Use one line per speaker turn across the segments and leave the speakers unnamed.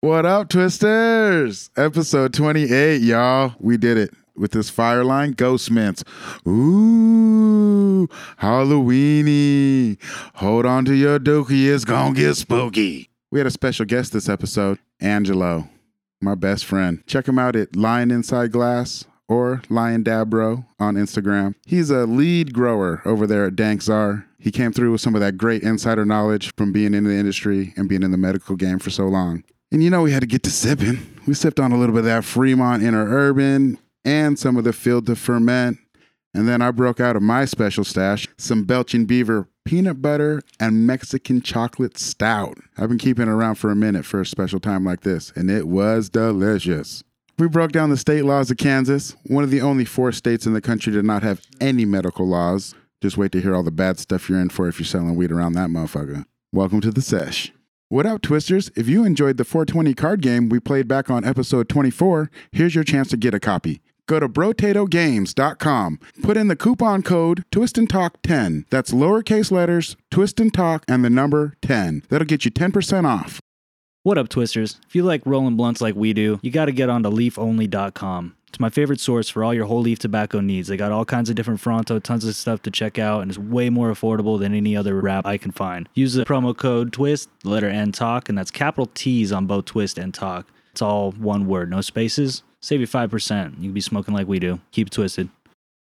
What up, Twisters? Episode 28, y'all. We did it with this fire line ghost mints. Ooh, Halloweeny. Hold on to your dookie. It's gonna get spooky. We had a special guest this episode, Angelo, my best friend. Check him out at Lion Inside Glass or Lion Dabro on Instagram. He's a lead grower over there at Dankzar. He came through with some of that great insider knowledge from being in the industry and being in the medical game for so long. And you know, we had to get to sipping. We sipped on a little bit of that Fremont Interurban and some of the Field to Ferment. And then I broke out of my special stash some Belching Beaver peanut butter and Mexican chocolate stout. I've been keeping it around for a minute for a special time like this, and it was delicious. We broke down the state laws of Kansas, one of the only four states in the country to not have any medical laws. Just wait to hear all the bad stuff you're in for if you're selling weed around that motherfucker. Welcome to the sesh. What up, Twisters? If you enjoyed the 420 card game we played back on episode 24, here's your chance to get a copy. Go to brotatogames.com, put in the coupon code TWISTANDTALK10. That's lowercase letters, twist and talk, and the number 10. That'll get you 10% off.
What up, Twisters? If you like rolling blunts like we do, you got to get on to leafonly.com. It's my favorite source for all your whole leaf tobacco needs. They got all kinds of different Fronto, tons of stuff to check out, and it's way more affordable than any other wrap I can find. Use the promo code TWIST, the letter N TALK, and that's capital T's on both TWIST and TALK. It's all one word, no spaces. Save you 5%. You can be smoking like we do. Keep twisted.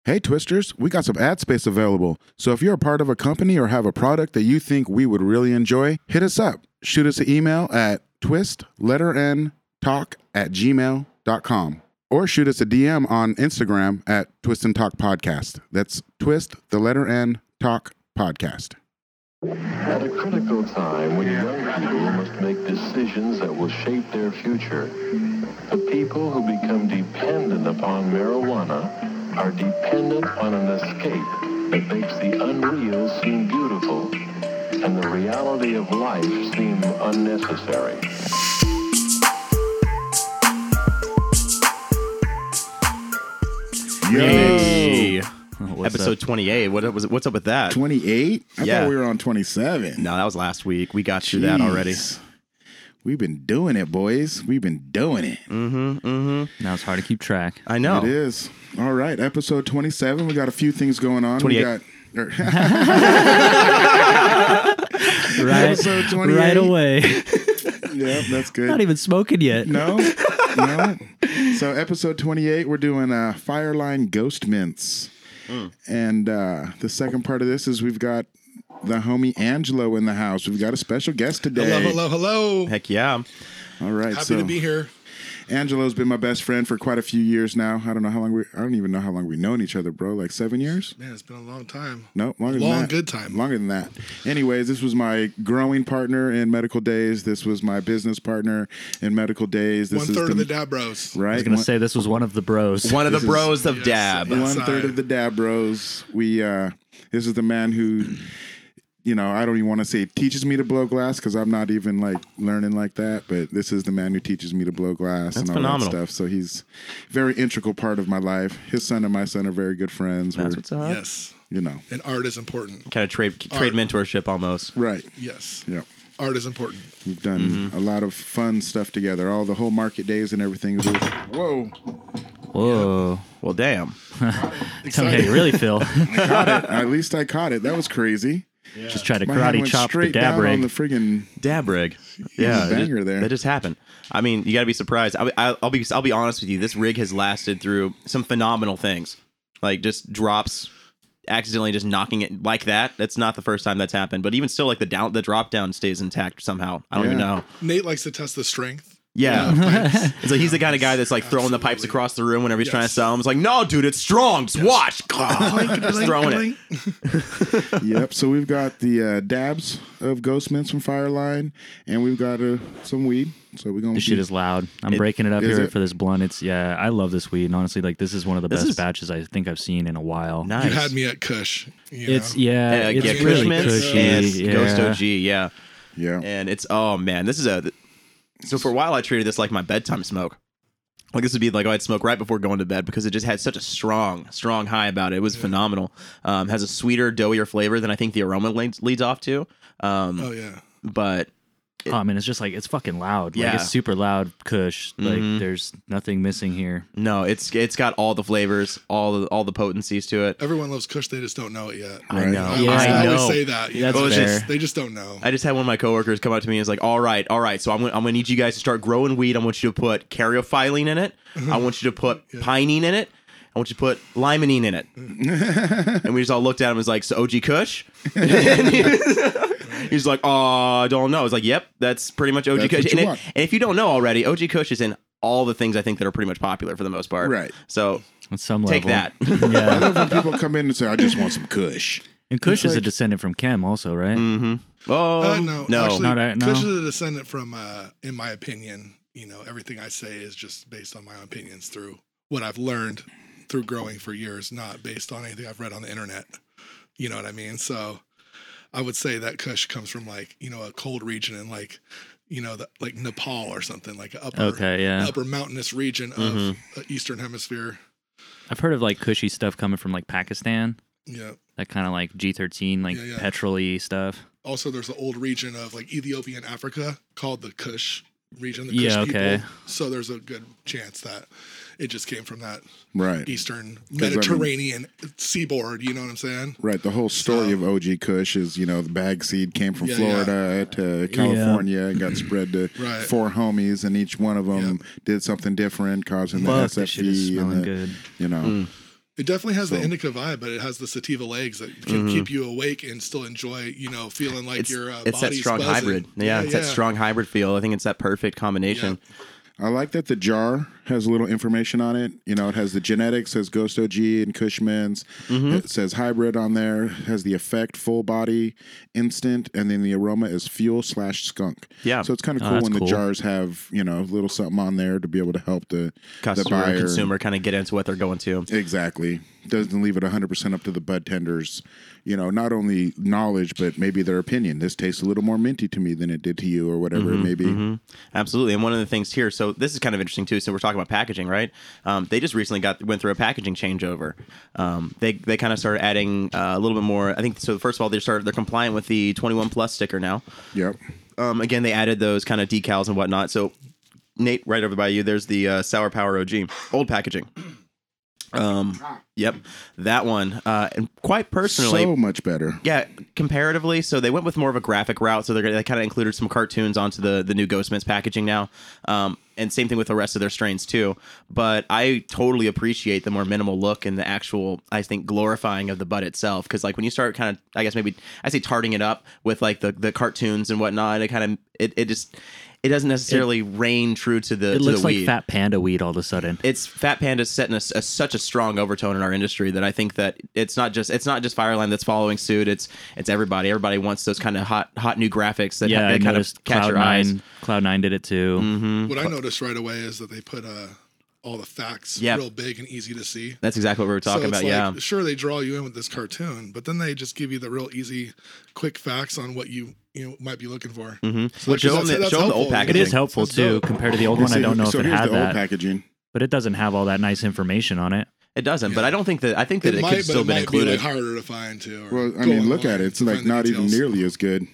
Hey, Twisters, we got some ad space available. So if you're a part of a company or have a product that you think we would really enjoy, hit us up. Shoot us an email at twist, letter N, talk at gmail.com. Or shoot us a DM on Instagram at Twist and Talk Podcast. That's twist, the letter N, talk podcast.
At a critical time when young people must make decisions that will shape their future, the people who become dependent upon marijuana are dependent on an escape that makes the unreal seem beautiful and the reality of life seem unnecessary.
Hey.
What's
Episode
up?
28. What was what's up with that?
28? I
Yeah.
thought we were on 27.
No, that was last week. We got through that already.
Jeez. We've been doing it, boys. We've been doing it.
Now it's hard to keep track.
I know.
It is. All right, episode 27. We got a few things going on. We
28.
got er,
Right,
Episode 28.
right away.
Yep, that's
Not
good.
even smoking yet.
No. No. So episode 28, we're doing uh Fireline Ghost Mints.
Hmm.
And uh the second part of this is we've got the homie Angelo in the house. We've got a special guest today.
Hello, hello, hello.
Heck yeah.
All right.
Happy
so
to be here.
Angelo's been my best friend for quite a few years now. I don't know how long we I don't even know how long we've known each other, bro. Like 7 years?
Man, it's been a long time.
No, longer than
Long,
that.
good time.
Longer than that. Anyways, this was my growing partner in medical days. This was my business partner in medical days. This
One
is
third of the Dab Bros.
right.
I was going to
One-
say this was one of the bros.
One of the
This is-
bros of
yes.
dab.
Yeah.
one third of the dab bros. We uh, this is the man who, you know, I don't even want to say teaches me to blow glass because I'm not even like learning like that. But this is the man who teaches me to blow glass and all
phenomenal.
that stuff. So he's very integral part of my life. His son and my son are very good friends.
That's
We're,
what's up.
Yes.
you know,
And art is important.
Kind of trade trade mentorship almost.
right?
Yes.
Yep.
Art is important.
We've done
Mm-hmm.
a lot of fun stuff together. All the whole market days and everything. It was- Whoa!
Whoa.
Well, damn.
Okay,
Excited.
really, Phil.
At least I caught it. That was crazy.
Just try to
My hand
karate
went
chop the
straight down
dab
on
rig.
the friggin'
Dab rig. Yeah. that
banger
just,
there.
That just happened. I mean, you got to be surprised. I'll, be- I'll I'll be I'll be honest with you. This rig has lasted through some phenomenal things. Like just drops accidentally just knocking it like that. That's not the first time that's happened, but even still like the down the drop down stays intact somehow. I don't even
Yeah.
know.
Nate likes to test the strength.
Yeah.
Thanks.
It's like he's the kind of guy that's like throwing the pipes
Absolutely.
across the room whenever he's trying to
Yes.
sell them. It's like, no, dude, it's strong. Just watch. just throwing it.
yep. So we've got the uh, dabs of Ghost Mints from Fireline, and we've got uh, some weed. So we're gonna
This shit
be-
is loud. I'm
It-
breaking it up
is
here
it?
for this blunt. It's yeah, I love this weed, and honestly, like this is one of the
This
best
is-
batches I think I've seen in a while.
Nice.
You had me at Kush. you know?
It's yeah,
Uh,
it's
yeah,
really
Cushman's
cushy.
and
yeah.
Ghost OG, yeah.
yeah.
And it's oh man, this is a. So for a while, I treated this like my bedtime smoke. Like this would be like I'd smoke right before going to bed because it just had such a strong, strong high about it. It was phenomenal. Um, has a
Uh.
sweeter, doughier flavor than I think the aroma leads, leads off to. Um,
Oh, yeah.
but
Oh, I mean, it's just like it's fucking loud. Like
Yeah.
it's super loud Kush. Like
Mhm.
there's nothing missing here.
No, it's it's got all the flavors, all the, all the potencies to it.
Everyone loves Kush. They just don't know it yet.
I know.
I, always,
Yeah.
I always
I know.
say that. you
That's
know, it's just-
fair.
they just don't know.
I just had one of my coworkers come up to me and was like, "All right, all right. So I'm gonna, I'm gonna need you guys to start growing weed. I want you to put caryophyllene in it.
Mm-hmm.
I want you to put pinene in it. I want you to put limonene in it."
Mm-hmm.
and we just all looked at him and was like, "So OG Kush?" He's like, "Oh, I don't know." I was like, "Yep, that's pretty much OG
That's
Kush."
what you
And, it-
want.
and if you don't know already, OG Kush is in all the things I think that are pretty much popular for the most part.
Right.
So
On some
take
level.
that.
that. yeah.
When people come in and say, "I just want some Kush,"
And Kush is a
like-
descendant from Chem, also, right?
Mm. oh
Uh, no, actually,
Um, Not a- no.
Kush is a descendant from, uh, in my opinion, you know, everything I say is just based on my own opinions through what I've learned through growing for years, not based on anything I've read on the internet. You know what I mean? So I would say that Kush comes from like, you know, a cold region in like, you know, the, like Nepal or something, like a upper,
Okay, Mm-hmm. yeah.
upper mountainous region of
Mhm.
uh, Eastern Hemisphere.
I've heard of like cushy stuff coming from like Pakistan,
Yeah.
that kind of like G13, like
Yeah, yeah.
petrol-y stuff.
Also, there's the old region of like Ethiopian Africa called the Kush region. The Kush
Yeah, okay.
People. So there's a good chance that it just came from that
right?
eastern
I mean-
Mediterranean seaboard. You know what I'm saying?
Right. The whole story of OG Kush is, you know, the bag seed came from
Yeah,
Florida to California and got spread to
Right.
four homies, and each one of them did something different, causing the
Fuck, this shit is
SFE
smelling
and the,
good.
you know,
Hmm. It definitely has
So-
the indica vibe, but it has the sativa legs that
Mm-hmm.
can keep you awake and still enjoy, you know, feeling like
It's,
your uh,
it's that
body's
strong
buzzing.
hybrid. Yeah, it's that strong hybrid feel. I think it's that perfect combination.
I like that the jar has a little information on it. You know, it has the genetics, says Ghost OG and Cushman's.
Mm-hmm.
It says hybrid on there, has the effect, full body, instant, and then the aroma is fuel slash skunk.
Yeah.
So it's kind of
Oh,
cool
that's
when the
cool.
jars have, you know, a little something on there to be able to help the, the
Customer
buyer.
and consumer kind of get into what they're going to.
Exactly. Doesn't leave it 100% up to the bud tenders, you know, not only knowledge, but maybe their opinion. This tastes a little more minty to me than it did to you, or whatever
Mm-hmm,
it may be.
Absolutely. And one of the things here, so this is kind of interesting too. So we're talking about packaging, right? Um, they just recently got went through a packaging changeover. Um, they they kind of started adding uh, a little bit more. I think so. First of all, they started they're compliant with the 21 plus sticker now.
Yep.
Um, again, they added those kind of decals and whatnot. So Nate, right over by you, there's the uh, Sour Power OG old packaging. Um, yep, that one. Uh, and quite personally,
so much better.
Yeah, comparatively. So they went with more of a graphic route. So they're gonna, they kind of included some cartoons onto the the new Ghostman's packaging now. Um, and same thing with the rest of their strains too. But I totally appreciate the more minimal look and the actual, I think, glorifying of the bud itself. Because like when you start kind of, I guess maybe I say tarting it up with like the the cartoons and whatnot. It kind of it, it just it doesn't necessarily reign true to the
It
to
looks
the
like
weed
fat panda weed all of a sudden.
it's Fat Panda's setting us a, such a strong overtone in our industry that I think that it's not just it's not just Fireline that's following suit. It's it's everybody. Everybody wants those kind of hot hot new graphics that,
yeah, I
that kind of
noticed
catch
Cloud
your eyes. Mm-hmm.
Nine. Cloud Nine did it too.
What I noticed right away is that they put uh, all the facts
Yeah.
real big and easy to see.
That's exactly what we were talking about.
like,
yeah,
Sure, they draw you in with this cartoon, but then they just give you the real easy, quick facts on what you you know, might be looking for. Mm-hmm. So
show 'em the- show 'em the old
It
package.
is helpful
That's
too
dope.
compared to the old one. I
See,
don't know
so
if it
here's
had
the old
that,
packaging.
but it doesn't have all that nice information on it.
it doesn't. But I don't think that I think that
It,
it,
might,
could
but
still
it
have been
might be like
included.
harder to find too. or
Well, I
go
mean, look
online
at it. It's
to
like
find the
not even
details.
nearly as good.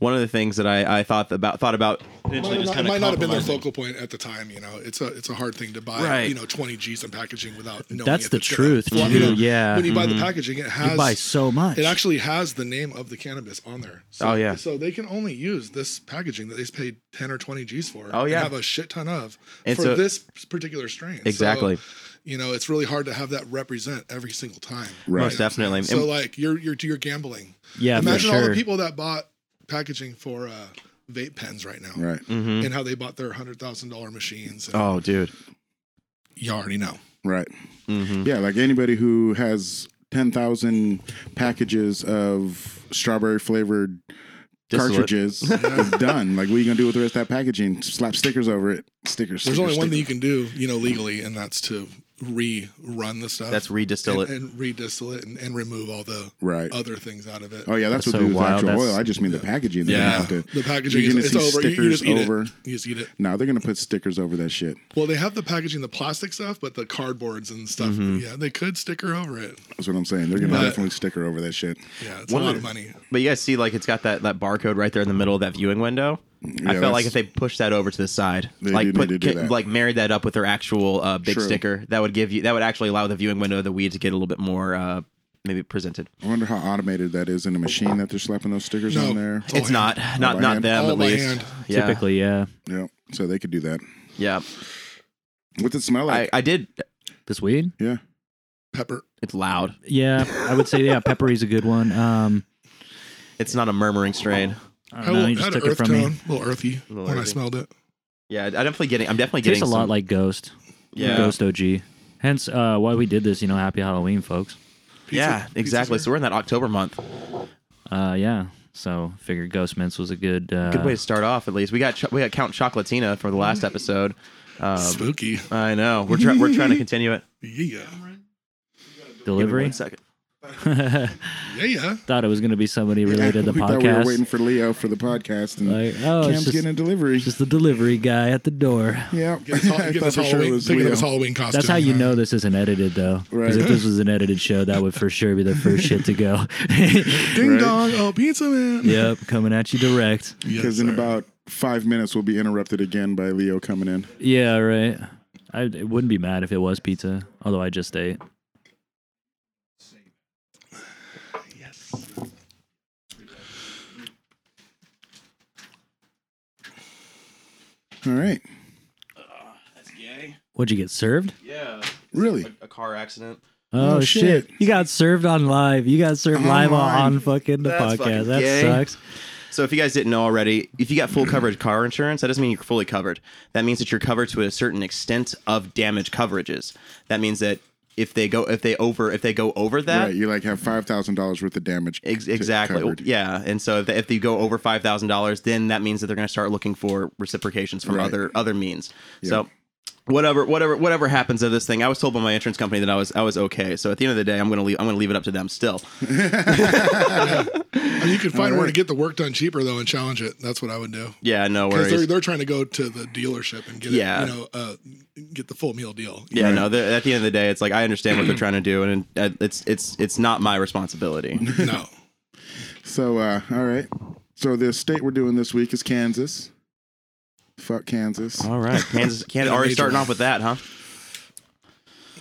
One of the things that I, I thought about thought about
Might
potentially
not-
just
it
kind
might
of
not have been their focal point at the time. You know, it's a it's a hard thing to buy.
Right.
You know, twenty G's in packaging without knowing.
That's
if
the
it's gonna
truth,
fly-
too. Yeah.
When you buy the
Mm-hmm.
packaging, it has
You buy so much.
it actually has the name of the cannabis on there. So,
Oh, yeah.
So they can only use this packaging that they paid ten or twenty G's for.
Oh,
and
yeah.
have a shit ton of
And
for
so-
this particular strain. So,
Exactly.
you know, it's really hard to have that represent every single time.
Right.
most definitely. And-
So like you're you're you're gambling.
Yeah, for
Imagine all
sure.
the people that bought packaging for uh, vape pens right now.
Right.
Mm-hmm.
And how they bought their hundred thousand dollar machines. And
oh, dude.
You already know.
Right.
Mm-hmm.
Yeah, like anybody who has 10,000 packages of strawberry flavored
Distillate.
cartridges is done. Like, what are you going to do with the rest of that packaging? Slap stickers over it. Stickers.
There's
stickers,
only one thing you
stickers.
can do, you know, legally, and that's to rerun the stuff.
That's redistill it.
and, and redistill it and, and remove all the
Right.
other things out of it.
Oh yeah, that's,
That's
what
so
with the
wild.
actual oil.
That's-
I just mean the packaging. They're gonna
yeah.
have to-
the packaging
you're gonna
is it's
see
over. You, you just eat
over.
it. You just eat it.
No, they're gonna put stickers over that shit.
Well, they have the packaging, the plastic stuff, but the cardboards and stuff.
Mm-hmm.
Yeah, they could sticker over it.
That's what I'm saying. They're gonna
But-
definitely sticker over that shit.
Yeah, it's
One
a
of
lot
the-
of money.
But you guys see, like, it's got that, that barcode right there in the middle of that viewing window. I felt
that's-
like if they pushed that over to the side,
They
like
do need
put,
to do
ca-
that.
like married that up with their actual uh, big
True.
sticker, that would give you that would actually allow the viewing window of the weed to get a little bit more uh, maybe presented.
I wonder how automated that is in a machine that they're slapping those stickers
No.
on there.
Oh,
it's not not
by
not
hand.
them
All
at
by
least.
hand.
Yeah.
Typically, yeah.
Yeah, so they could do that.
yeah.
What's it smell
I,
like?
I did.
This weed?
yeah,
Pepper.
It's loud.
Yeah, I would say yeah. Peppery's a good one. Um,
It's not a murmuring strain.
I
I
don't know. You
had
just
an
took
earth
it from
tone,
me.
a little earthy
A little
when I
earthy.
smelled it.
Yeah, I definitely getting. I'm definitely getting
Tastes a lot
some-
like Ghost.
yeah,
Ghost OG. Hence uh, why we did this. You know, Happy Halloween, folks.
Pizza-
yeah,
pizza
exactly.
sir?
So we're in that October month.
Uh, yeah. So figured Ghost Mints was a good uh,
Good way to start off, at least. We got Cho- we got Count Chocolatina for the
Mm.
last episode. Um,
Spooky.
I know. We're try- we're trying to continue it.
Yeah.
Give me
delivery.
One second.
Thought
Yeah, yeah.
it was gonna be somebody related to
we thought we were
podcast.
waiting for Leo for the podcast, and
like, oh,
Cam's
it's just,
getting a delivery.
just the delivery guy at the door.
yeah,
Get his,
I
get
thought
his
for sure it
Halloween,
was
pick up
Leo.
his Halloween costume.
That's how you
uh,
know this isn't edited, though.
Right.
Because if this was an edited show, that would for sure be the first shit to go.
Ding
Right.
dong. Oh, pizza man.
yep, coming at you direct.
Yes,
Because in
sir.
about five minutes, we'll be interrupted again by Leo coming in.
Yeah, right. I it wouldn't be mad if it was pizza, although I just ate.
All right,
That's gay.
What'd you get served?
Yeah.
really?
A car accident.
Oh,
Oh,
shit. You got served on live. You got served live on,
Online.
on fucking the
That's
podcast.
fucking
that
gay.
sucks.
So if you guys didn't know already, if you got full coverage car insurance, that doesn't mean you're fully covered. That means that you're covered to a certain extent of damage coverages. That means that if they go if they over if they go over that,
Right, you like have five thousand dollars worth of damage.
Ex-
to-
exactly.
covered.
Yeah, and so if they, if they go over five thousand dollars, then that means that they're going to start looking for reciprocations from
Right.
other other means.
Yeah.
So whatever whatever whatever happens to this thing, I was told by my insurance company that I was I was okay. So at the end of the day, I'm going to leave I'm going to leave it up to them still.
And you can find where to
right.
get the work done cheaper though, and challenge it. That's what I would do.
Yeah, no
Because
worries.
they're, they're trying to go to the dealership and get
Yeah.
it, you know, uh, get the full meal deal.
yeah, no. they're- At the end of the day, it's like I understand what they're trying to do, and uh, it's it's it's not my responsibility.
No.
So, uh, all right. So the state we're doing this week is Kansas. Fuck Kansas.
All right, Kansas, Kansas
Yeah,
already
major.
starting off with that, huh?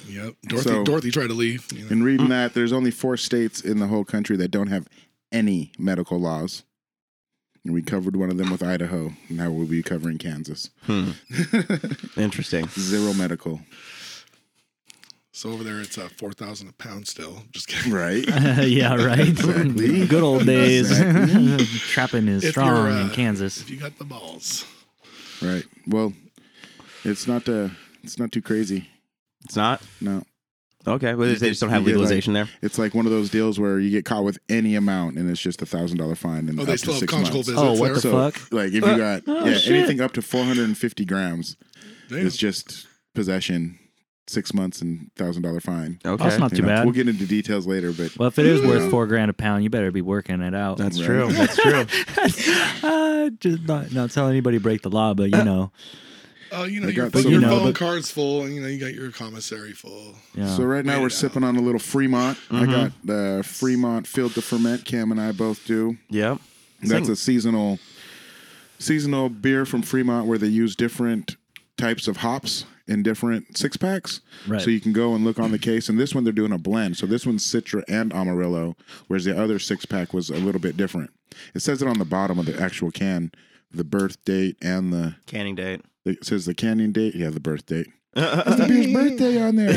Yep. Dorothy
So-
Dorothy tried to leave. You know.
In reading that, there's only four states in the whole country that don't have any medical laws. And we covered one of them with Idaho. Now we'll be covering Kansas.
Interesting.
Zero medical.
So over there, it's uh, four thousand a pound still. Just kidding.
Right.
yeah, right.
Exactly.
Good old days.
Exactly.
Trapping is
If
strong
you're, uh,
in Kansas.
If you got the balls,
right. Well, it's not uh it's not too crazy.
It's not
No.
okay. Well, they just don't have
You get, like-
legalization there.
It's like one of those deals where you get caught with any amount and it's just a thousand dollar fine and
oh,
up
they
to
still have
six
conjugal
months.
visits.
Oh, what
there.
the
So,
fuck?
like if you got
oh,
yeah,
shit.
anything up to 450 grams
Damn.
is just possession, six months and thousand dollar fine.
Okay,
that's not
You
too
know,
bad.
We'll get into details later, but
Well, if it is
Yeah.
worth four grand a pound, you better be working it out.
that's
Right.
true. That's true.
uh, just not not telling anybody to break the law, but
Ah,
you know,
Oh, you know,
They
your,
got
phone-
some-
your
You know,
phone
but-
card's full, and you know you got your commissary full.
yeah. Mm-hmm.
so right now
Wait
we're
it
sipping on a little Fremont. I got the Fremont filled to ferment. Cam and I both do.
Yep.
That's a seasonal seasonal beer from Fremont where they use different types of hops in different six packs.
Right.
So you can go and look on the case. And this one they're doing a blend. So this one's Citra and Amarillo, whereas the other six pack was a little bit different. It says it on the bottom of the actual can, the birth date and the
canning date.
it says the canning date. Yeah, the birth date. It's the beer's birthday on there.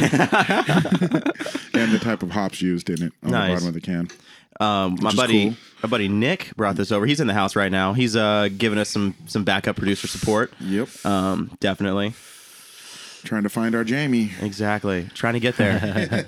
and the type of hops used in it on the
Nice.
bottom of the can.
Um, my
is
buddy,
cool.
my buddy Nick brought this over. He's in the house right now. He's uh giving us some some backup producer support.
Yep.
Um, definitely,
Trying to find our Jamie.
exactly. Trying to get there.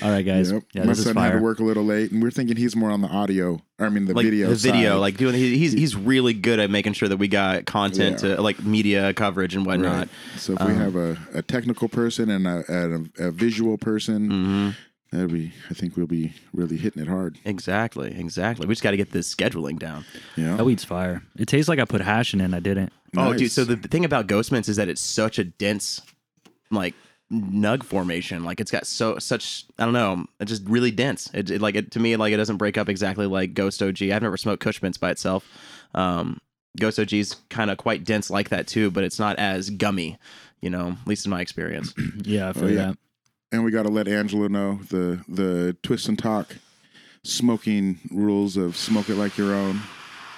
All right, guys.
Yep.
Yeah,
My
this is
son had to
fire.
work a little late, and we're thinking he's more on the audio. Or I mean, the
like
video.
the video,
side.
like doing he- he's he's really good at making sure that we got content
Yeah.
to like media coverage and
Right.
whatnot.
So if we
Um,
have a, a technical person and a, and a, a visual person, that'd be. I think we'll be really hitting it hard.
Exactly, exactly. We just got to get this scheduling down.
Yeah.
That weed's fire. It tastes like I put hash in it and I didn't.
Oh, dude. So the thing about ghost mints is that it's such a dense, like nug formation. Like it's got so such. I don't know. It's just really dense. It, it like it to me like it doesn't break up exactly like ghost OG. I've never smoked Kush mints by itself. Um, ghost OG is kind of quite dense like that too, but it's not as gummy. You know, at least in my experience.
Yeah,
Oh,
I feel
yeah.
that.
and we got to let Angela know the the twist and talk smoking rules of smoke it like your own.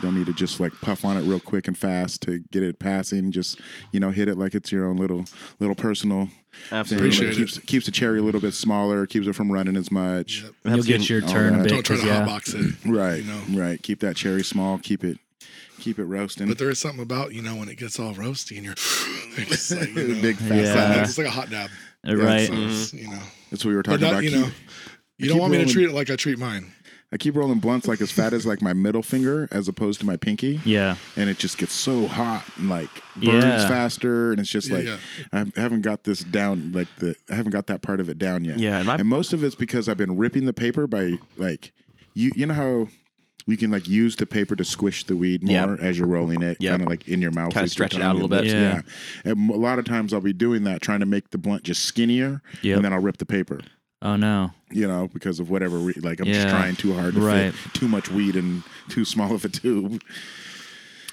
Don't need to just like puff on it real quick and fast to get it passing. Just you know, hit it like it's your own little little personal. thing.
Absolutely.
Appreciate it.
keeps keeps the cherry a little bit smaller. Keeps it from running as much.
Yep.
You'll
That's
get
good.
your
all
turn a
that.
bit.
Don't try to
'cause, yeah.
hotbox it.
Right.
You know.
Right. Keep that cherry small. Keep it. Keep it roasting.
But there is something about you know when it gets all roasty and you're it's like, you know,
Big fat
it's like-
Yeah.
it's like a hot dab.
Right.
So it's, uh, you know,
That's what we were
but
talking
not,
about.
you
Keep-
know, you don't
keep
want me to
rolling.
treat it like I treat mine.
I keep rolling blunts like as fat as like my middle finger as opposed to my pinky.
Yeah.
And it just gets so hot and like burns
Yeah.
faster. And it's just
Yeah,
like,
yeah.
I haven't got this down, like the, I haven't got that part of it down yet.
Yeah, and my-
and most of it's because I've been ripping the paper by like, you, you know how you can like use the paper to squish the weed more
Yep.
as you're rolling it,
Yep.
kind of like in your mouth.
Kinda
like,
stretch it
you're
out a little
talking
bit.
about it. Yeah. And a lot of times I'll be doing that, trying to make the blunt just skinnier.
Yep.
And then I'll rip the paper
Oh no.
you know, because of whatever. Re- like I'm just
Yeah.
trying too hard to
Right.
fit too much weed in too small of a tube.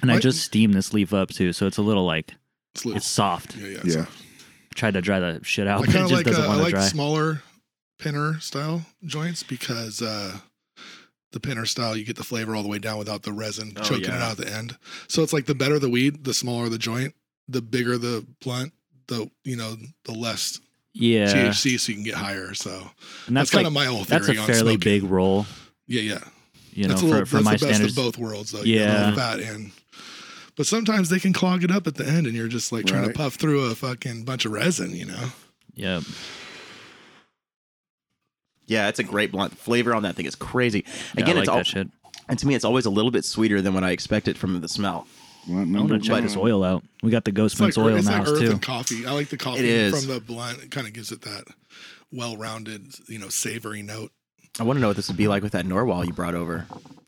And I
What?
just steamed this leaf up too, so it's a little like
It's loose.
it's soft.
yeah, yeah. it's
Yeah,
Tried to dry that shit out,
I
but it
kind
just
of like uh,
doesn't
I
want to
like
dry.
smaller pinner style joints because uh, the pinner style you get the flavor all the way down without the resin
Oh,
choking it
yeah.
out at the end. So it's like the better the weed, the smaller the joint, the bigger the blunt, the you know the less
yeah,
THC so you can get higher. So
and
that's,
that's,
kind
like
of my whole theory
that's a
on
fairly
smoking.
big roll,
yeah yeah.
you know,
That's
for,
a little
for
that's
my
the best
standards.
of both worlds though. Yeah,
Yeah.
you know, fat and. But sometimes they can clog it up at the end, and you're just like trying
Right.
to puff through a fucking bunch of resin, you know?
Yep.
Yeah, it's a great blunt. Flavor on that thing is crazy.
Yeah,
Again,
I like
it's
that
all
shit.
and to me, it's always a little bit sweeter than what I expect it from the smell.
Blunt
I want
number
to check
one.
this oil out. We got the ghost mints oil in
it's
the
like
house
earth
too.
and coffee. I like the coffee
It is.
from the blunt. It kind of gives it that well-rounded, you know, savory note.
I want to know what this would be like with that Norwal you brought over.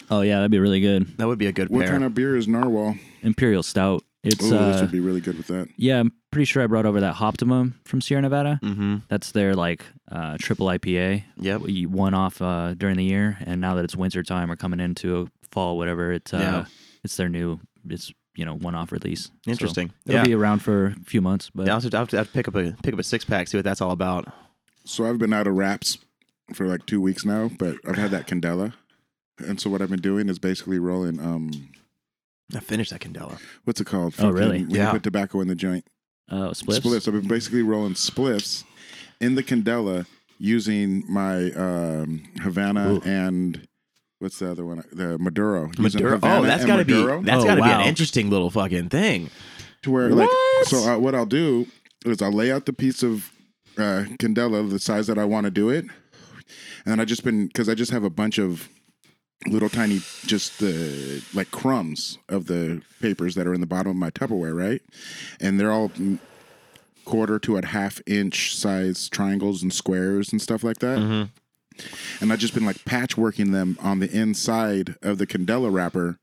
Oh yeah, that'd be really good.
That would be a good
What
pair.
kind of beer is narwhal?
Imperial stout. It's
Oh, this
uh,
would be really good with that.
yeah, I'm pretty sure I brought over that Hoptimum from Sierra Nevada.
mm-hmm.
That's their like uh, triple IPA.
Yep.
You- one off uh, during the year, and now that it's winter time or coming into fall, whatever, it's uh,
Yeah.
it's their new it's you know one off release. So
Interesting.
it'll
yeah.
be around for a few months, but
I'll have, to, I'll have to- I'll have to pick up a pick up a six pack. See what that's all about.
So I've been out of wraps for like two weeks now, but I've had that Candela, and so what I've been doing is basically rolling. Um,
I finished that Candela.
what's it called?
Oh, really?
When you
Yeah.
put tobacco in the joint,
oh splits.
spliffs. I've been basically rolling spliffs in the Candela using my um, Havana
Ooh.
and. What's the other one? The Maduro. Using
Maduro.
Havana
Oh, that's
and
got to be
Maduro.
that's
Oh,
got to be
wow.
an interesting little fucking thing.
to where like
What?
so I, what i'll do is i'll lay out the piece of uh candela the size that i want to do it and i just been because i just have a bunch of little tiny just the like crumbs of the papers that are in the bottom of my tupperware right and they're all mm, quarter to a half inch size triangles and squares and stuff like that
Mm-hmm.
and i've just been like patchworking them on the inside of the candela wrapper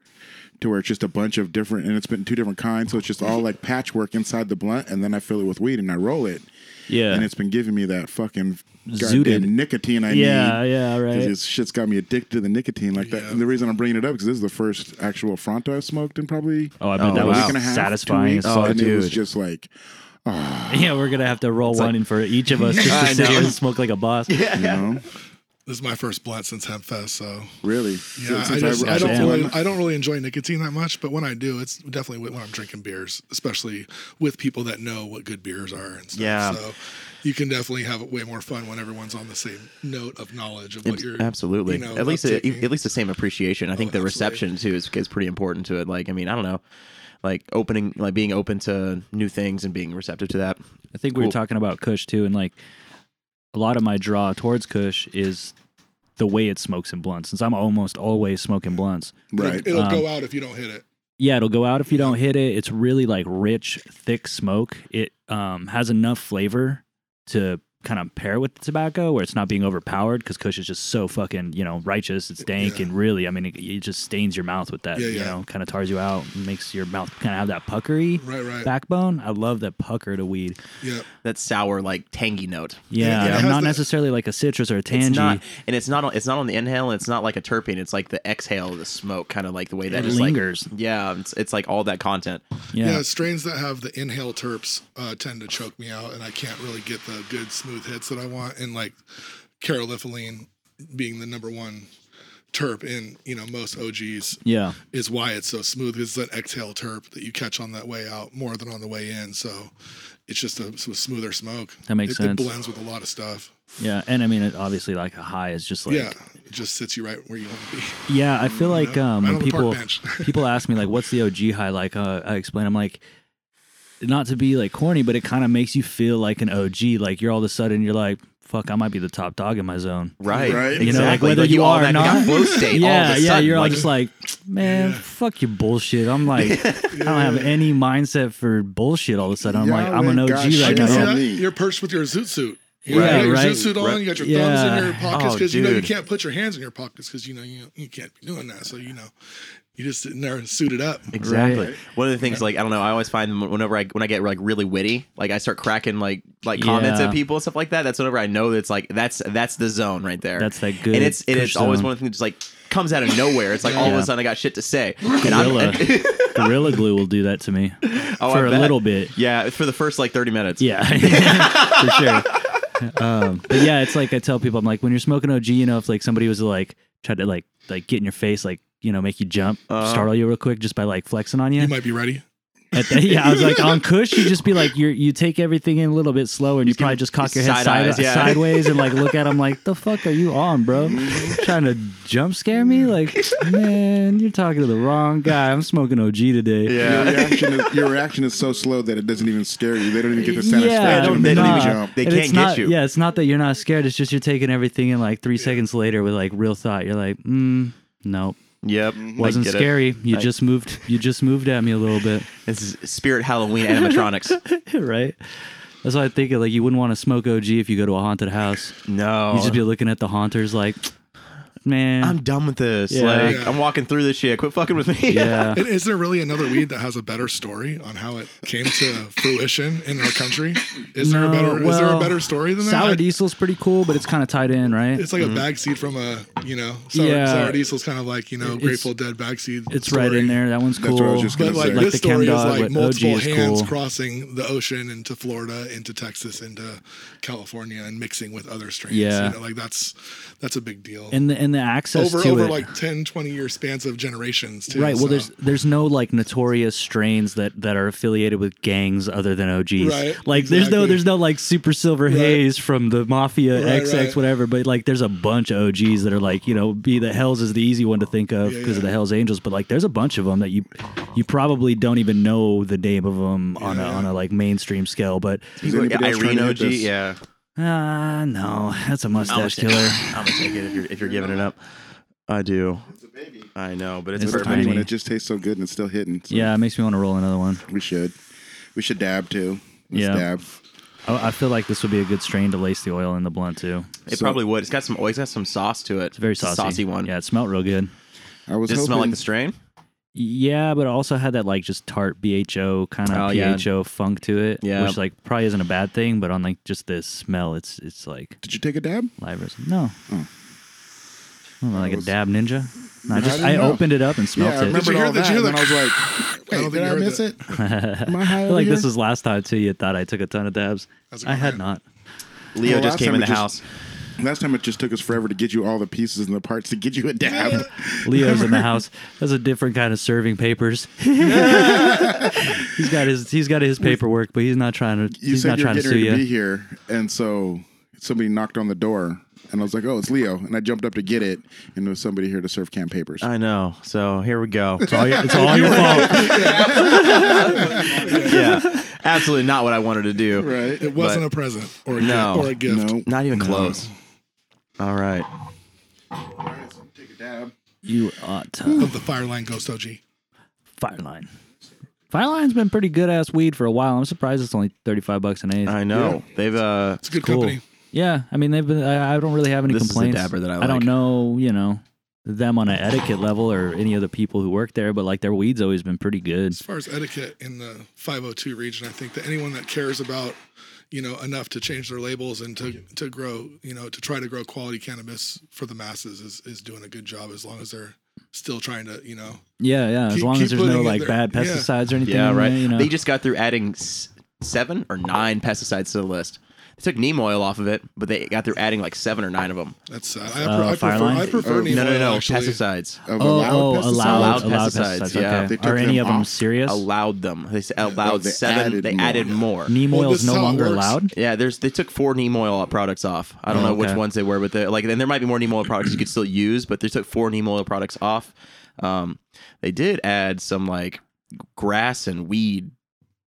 to where it's just a bunch of different and it's been two different kinds so it's just all like patchwork inside the blunt and then i fill it with weed and i roll it
yeah,
and it's been giving me that fucking
Zooted.
goddamn nicotine i
yeah,
need
yeah,
because
right.
this shit's got me addicted to the nicotine like that.
Yeah.
And the reason I'm bringing it up because this is the first actual Fronto I've smoked in probably
Oh, I bet
Oh,
that
a
was
week and a half,
satisfying.
two
as
Weeks,
Oh,
fuck.
and it was
dude.
just like
yeah, we're gonna have to roll one
like-
in for each of us just
I
to sit here
know.
and smoke like a boss.
you know,
This is my first blunt since Hemp Fest, so
really.
yeah,
Since
I, just, I, don't
Damn.
really, I don't really enjoy nicotine that much, but when I do, it's definitely when I'm drinking beers, especially with people that know what good beers are and stuff.
Yeah.
So you can definitely have way more fun when everyone's on the same note of knowledge of what
It's-
you're
absolutely.
you know,
at least
uptaking.
at least the same appreciation. I
Oh,
think the
absolutely.
reception too is is pretty important to it. Like I mean, I don't know. Like opening, like being open to new things and being receptive to that.
I think we were
Cool.
talking about Kush too, and like a lot of my draw towards Kush is the way it smokes in blunts. Since I'm almost always smoking blunts,
Right.
It'll, it'll
Um,
go out if you don't hit it.
yeah, it'll go out if you don't hit it. It's really like rich, thick smoke. It um, has enough flavor to kind of pair with the tobacco where it's not being overpowered because Kush is just so fucking, you know, righteous. It's dank
Yeah.
and really, I mean, it, it just stains your mouth with that,
Yeah,
you
yeah.
know, kind of tars you out and makes your mouth kind of have that puckery
Right, right.
backbone. I love that pucker to weed.
yeah.
That sour, like tangy note.
Yeah,
Yeah,
it has
not
the-
necessarily like a citrus or a tangy.
It's not, and it's not. On, it's not on the inhale. It's not like a terpene. It's like the exhale of the smoke, kind of like the way that
it
just, like-
lingers.
yeah, it's, it's like all that content.
yeah,
yeah.
Strains that have the inhale terps uh, tend to choke me out, and I can't really get the good smooth hits that I want. And like carolipholine being the number one terp in you know most OGs
Yeah.
is why it's so smooth. It's that exhale terp that you catch on that way out more than on the way in. So it's just a, it's a smoother smoke.
That makes
it,
sense.
It blends with a lot of stuff.
Yeah, and I mean, it, obviously, like a high is just like
yeah, Mm,
yeah.
it just sits you right where you want to be.
I feel like
know,
um,
right
when
on the park
people
bench.
people ask me like, "What's the OG high?" Like, uh, I explain, I'm like, not to be like corny, but it kind of makes you feel like an OG. Like you're all of a sudden you're like, "Fuck, I might be the top dog in my zone."
Right.
Right.
Exactly.
You
know, like, whether you
all
are or
that
not.
got flow state. all of
yeah,
a
yeah.
sudden,
You're like, just like, man,
Yeah.
fuck your bullshit. I'm like, I don't have any mindset for bullshit. All of a sudden, I'm like,
Y'all
I'm an
ain't
OG
got
I
right
shit
can
on
see
now.
me.
that.
Yeah.
You're perched with your zoot suit. You
Yeah,
got your
right.
zoot suit on. You got your thumbs in your
Yeah.
pockets
Oh,
because you know you
dude.
can't put your hands in your pockets because you know you you can't be doing that. So you know, you just sitting there suited up.
Exactly.
Right.
One of the things, like I don't know, I always find whenever I when I get like really witty, like I start cracking like like comments
Yeah.
at people and stuff like that. That's whenever I know that's like that's that's the zone right there.
That's that good
And it's and
push
it's always
zone.
one of the things that just like comes out of nowhere. It's like all of
Yeah.
a sudden I got shit to say. And I'm,
Gorilla, Gorilla glue will do that to me
oh, I
for a
bet.
little bit.
Yeah, for the first like thirty minutes.
Yeah, for sure. Um, but yeah, it's like I tell people, I'm like, when you're smoking OG, you know, if like somebody was like tried to like like get in your face, like you know, make you jump,
Uh.
startle you real quick, just by like flexing on you.
You might be ready.
At the- yeah, I was like on Kush, you just be like, you you take everything in a little bit slower, and you, probably just cock your head
side
side,
eyes, yeah.
sideways and like look at him like, the fuck are you on, bro?
Mm-hmm.
Trying to jump scare me? Like, man, you're talking to the wrong guy. I'm smoking OG today.
Your reaction, is, your reaction is so slow that it doesn't even scare you. They don't even get the satisfaction
Yeah,
of
don't-
making
nah.
you jump.
They
And
can't
it's
get
not-
you.
Yeah, it's not that you're not scared. It's just you're taking everything in like three seconds later with like real thought. You're like, mm, nope,
Yep.
Mm-hmm.
wasn't
I get it.
scary. You
I-
just moved. You just moved at me a little bit,
This is spirit Halloween animatronics.
right? That's why I think like you wouldn't want to smoke OG if you go to a haunted house.
no.
You just
Oh.
be looking at the haunters like, man,
I'm done with this.
Yeah.
Like
Yeah.
I'm walking through this shit. Quit fucking with me.
yeah,
And is there really another weed that has a better story on how it came to fruition in our country? Is there a
No,
better is there a
well,
better story than that?
sour
I-
diesel's pretty cool, but it's kind of tied in, right?
it's like a bag seed from a you know sour,
Yeah.
sour diesel's kind of like you know Grateful Dead bag seed.
It's right in there. That one's
That's
cool.
what I was just gonna
But like,
say.
Like
this
the
story
Chem Dog,
is like
what
multiple
OG is
hands
cool.
crossing the ocean into Florida, into Texas, into California, and mixing with other strains.
Yeah.
you know, like that's that's a big deal.
and the and the access
over
to
over
it.
like 10, 20 year spans of generations too.
Right. Well,
so-
there's there's no like notorious strains that that are affiliated with gangs other than OGs.
Right,
Like there's no
exactly.
there's no like Super Silver Haze from the Mafia
Right,
XX
right.
whatever. But like there's a bunch of OGs that are like you know be the Hells is the easy one to think of because of the Hells Angels. But like there's a bunch of them that you you probably don't even know the name of them on a on a like mainstream scale. But
Is
Like,
anybody else trying
Irene
to hit
OG.
this?
Yeah.
ah no, that's a
I'm
mustache
gonna
killer.
take- I'm gonna take it if you're if you're giving it up. I do. It's a baby. I know, but it's,
It's
perfect.
Perfect when
tiny.
it just tastes so good and it's still hitting. So
Yeah, it makes me want to roll another one.
we should, we should dab too. Let's
Yeah.
dab.
I, I feel like this would be a good strain to lace the oil in the blunt too.
It
So-
probably would. It's got some. Oh, it's got some sauce to it.
It's very
a
saucy.
saucy one.
Yeah, it smelled real good.
I was
Does it
hoping
smell like the strain?
Yeah, but it also had that like just tart BHO kind
Oh,
of
yeah.
BHO funk to it.
Yeah.
Which like probably isn't a bad thing, but on like just the smell, it's it's like
Did you take a dab?
live resin. No.
Oh.
I don't know, like
was-
a dab ninja. No, I just
didn't
I
know.
opened it up and smelt
yeah, I
it.
remember
you hear
all
the- did
that.
you
and
hear
then I was like,
I don't
wait,
think
did
you
I
heard
miss
that.
it? Am I high
I
over
feel like
here?
this was last time too. You thought I took a ton of dabs.
That's a good
I had
plan.
not.
Leo
Well,
just
last
came
time
in
it
the
just-
house.
Last time it just took us forever to get you all the pieces and the parts to get you a dab.
Leo's in the house. That's a different kind of serving papers. he's got his he's got his paperwork, but he's not trying to
You
he's
said
not
you're
trying to
getting
sue
ready to
you.
be here, and so somebody knocked on the door, and I was like, "Oh, it's Leo," and I jumped up to get it, and there was somebody here to serve camp papers.
I know. So here we go.
It's all your fault.
yeah. absolutely not what I wanted to do.
Right.
It wasn't a present or a
No.
gift. Or a gift.
No.
Not even
No.
close. All right.
All right, so take a dab.
You ought to.
Of the Fireline Ghost OG.
Fireline. Fireline's been pretty good ass weed for a while. I'm surprised it's only 35 bucks an eighth.
I know. They've uh
It's a good
Cool.
company.
Yeah, I mean they've been. I, I don't really have any
This is a
complaints.
dabber that I
don't
like.
know, you know, them on an etiquette level or any of the people who work there, but like their weed's always been pretty good.
As far as etiquette in the 502 region, I think that anyone that cares about, you know, enough to change their labels and to, to grow, you know, to try to grow quality cannabis for the masses is, is doing a good job as long as they're still trying to, you know,
Yeah, yeah. As
Keep-
long as
keep
there's no
putting it
like
there.
bad
Yeah.
pesticides or anything.
Yeah,
in uh,
right.
there, you know.
They just got through adding s- seven or nine pesticides to the list. They took neem oil off of it, but they got through adding like seven or nine of them.
that's sad. I, pre- I prefer,
Uh, Fireline?
I prefer
Oh,
neem
No, no,
oil,
no,
actually.
pesticides.
Of
oh,
allowed
oh,
pesticides?
allowed,
Allowed
allowed
pesticides,
pesticides.
yeah.
They
Okay.
took
Are any
them
of them
off.
serious?
Allowed them. They s- allowed
Oh, they
seven.
added
they
more.
added more.
Neem
Well,
oil
this
is
is
no
how it
longer
works.
allowed.
Yeah, there's they took four neem oil products off. I don't
Oh,
know which
okay.
ones they were, but they like and there might be more neem oil products you could still use, but they took four neem oil products off. Um, they did add some like grass and weed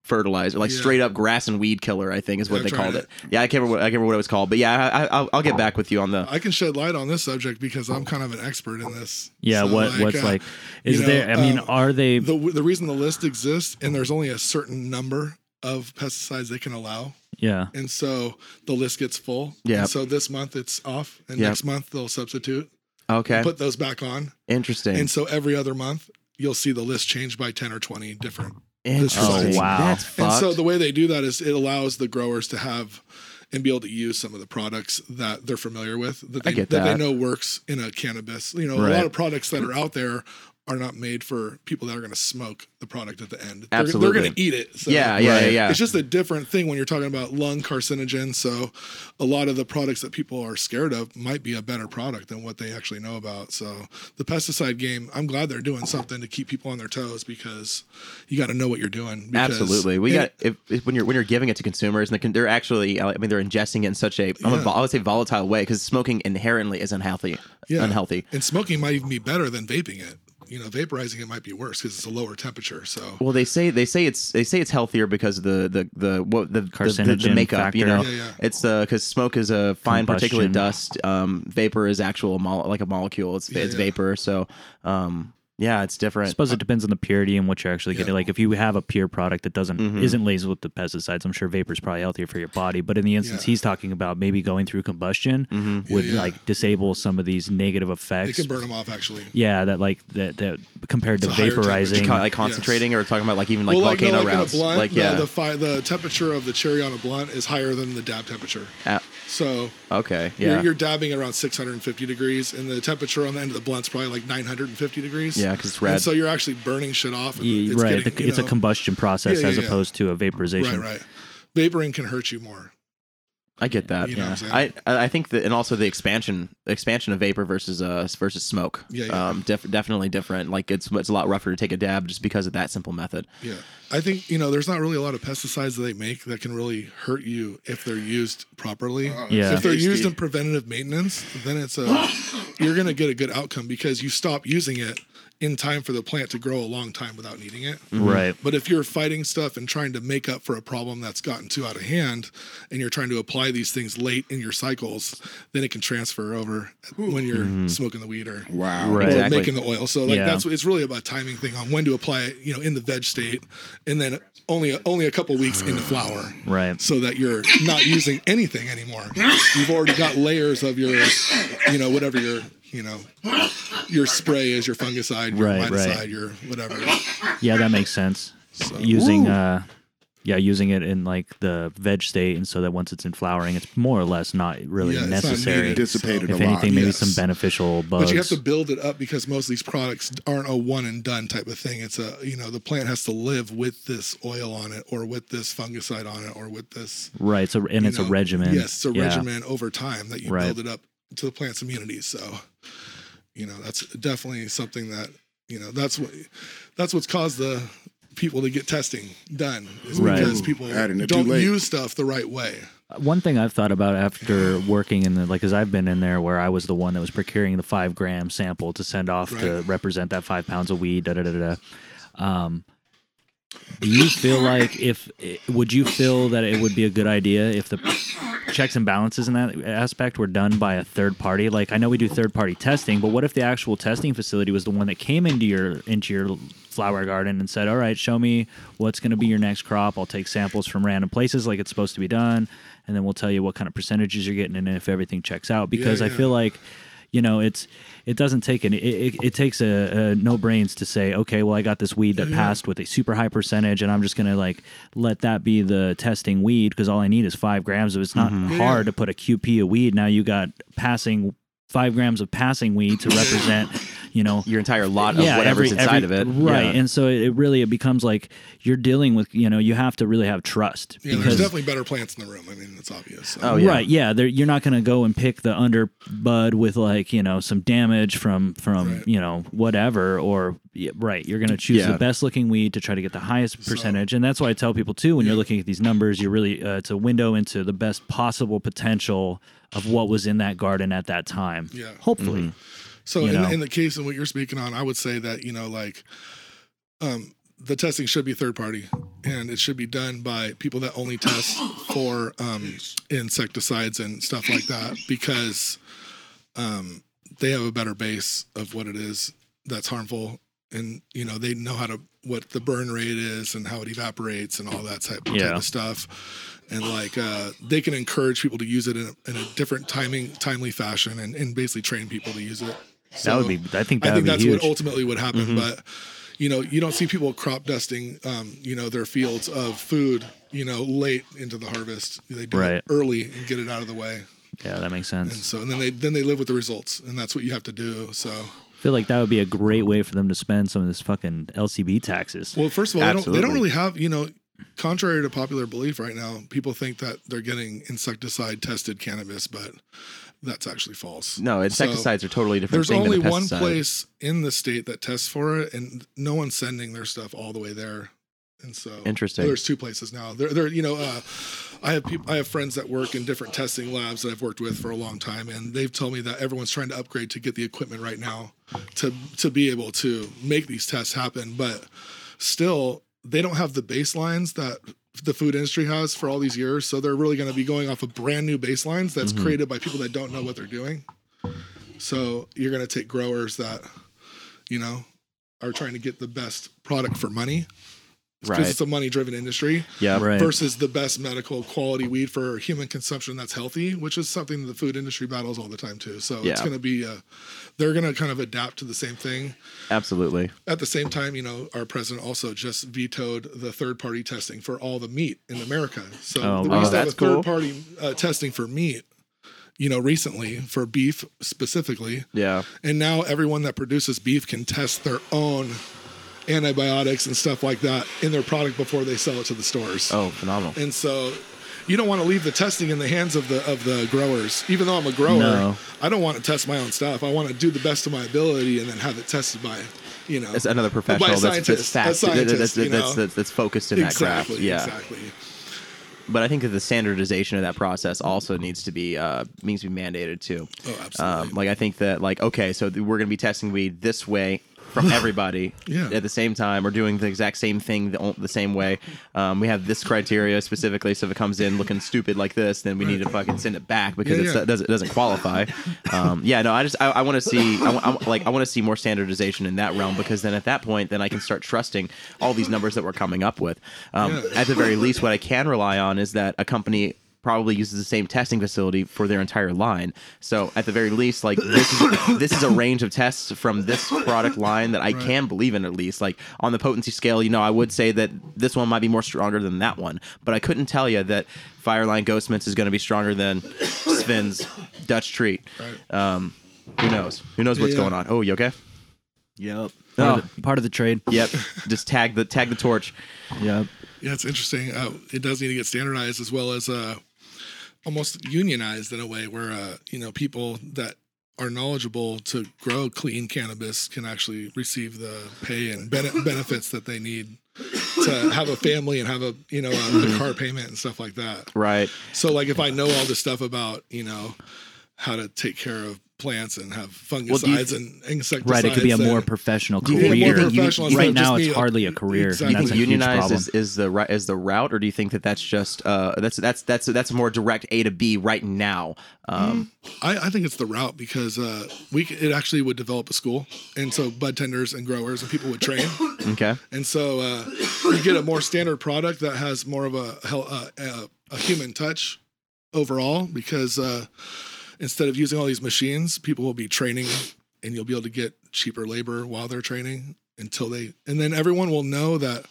fertilizer, like
Yeah.
straight up grass and weed killer. I think is what
I've
they
tried
called
it.
it. Yeah, I can't remember. What, I can't remember what it was called, but yeah, I, I, I'll, I'll get back with you on the.
I can shed light on this subject because I'm kind of an expert in this.
Yeah.
So,
what? what's
uh,
like? Is
you know,
there? I mean,
um,
are they?
the the reason the list exists and there's only a certain number of pesticides they can allow
yeah.
and so the list gets full
Yeah.
And so this month it's off and
Yeah.
next month they'll substitute
Okay,
put those back on
interesting.
and so every other month you'll see the list change by 10 or 20 different
interesting.
Oh, wow.
That's
and
fucked.
so the way they do that is it allows the growers to have and be able to use some of the products that they're familiar with that
I
they,
get
they
that.
know works in a cannabis. You know, a
Right.
lot of products that are out there are not made for people that are going to smoke the product at the end. They're,
Absolutely.
they're going to eat it. So
yeah, yeah, yeah,
Right.
yeah.
It's just a different thing when you're talking about lung carcinogen. So, a lot of the products that people are scared of might be a better product than what they actually know about. So, the pesticide game, I'm glad they're doing something to keep people on their toes because you got to know what you're doing. because-
Absolutely, we
and
got if, if- when you're when you're giving it to consumers, and they can, they're actually, I mean, they're ingesting it in such a, I'm a vol- I would say volatile way because smoking inherently is unhealthy.
Yeah.
Unhealthy.
And smoking might even be better than vaping it. You know, vaporizing it might be worse because it's a lower temperature. So
Well, they say they say it's they say it's healthier because of the the the what the the- the, the
Carcinogen
makeup, you know.
factor.
Yeah, yeah.
It's uh because smoke is a fine particulate
Combustion.
dust. Um, vapor is actual mol- like a molecule. It's it's
Yeah.
vapor. So, um, yeah, it's
I
different.
suppose it depends on the purity and what you're actually getting.
Yeah. Mm-hmm.
Like if you have a pure product that doesn't isn't laced with the pesticides, I'm sure vapor's probably healthier for your body. But in the instance
Yeah. Mm-hmm.
he's talking about, maybe going through combustion would
Yeah, yeah.
like disable some of these negative
they
effects.
can burn them off actually.
yeah, that like that, that compared to
It's a higher
vaporizing.
temperature.
Con- like concentrating or talking about like even like
well, like, no,
volcano
like in a
rounds.
blunt,
like
the-
yeah.
the, fi- the temperature of the cherry on a blunt is higher than the dab temperature.
Ah,
So
okay. Yeah.
you're, you're dabbing around 650 degrees, and the temperature on the end of the blunt's probably like 950 degrees.
yeah, because it's
And
red.
so you're actually burning shit off. And
Yeah,
it's
e, right,
getting,
the-
you
it's a
know,
combustion process
Yeah,
as
yeah, yeah.
opposed to a vaporization.
Right, right. Vaporing can hurt you more.
I get that.
You know what I'm
I I I think that, and also the expansion expansion of vapor versus uh versus smoke.
Yeah, yeah.
Um, def- definitely different. Like it's it's a lot rougher to take a dab just because of that simple method.
Yeah. I think, you know, there's not really a lot of pesticides that they make that can really hurt you if they're used properly.
Yeah.
If they're
Tasty.
used in preventative maintenance, then it's a you're going to get a good outcome because you stop using it in time for the plant to grow a long time without needing it.
Right.
But if you're fighting stuff and trying to make up for a problem that's gotten too out of hand and you're trying to apply these things late in your cycles, then it can transfer over when you're smoking the weed or
Wow.
Right.
or
Exactly.
making the oil. So like
Yeah.
that's what it's really about timing thing on when to apply it, you know, in the veg state and then only only a couple weeks into flower.
Right.
So that you're not using anything anymore. You've already got layers of your you know, whatever your you know your spray is, your fungicide, your
Right,
miticide,
right.
your whatever.
Yeah, that makes sense. using uh yeah, using it in like the veg state and so that once it's in flowering it's more or less not really
Yeah, it's not
necessary.
needed.
Dissipated
if
a lot.
anything, maybe
yes.
some beneficial bugs.
But you have to build it up because most of these products aren't a one and done type of thing. It's a you know the plant has to live with this oil on it, or with this fungicide on it, or with this
right. So and
you
it's a
know,
regimen.
Yes, it's a
Yeah.
regimen over time that you
Right.
build it up to the plant's immunity. So, you know, that's definitely something that you know that's what that's what's caused the people to get testing done is
Right.
because people
Adding it too
don't
late.
use stuff the right way.
One thing I've thought about after working in the like, as I've been in there where I was the one that was procuring the five gram sample to send off to
Right.
represent that five pounds of weed. Da da da da. da. Um, do you feel like if eh, would you feel that it would be a good idea if the checks and balances in that aspect were done by a third party like i know we do third party testing but what if the actual testing facility was the one that came into your into your flower garden and said all right show me what's going to be your next crop i'll take samples from random places like it's supposed to be done and then we'll tell you what kind of percentages you're getting and if everything checks out because i
yeah.
feel like you know it's it doesn't take an it, it, it takes a, a no brains to say okay well i got this weed
Mm-hmm.
that passed with a super high percentage and i'm just gonna like let that be the testing weed because all i need is five grams of it's not hard to put a qp of weed now you got passing five grams of passing weed to represent you know
Your entire lot of whatever's
every-
inside
every-
of it.
right
Yeah.
and so it, it really it becomes like you're dealing with you know you have to really have trust
Yeah, there's definitely better plants in the room. I mean, that's obvious. So.
Oh, yeah.
Right, yeah. There, you're not going to go and pick the under bud with like you know some damage from from
Right.
you know whatever or yeah, right. You're going to choose
Yeah.
the best looking weed to try to get the highest percentage, and that's why I tell people too when you're looking at these numbers, you're really uh, it's a window into the best possible potential of what was in that garden at that time.
Yeah.
hopefully.
Mm-hmm.
So
you
in,
know.
in the case of what you're speaking on, I would say that you know, like, um, the testing should be third party, and it should be done by people that only test for um, insecticides and stuff like that, because um, they have a better base of what it is that's harmful, and you know they know how to what the burn rate is and how it evaporates and all that type, type
Yeah.
of stuff. And like uh, they can encourage people to use it in a, in a different timing, timely fashion, and, and basically train people to use it.
that
So-
would be. I think that
I
would
think
be
that's
huge. Mm-hmm.
what ultimately would happen. But you know, you don't see people crop dusting, um, you know, their fields of food, you know, late into the harvest. They do
Right.
it early and get it out of the way,
yeah, that makes
and
sense.
so and then they then they live with the results, and that's what you have to do. So,
I feel like that would be a great way for them to spend some of this fucking LCB taxes.
well, first of all, they don't, they don't
Absolutely.
really have, you know. Contrary to popular belief right now, people think that they're getting insecticide tested cannabis, but that's actually false.
No,
So-
insecticides are totally different.
There's
thing
only
than a
one
pesticide.
place in the state that tests for it, and no one's sending their stuff all the way there. And so,
Interesting.
There's two places now. There, there. You know, uh, I have people, I have friends that work in different testing labs that I've worked with for a long time, and they've told me that everyone's trying to upgrade to get the equipment right now to to be able to make these tests happen. But still, they don't have the baselines that the food industry has for all these years. So they're really going to be going off of brand new baselines that's created by people that don't know what they're doing. So you're going to take growers that, you know, are trying to get the best product for money because
Right.
it's a money driven industry
Yeah.
right.
versus the best medical quality weed for human consumption that's healthy, which is something the food industry battles all the time too. So it's
Yeah.
going to be, uh, they're going to kind of adapt to the same thing.
Absolutely.
At the same time, you know, our president also just vetoed the third party testing for all the meat in America. So
Oh,
we
wow.
used to have a
That's cool.
third party uh, testing for meat, you know, recently for beef specifically.
Yeah.
And now everyone that produces beef can test their own antibiotics and stuff like that in their product before they sell it to the stores.
Oh, phenomenal.
And so you don't want to leave the testing in the hands of the of the growers. Even though I'm a grower,
No.
I don't want to test my own stuff. I want to do the best of my ability and then have it tested by, you know,
That's another
by
professional
a
that's, that's
scientist,
fact,
a scientist,
that's, that's,
you know?
that's, that's, that's focused in that
exactly,
craft. Yeah.
exactly.
But I think that the standardization of that process also needs to be uh, needs to be mandated too.
Oh, absolutely.
Um, like I think that like okay, so th- we're gonna be testing weed this way from everybody
Yeah.
at the same time. We're doing the exact same thing the, o- the same way. Um, we have this criteria specifically, so if it comes in looking stupid like this, then we need to fucking send it back because
Yeah,
it's,
yeah.
it doesn't it doesn't qualify. um, yeah, no, I just I, I want to see I, wa- I, wa- like I want to see more standardization in that realm because then at that point then I can start trusting all these numbers that we're coming up with. Um,
Yeah.
At the very least, what I can rely on is that a company probably uses the same testing facility for their entire line. So at the very least, like this is this is a range of tests from this product line that I can believe in at least. Like on the potency scale, you know, I would say that this one might be more stronger than that one, but I couldn't tell you that Fireline Ghost Mints is going to be stronger than Sven's Dutch Treat.
Right.
Um, who knows? Who knows what's
Yeah.
going on? Oh, you okay?
Yep. Part,
Oh.
of the, part of the trade.
Yep. Just tag the tag the torch.
Yep.
Yeah, it's interesting. Uh, it does need to get standardized as well as uh, almost unionized in a way where uh, you know people that are knowledgeable to grow clean cannabis can actually receive the pay and bene- benefits that they need to have a family and have a you know a, a car payment and stuff like that.
Right.
So like if I know all this stuff about you know how to take care of plants and have
you
fungicides
th-
and insecticides.
Right, it could be a
and-
more professional
Do you think-
career.
Yeah, more
professional
right
instead of
now,
just
it's
being a-
hardly a career.
Exactly.
And
you
that's
think
a huge
unionized
problem.
is, is the right is the route, or do you think that that's just uh, that's that's that's that's more direct A to B right now? Um,
I, I think it's the route because uh, we c- it actually would develop a school, and so bud tenders and growers and people would train,
Mm.
Okay,
and so uh, you get a more standard product that has more of a hel- uh, a, a human touch overall because uh, instead of using all these machines, people will be training, and you'll be able to get cheaper labor while they're training until they, and then everyone will know that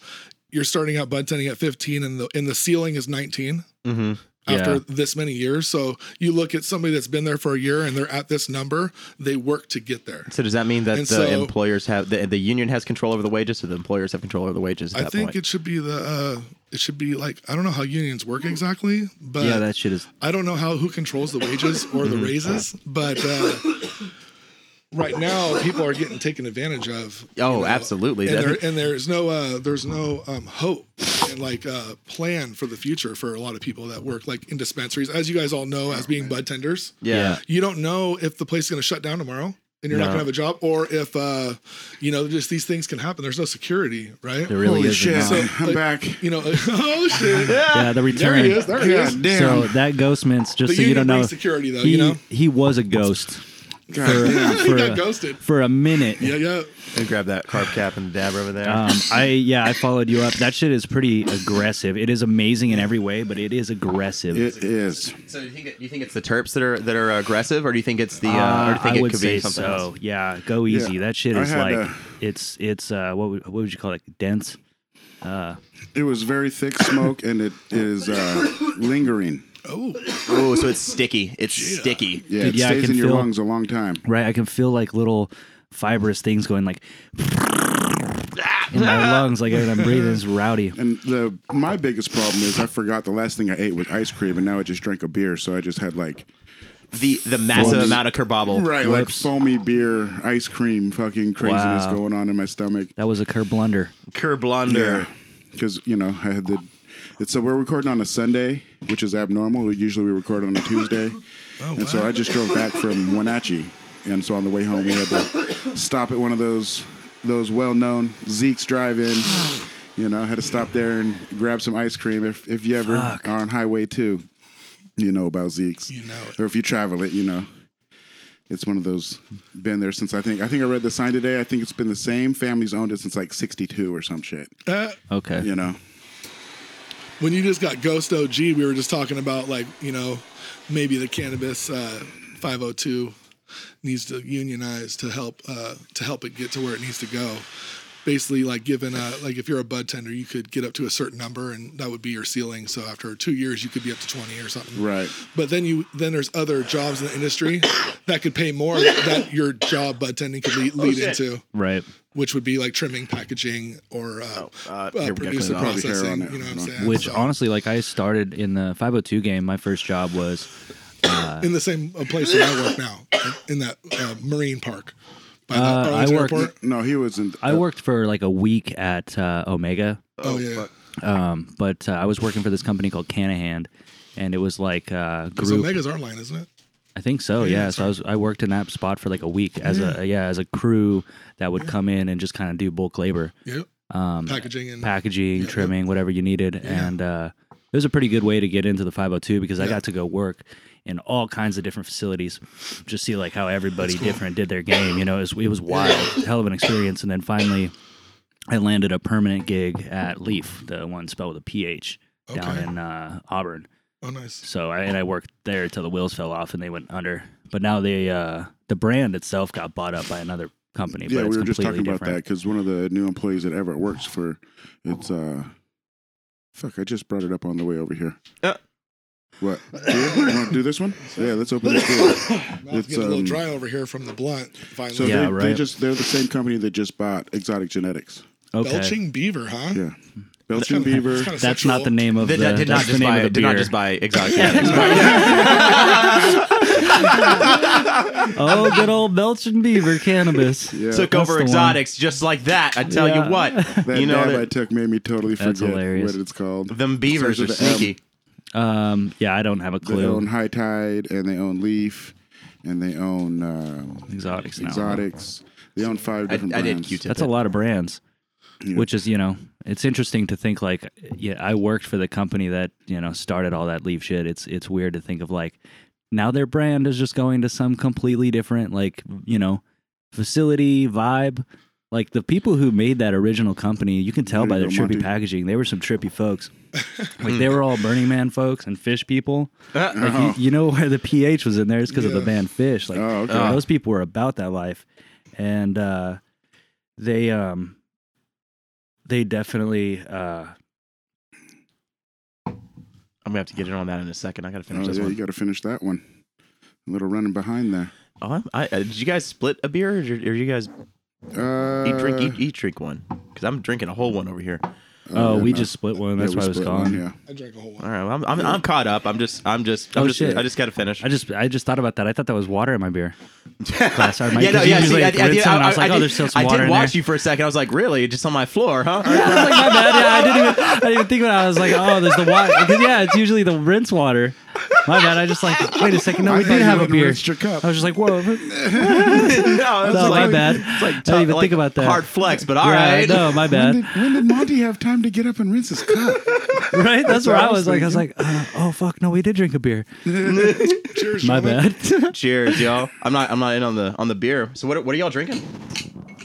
you're starting out bud tending at 15, and the and the ceiling is 19
mm-hmm.
after
Yeah.
this many years. So you look at somebody that's been there for a year and they're at this number, they work to get there.
so does that mean that
And
the
so-
employers have the, the union has control over the wages, or the employers have control over the wages? At
I
that
think
point?
it should be the uh it should be like I don't know how unions work exactly, but
yeah, that shit is.
I don't know how who controls the wages or the raises, but uh right now people are getting taken advantage of. you
Oh,
know,
absolutely.
And,
That-
there, and there's no uh there's no um hope and like uh plan for the future for a lot of people that work like in dispensaries as you guys all know as being bud tenders.
yeah.
you don't know if the place is going to shut down tomorrow and you're not
No.
going to have a job or if uh you know just these things can happen there's no security right
There really
Holy
is.
shit!
So,
I'm
like-
back.
you know oh shit
Yeah, the
there
return.
he is there he is
God damn.
So that Ghostman's just
the
so
union
you don't know.
brings security though
he,
you know
he was a ghost
God
for,
damn.
he
for,
got
a,
ghosted
for a minute.
yeah yeah
And grab that carb cap and dab over there.
Um, I yeah, I followed you up. That shit is pretty aggressive. It is amazing in every way, but it is aggressive.
It is.
so do you, think, do you think it's the Terps that are that are aggressive, or do you think it's the? Uh, or do
Uh,
you think
I
it
would
could
say
be something
so.
else?
Yeah, go easy.
Yeah.
That shit
I
is
had,
like
uh,
it's it's uh what would, what would you call it? Dense. Uh,
It was very thick smoke, and it is uh, lingering.
oh
Oh, so it's sticky. It's sticky.
Yeah, it
Dude, yeah, I
stays
can
in your
feel-
lungs a long time.
right, I can feel like little fibrous things going like in my lungs, like when I'm breathing. It's rowdy.
And the my biggest problem is I forgot the last thing I ate was ice cream, and now I just drank a beer, so I just had like
The the massive
Foamy.
amount of kerbobble.
right, like
Whoops.
foamy beer, ice cream, fucking craziness
Wow.
going on in my stomach.
That was a cur blunder.
Ker blunder.
because you know I had the. It's so we're recording on a Sunday, which is abnormal. We usually we record on a Tuesday,
Oh,
and so I just drove back from Wenatchee, and so on the way home we had to stop at one of those those well known Zeke's Drive-In. You know, I had to stop there and grab some ice cream. If if you ever
Fuck.
are on Highway Two, you know about Zeke's.
You know it.
or if you travel it, you know. It's one of those been there since I think I think I read the sign today. I think it's been the same family's owned it since like '62 or some shit.
Uh,
Okay.
You know.
when you just got ghost og we were just talking about like you know maybe the cannabis uh 502 needs to unionize to help uh to help it get to where it needs to go basically like given a like if you're a bud tender you could get up to a certain number and that would be your ceiling so after two years you could be up to 20 or something
Right.
but then you then there's other jobs in the industry that could pay more that your job bud tending could lead, lead into
Right.
which would be like trimming packaging or uh, uh,
here we go.
producer
Clean it
off. Probably hair on
processing
it.
you know what i'm
Hold
saying
Which
So-
honestly, like I started in the 502 game. My first job was
in the same uh, place that I work now, in- in that uh, Marine Park by the
Uh, I
Arlington
work-
Airport.
No, he wasn't. uh,
I worked for like a week at uh, Omega,
Oh, yeah,
um, but uh, I was working for this company called Canahan, and it was like a
because
group.
Omega's our line, isn't it?
I think so. Yeah. So I was I worked in that spot for like a week as a yeah as a crew that would come in and just kind of do bulk labor,
Yep.
Um,
Packaging and
packaging,
Yeah.
trimming, whatever you needed, and uh, it was a pretty good way to get into the 502 because I
Yeah.
got to go work in all kinds of different facilities, just see like how everybody different did their game. You know, it was it was wild, hell of an experience, and then finally. I landed a permanent gig at Leaf, the one spelled with a PH, down
Okay.
in uh, Auburn.
oh, nice.
So I, and I worked there till the wheels fell off and they went under. But now they uh, the brand itself got bought up by another company.
yeah,
but
we
it's
were just
completely
talking about that
different.
because one of the new employees that Everett works for, it's uh, fuck, I just brought it up on the way over here.
Uh.
What? Do you want to do this one? Yeah, let's open this door.
Mouth getting a little
um,
dry over here from the blunt. Finally,
So
Yeah,
they, they
right.
just they're the same company that just bought Exotic Genetics.
Okay.
belching beaver, huh?
Yeah, Belgian Beaver.
It's kinda
That's not the
sexual.
name of
They
the,
did, did not
that's the
just
name
buy.
of the
Did not
beer.
just buy exotic cannabis.
oh, good old Belching Beaver cannabis.
Yeah,
That's
Took
the
over
one.
exotics just like that. I tell
Yeah.
you what.
that
you know
dab
that-
I took made me totally
That's
forget
hilarious.
what it's called.
them beavers are
Starts with a M.
sneaky.
Um, yeah, I don't have a
They own
clue.
High Tide and they own Leaf, and they own uh,
Exotics now.
Exotics. They own five
I,
different
I did
brands.
Q-tip.
That's
it.
a lot of brands,
Yeah.
which is you know it's interesting to think like yeah I worked for the company that you know started all that leaf shit. It's it's weird to think of like now their brand is just going to some completely different like you know facility vibe. Like the people who made that original company, you can tell
There
by
you
their
go,
trippy
Monty.
packaging, they were some trippy folks. like they were all Burning Man folks and Fish people. Like
Oh.
you, you know where the pH was in there is because of the
Yeah.
band Fish. Like
Oh, okay.
Uh,
those people were about that life, and uh, they um they definitely uh
I'm gonna have to get in on that in a second. I gotta
oh,
finish this
yeah,
one.
you got to finish that one. A little running behind there.
Oh, I'm- I, uh, did you guys split a beer, or, did- or you guys
Uh,
eat drink eat, eat drink one? Because I'm drinking a whole one over here.
oh,
yeah,
we
no.
just split one.
Yeah,
That's
we
why I was
split
gone.
one, yeah.
I drank a whole
All
one.
right, well, I'm I'm, I'm caught up. I'm just I'm just I'm
Oh,
just
shit.
I just gotta finish.
I just I just thought about that. I thought that was water in my beer. Glass. I might-
yeah, no, yeah.
usually
See, I, I,
it's rinse
did-
and I
I,
was like, oh,
I did-
there's still some
I
water
did
in
watch
there.
you for a second. I was like, really? Just on my floor, huh?
I was like, my bad. Yeah, I didn't even I didn't even think about it. I was like, oh, there's the water. yeah, it's usually the rinse water. My bad. I just like wait a second. No,
I
we
thought
did
you
have a
hadn't
beer.
rinsed your cup.
I was just like, whoa.
no, it's
No, my
like,
bad.
It's like
I didn't even
like,
think about that.
Hard flex, but all
Yeah,
right.
No, my
When
bad.
did, when did Monty have time to get up and rinse his cup?
right? That's,
what
where
I
I
was
was like, I was like, uh, oh fuck, no, we did drink a beer.
Cheers,
My
gentlemen.
bad.
Cheers, y'all. I'm not I'm not in on the on the beer. So what are- what are y'all drinking?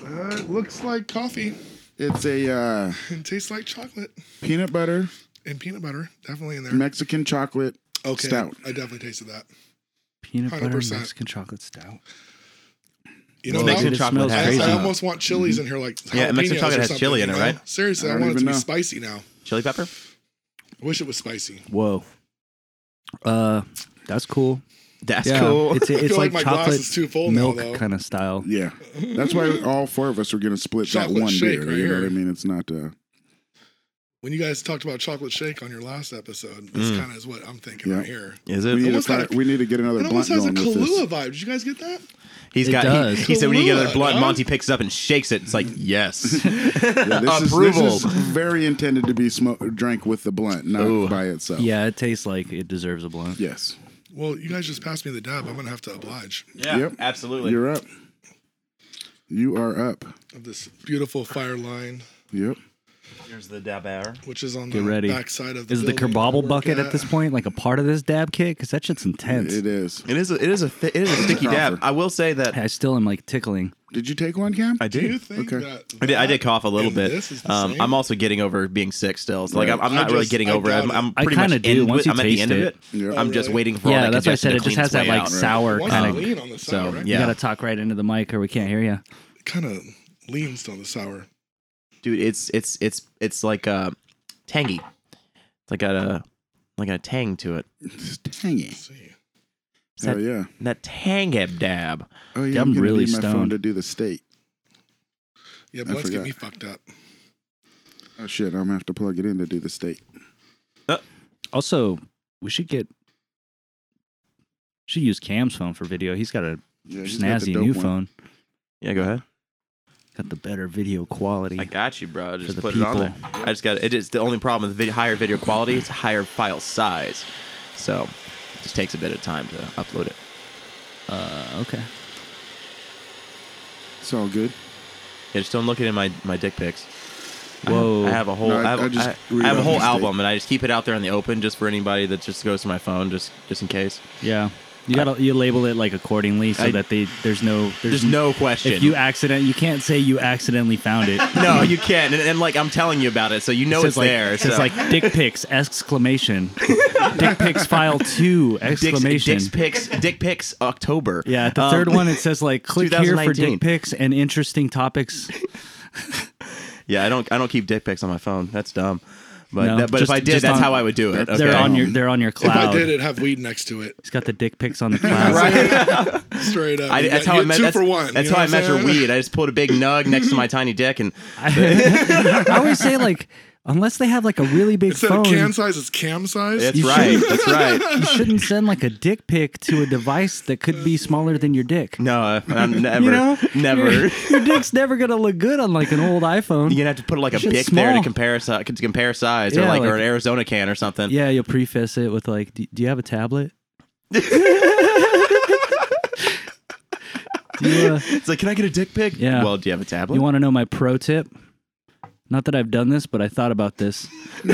Uh, it looks like coffee
It's a uh,
and tastes like chocolate
peanut butter
and peanut butter. Definitely in there.
Mexican chocolate
okay,
stout.
I definitely tasted that.
Peanut butter
100%.
Mexican chocolate stout.
You know,
Well,
now-
Dude,
Mexican
it
chocolate
smells
has uh,
I,
crazy.
I almost want chilies in here, like
Yeah, Mexican chocolate
jalapenos or
has
something,
chili in
you
it,
know?
right?
Seriously,
Mm-hmm. I
I,
don't
want it to
even
be
know.
spicy now.
Chili pepper.
I wish it was spicy.
Whoa. Uh, that's cool.
That's
Yeah,
cool.
It's,
I
it's
feel
like,
like my glass
chocolate
is too full now,
milk
though.
kind of style.
Yeah, that's why all four of us are gonna split that
Chocolate
one
shake
beer.
right
you know what I
here.
mean? It's not. Uh,
When you guys talked about chocolate shake on your last episode, this
Mm.
kind of is what I'm thinking
Yeah.
right here.
Is
we, need to
almost
find,
got a-
we need to get another
It
blunt
almost has a
going with this.
Kahlua vibe. Did you guys get that?
He's
It
got. he-
does.
He, said when you get a
Kahlua,
blunt,
dog.
Monty picks it up and shakes it. It's like yes.
Yeah, this is-
Approval.
this Is, very intended to be smo drank with the blunt, not
Ooh.
by itself.
Yeah, it tastes like it deserves a blunt.
Yes.
Well, you guys just passed me the dab. I'm gonna have to oblige
yeah.
Yep.
Absolutely.
You're up. You are up.
of this beautiful fire line,
Yep.
Here's the dabar.
which is on
Get
the
ready.
back side of the.
Is the
building I
kerbobble
work
bucket at this point like a part of this dab kit? Because that shit's intense.
It is.
It is. A, it is a. Th- it is a sticky dab.
Coffer.
I will say that
I still am like tickling.
Did you take one, Cam?
I
Do you
did.
think
Okay.
that?
I did, I
that
did cough a little
and This is
bit.
the
Um,
same?
I'm also getting over being sick still. So like I'm, I'm
I
not really
just-
getting
I
over it.
doubt
I'm, I'm
it. I
pretty much
kinda do.
end
Once
with-
you
I'm at the
taste
end of
it-
it.
Yeah.
I'm
Oh,
just
really?
waiting for all
Yeah,
that
that's why I said
congestion
it
to
just
clean
has
its
that
way
like
out.
sour
Why
kind
is it
of.
lean on the sour?
So,
right?
yeah.
You gotta talk right into the mic or we can't hear you.
kind of leans on the sour.
dude. It's it's it's it's like uh, tangy. It's like a like a tang to it.
Dang it.
Let's see,
It's
Oh
that,
yeah.
that tang dab.
Oh yeah.
Yeah, I'm
gonna
really
need my phone
stoned.
to do the state.
yeah, blunts
forgot.
get me fucked up.
Oh shit! I'm gonna have to plug it in to do the state.
Also, we should get should use Cam's phone for video. He's got a
Yeah, he's got the
snazzy
dope
new
one.
phone.
Yeah, go ahead.
Got the better video quality.
I got you, bro. I just
the
put it on there. I just got it. Is the only problem with video, higher video quality is higher file size, so it just takes a bit of time to upload it.
Uh, okay.
It's all good.
Yeah, just don't look it in my my dick pics. I-
Whoa.
I, have a whole
No, I-
I, have,
I just
I-
read
I have a
off
whole
the state.
album, and I just keep it out there in the open just for anybody that just goes to my phone, just just in case.
Yeah. You gotta you label it like accordingly so
I-
that they there's no there's
There's no question.
if you accident you can't say you accidentally found it.
no, you can't, and, and like I'm telling you about it, so you know
It says
it's
like,
there.
It says
so-
like dick pics exclamation. dick pics file two
Dick's,
exclamation.
Dick's pics, Dick pics, October.
yeah, at the
Um,
third one it says like click here for
2019.
dick pics and interesting topics.
Yeah, I don't I don't keep dick pics on my phone. That's dumb. But
No,
that, but
just-
if I did,
just
that's
on-
how I would do it.
That's-
They're
okay? Um,
on your they're on your
If I
cloud.
did, it'd have weed next to it.
He's got the dick pics on the cloud.
Straight up.
I,
You
that's
got-
how I
you're
met.
Two
that's,
for one.
That's
you know
how I
what I'm
measure
saying?
weed. I just pulled a big nug next to my tiny dick, and
I, I always say like unless they have like a really big
Instead
phone,
of can size, it's cam size.
that's
You
right.
should-
That's right.
you shouldn't send like a dick pic to a device that could be smaller than your dick.
No, uh, I'm never,
You know,
never.
Your,
You're,
your dick's never gonna look good on like an old iPhone.
gonna have to put like a
Shit's
bic there to
small.
compare si- to compare size,
Yeah,
or like,
like-
or an Arizona can or something.
Yeah, you'll preface it with like, "Do, do you have a tablet?" You, uh,
It's like, can I get a dick pic?
Yeah.
Well, do you have a tablet?
you want to know my pro tip? Not that I've done this, but I thought about this.
Not
You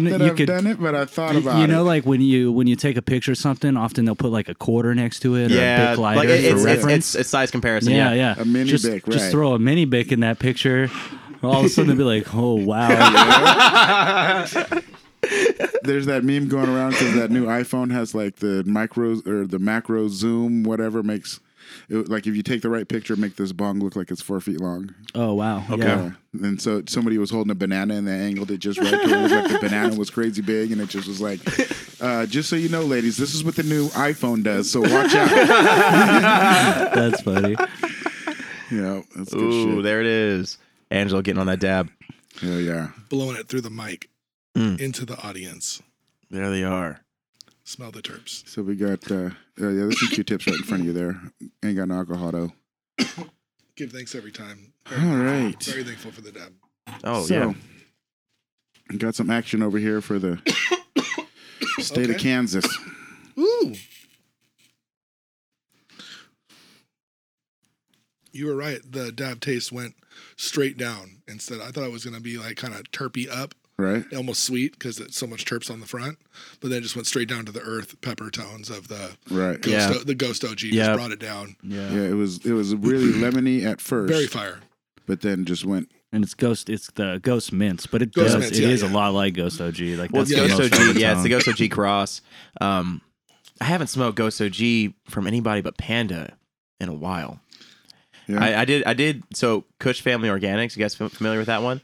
kn-
that
you
I've
could-
done it, but I thought
Y-
about
you know,
it.
like when you when you take a picture of something, often they'll put like a quarter next to it or a
yeah,
big lighter
like it-
for
it's, it's,
reference.
it's, it's size comparison.
yeah,
Yeah,
yeah.
A mini
just,
bic,
Just
right.
throw a mini bic in that picture. All of a sudden, they'll be like, "Oh wow,
There's that meme going around because that new iPhone has like the micro or the macro zoom, whatever makes. It, like if you take the right picture, make this bong look like it's four feet long.
oh wow." Yeah.
Yeah. And so somebody was holding a banana and they angled it just right. To it. It was like the banana was crazy big, and it just was like, uh, just so you know, ladies, this is what the new iPhone does. So watch out.
That's funny.
yeah, that's good
Ooh,
shit.
there it is. Angela getting on that dab.
Hell yeah.
blowing it through the mic
Mm.
into the audience.
There they are.
Smell the terps.
So we got uh, uh yeah, there's some Q-tips right in front of you there. Ain't got no alcohol though.
Give thanks every time.
All right.
Very thankful for the dab.
Oh
so,
yeah.
we Got some action over here for the state
Okay.
of Kansas.
Ooh. You were right. The dab taste went straight down instead. I thought it was going to be like kind of terpy up,
Right?
almost sweet because it's so much terps on the front, but then it just went straight down to the earth pepper tones of the
Right.
ghost,
Yeah.
the ghost OG.
Yeah.
Just brought it down.
Yeah.
Yeah, it was it was really lemony at first,
Very fire.
but then just went
and it's ghost. It's the ghost mints, but it
Ghost
does. It
Mints,
is
yeah, yeah.
a lot like ghost OG. Like
Well,
that's
it's
yeah,
the
Ghost
most
OG.
common
Yeah, it's the
song.
Ghost OG Cross. Um, I haven't smoked Ghost OG from anybody but Panda in a while.
Yeah.
I, I did. I did. So Kush Family Organics. You guys fam- familiar with that one?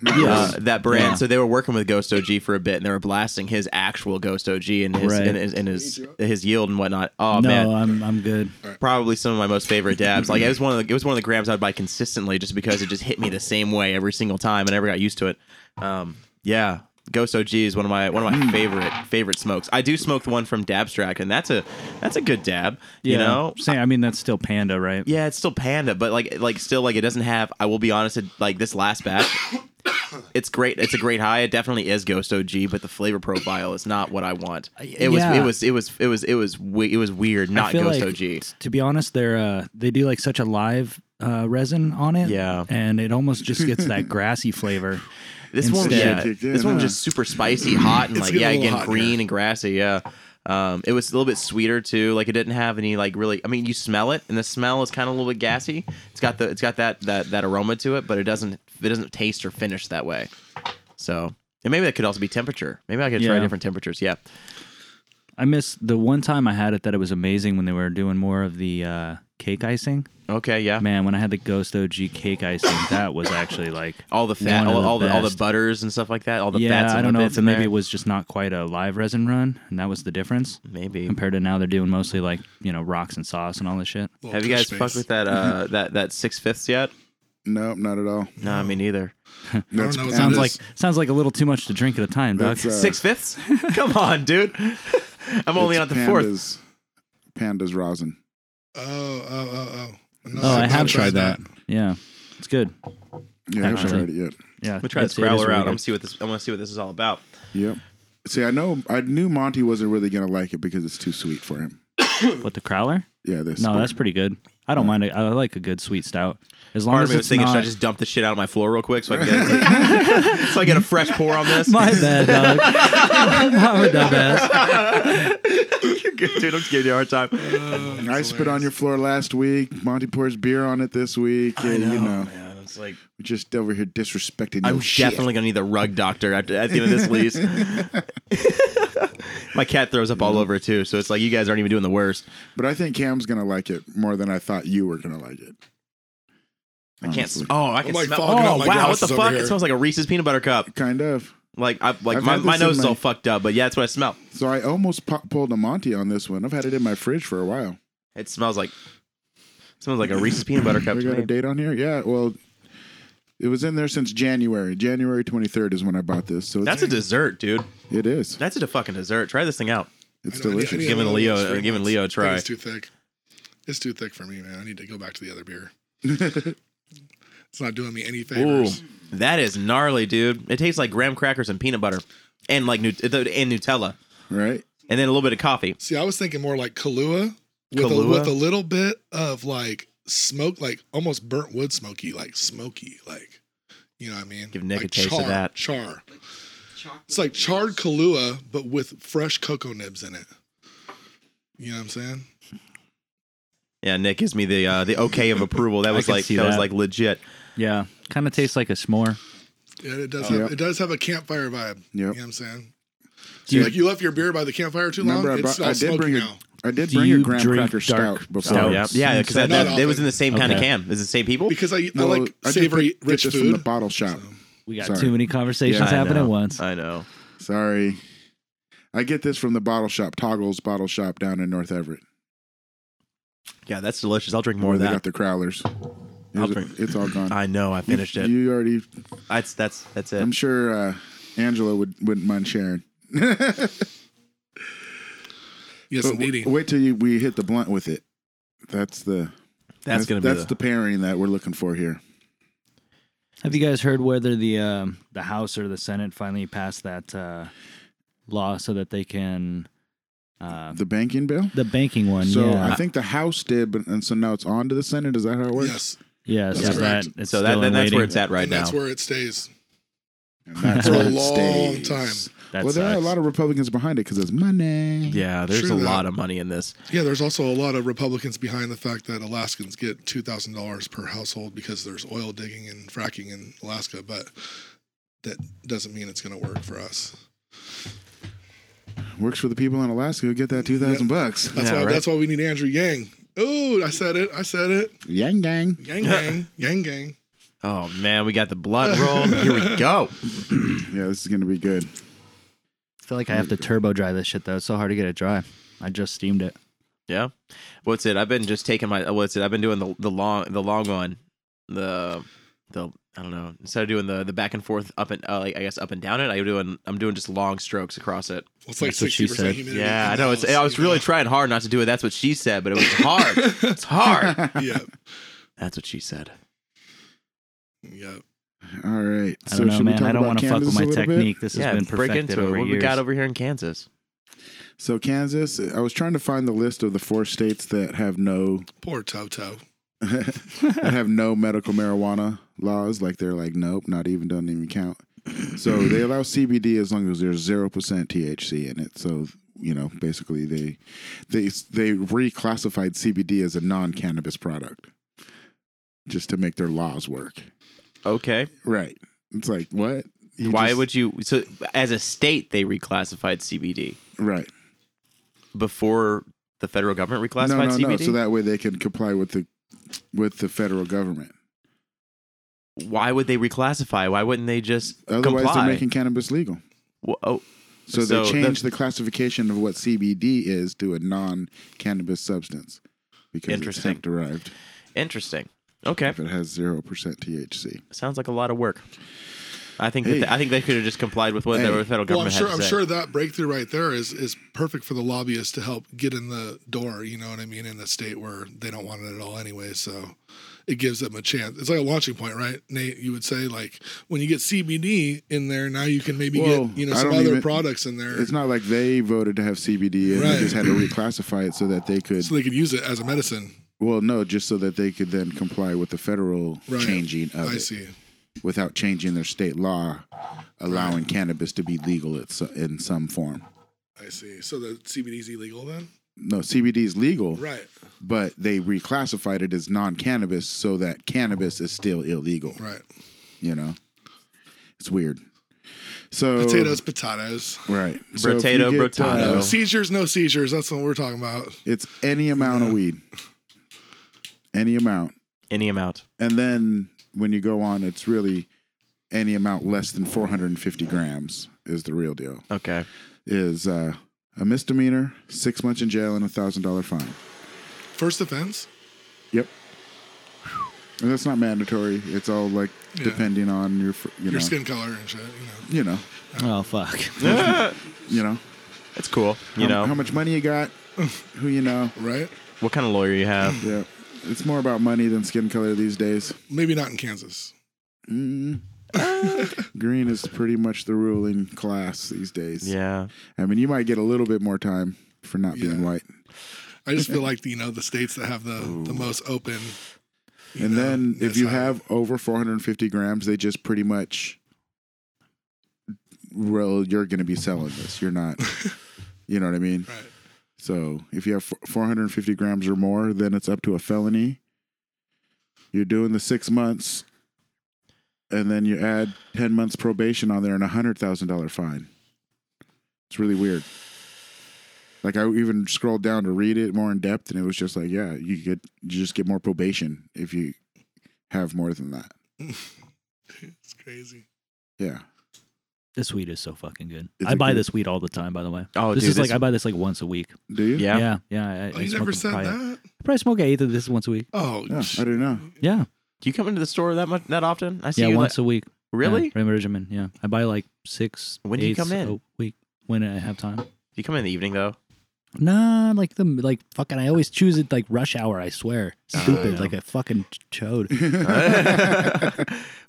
Yes.
Uh, that brand.
Yeah.
So they were working with Ghost OG for a bit, and they were blasting his actual Ghost OG and his
Right.
and, his and his his yield and whatnot. Oh
no,
man,
I'm I'm good.
probably some of my most favorite dabs. Like it
Mm-hmm.
was one of the it was one of the grams I'd buy consistently just because it just hit me the same way every single time. I never got used to it. Um, yeah, Ghost OG is one of my one of
Mm.
my favorite favorite smokes. I do smoke the one from Dabstract, and that's a that's a good dab.
Yeah.
You know,
Same- I mean, that's still Panda, right?
yeah, it's still Panda, but like like still like it doesn't have. I will be honest, it, like this last batch. It's great. It's a great high. It definitely is Ghost OG, but the flavor profile is not what I want. It was.
Yeah.
It was. It was. It was. It was. we- It was weird.
I
Not
feel
Ghost
like,
OG.
t- To be honest, they're uh, they do like such a live uh, resin on it.
Yeah.
and it almost just gets that grassy flavor.
This one,
Instead.
yeah,
Yeah, kicked
this
in,
one was
huh?
just super spicy, hot, and
It's
like
getting
yeah,
a little
again,
hot
green
here.
and grassy. Yeah, um, it was a little bit sweeter too. Like it didn't have any like really. I mean, you smell it, and the smell is kind of a little bit gassy. It's got the it's got that that that aroma to it, but it doesn't it doesn't taste or finish that way. So. And maybe that could also be temperature. Maybe I could try
Yeah.
different temperatures. Yeah.
I miss the one time I had it that it was amazing when they were doing more of the uh, cake icing.
Okay. Yeah.
Man, when I had the Ghost OG cake icing, that was actually like
All the fat,
one of
all, all the all the
best.
butters and stuff like that. All the
yeah,
fats.
I
and
don't know
lipids
if
in
maybe
there.
it was just not quite a live resin run, and that was the difference
maybe.
compared to now they're doing mostly like you know rocks and sauce and all this shit.
Little
Have you guys
touch
fucked
base.
with that uh that that six fifths yet?
Nope, not at all.
No, I mean neither.
That's
know what that
Sounds
is.
like sounds like a little too much to drink at a time, dog.
That's, uh,
Six fifths? Come on, dude. I'm only
it's
on the fourth.
pandas, Pandas rosin.
Oh, oh, oh, oh. No,
oh, I
I've
have
not
tried that. Yeah, it's good.
Yeah, I haven't
Actually.
tried it yet.
Yeah,
We try
it's-
this
it is
growler
really
out. I'm
good.
gonna see what this. I want to see what this is all about.
Yep. See, I know I knew Monty wasn't really gonna like it because it's too sweet for him.
What the crowler?
Yeah, this.
No, that's pretty good. I don't mind it. I like a good sweet stout. As long
Part
as
of me
it's
was thinking,
not
should I just dump the shit out of my floor real quick so I can get, so I get a fresh pour on this?
my bad, dog. I'm a dumbass.
You're good, dude. I'm just giving you a hard time.
I spit on your floor last week. Monty pours beer on it this week. Yeah, you know,
Man, it's like
we're just over here disrespecting.
I'm
your Oh, shit.
definitely gonna need the rug doctor at, at the end of this lease. my cat throws up all over it too, so it's like you guys aren't even doing the worst.
But I think Cam's gonna like it more than I thought you were gonna like it.
I can't.
Honestly.
Sm- oh, I can
like
smell. Oh,
fogging up my
wow, what
glasses
the
over
fuck?
here.
It smells like a Reese's peanut butter cup.
Kind of.
Like I like
I've
my,
had
my
this in
nose is
my-
all fucked up, but yeah, that's what I smell.
So I almost po- pulled a Monty on this one. I've had it in my fridge for a while.
It smells like smells like a Reese's peanut butter cup.
We
to
got
me.
a date on here. Yeah. Well, it was in there since January. January 23rd is when I bought this. So
That's
it's,
a dessert, dude.
it is.
That's a fucking dessert. Try this thing out.
It's
I know, I need- I
delicious.
need
Giving
another
Leo-
one of those
uh, giving
ones.
Leo a
I think
try.
It's too thick. It's too thick for me, man. I need to go back to the other beer. it's not doing me any favors.
that is gnarly, dude. It tastes like graham crackers and peanut butter, and like nu- and Nutella.
right?
and then a little bit of coffee.
See, I was thinking more like Kahlua with, A,
Kahlua?
with a little bit of like smoke, like almost burnt wood smoky, like smoky, like you know what I mean?
Give Nick
like
a taste of that.
Char. It's like charred Kahlua, but with fresh cocoa nibs in it. You know what I'm saying?
Yeah, Nick gives me the uh, the okay of approval. That was
can
like
see
that, was
that.
like legit.
Yeah, kind of tastes like a s'more.
Yeah, it does.
Oh.
have,
Yep.
It does have a campfire vibe. You know
Yep.
what I'm saying?
Do you-
like you left your beer by the campfire too long.
Remember, I,
it
brought, I
smells
did
smoky
bring a,
now.
I did
Do
bring a
you
graham
drink
cracker
dark
stout
Oh,
before.
stouts?
I
Yep.
Yeah, because that,
Not
that, that was in the same kind of
Okay.
can. It's the same people.
because I,
Well,
I like
I did
savory
get
rich
this from the
food.
bottle shop.
We got
Sorry.
too many conversations
I
happening at
know. Uh,
once.
I know.
Sorry. I get this from the bottle shop, Toggles Bottle Shop down in North Everett.
Yeah, that's delicious. I'll drink more
where
of
they
that.
got their crowlers.
I'll
It was-
drink-
it's all gone.
I know. I finished
you,
it.
You already.
That's that's that's it.
I'm sure uh, Angela would wouldn't mind sharing.
Yes,
But
indeedy.
w- wait till you, we hit the blunt with it. That's the
that's, gonna be
that's the pairing that we're looking for here.
Have you guys heard whether the um, the House or the Senate finally passed that uh, law so that they can uh,
The banking bill.
the banking one?
So
Uh, yeah,
I think the House did, but and so now it's on to the Senate. Is that how it works?
yes,
yeah. So
That's
that
correct.
it's
so that,
still in
then that's where
waiting.
it's at right
and
now.
that's where it stays.
And that's
For a
where it
long
stays.
time.
That
well, there are a
sucks.
lot of Republicans behind it because it's money.
yeah, there's
True
a
that.
lot of money in this.
Yeah, there's also a lot of Republicans behind the fact that Alaskans get two thousand dollars per household because there's oil digging and fracking in Alaska, but that doesn't mean it's going to work for us.
Works for the people in Alaska who get that two thousand bucks.
That's
Yeah,
why.
right.
That's why we need Andrew Yang. Oh, I said it. I said it.
Yang gang.
Yang gang. Yang gang.
Oh man, we got the blood roll. Here we go.
Yeah, this is gonna be good.
I feel like I have to turbo dry this shit though. It's so hard to get it dry. I just steamed it.
Yeah. What's it? I've been just taking my uh, what's it? I've been doing the the long the long one. The the I don't know. Instead of doing the the back and forth up and uh, like I guess up and down it, I'm doing I'm doing just long strokes across it.
Well, it's like
That's what
sixty
she
percent
said.
humidity.
Yeah, I
in
know.
the
It's
house,
I was
you
really
know?
trying hard not to do it. That's what she said, but it was hard. it's hard.
Yeah.
That's what she said.
Yeah.
All right.
I don't know,
should we
man.
talk
I don't
about
want to fuck
Kansas
with
a
my
little bit?
technique. This
yeah,
has been
break
perfected
into it.
over
What
years.
we got over here in Kansas?
So Kansas, I was trying to find the list of the four states that have no
Poor Toto.
that have no medical marijuana laws. Like they're like, nope, not even doesn't even count. So they allow CBD as long as there's zero percent THC in it. So you know, basically they they they reclassified CBD as a non-cannabis product just to make their laws work.
Okay.
Right? It's like what? You
Why
just-
would you? So as a state, they reclassified CBD
right?
before the federal government
No,
reclassified
no,
CBD.
no. So that way they can comply with the with the federal government.
why would they reclassify? Why wouldn't they just
Otherwise,
comply?
they're making cannabis legal.
Wha- oh,
So,
So
they
the-
changed the, classification of what CBD is to a non-cannabis substance because it's
Interesting.
hemp derived
interesting. Okay,
if it has zero percent THC.
sounds like a lot of work. I think
Hey.
that I think they could have just complied with what
Hey.
the federal
Well, I'm
government
sure.
had
I'm
to say.
sure that breakthrough right there is is perfect for the lobbyists to help get in the door. You know what I mean? In a state where they don't want it at all anyway, so it gives them a chance. It's like a launching point, right? Nate, you would say like when you get CBD in there, now you can maybe
Well,
get you know
I
some
don't
other
even-
products in there,
It's not like they voted to have CBD and
Right.
they just had to reclassify it so that they could.
so they could use it as a medicine.
Well, no, just so that they could then comply with the federal
Right.
changing of
I
it
see.
without changing their state law, allowing cannabis to be legal at so, in some form.
I see. So the CBD is illegal then,
No, CBD is legal,
right?
but they reclassified it as non-cannabis so that cannabis is still illegal.
Right.
you know it's weird so
Potatoes, potatoes.
right if
Potato,
you
potato.
No
Oh.
Uh, seizures, no seizures. That's what we're talking about.
it's any amount of weed any amount
Any amount.
and then when you go on it's really any amount less than 450 grams is the real deal
Okay.
is uh, a misdemeanor six months in jail and a thousand dollar fine
First offense.
yep and that's not mandatory it's all like
Yeah.
depending on your fr- you
Your
know
skin color and shit, you
you know
Oh fuck.
That's
you know
cool. You
how,
know
how much money you got who you know
know, right?
what kind of lawyer you have.
Yeah. It's more about money than skin color these days.
Maybe not in Kansas.
Mm. Green is pretty much the ruling class these days.
Yeah.
I mean, you might get a little bit more time for not being
Yeah.
white.
I just feel like you know the states that have the the most open. you
And
know,
then if
that's
you
how-
have over 450 grams, they just pretty much, well, you're going to be selling this. You're not, you know what I mean?
right,
So if you have four- 450 grams or more, then it's up to a felony. You're doing the six months, and then you add 10 months probation on there and a $100,000 fine. It's really weird. Like I even scrolled down to read it more in depth, and it was just like, yeah, you get you just get more probation if you have more than that.
it's crazy.
Yeah,
This weed is so fucking good.
It's
I
a
buy
good-
this weed all the time, by the way.
Oh,
this
dude,
is like I buy this like once a week.
do you?
yeah.
Yeah, yeah. I, I
Oh, you
smoke
never
a-
said
probably,
that.
I probably smoke an eighth of this once a week.
Oh,
Yeah,
sh-
I don't know.
Yeah,
Do you come into the store that much that often? I see
yeah,
you
once a week.
like, really.
Yeah, Raymond Regimen. Yeah, I buy like six.
When do you
eighths
come in?
A week when I have time.
You come in the evening though.
Nah, like the like fucking. I always choose it like rush hour. I swear,
Ah,
stupid, like a fucking ch- chode.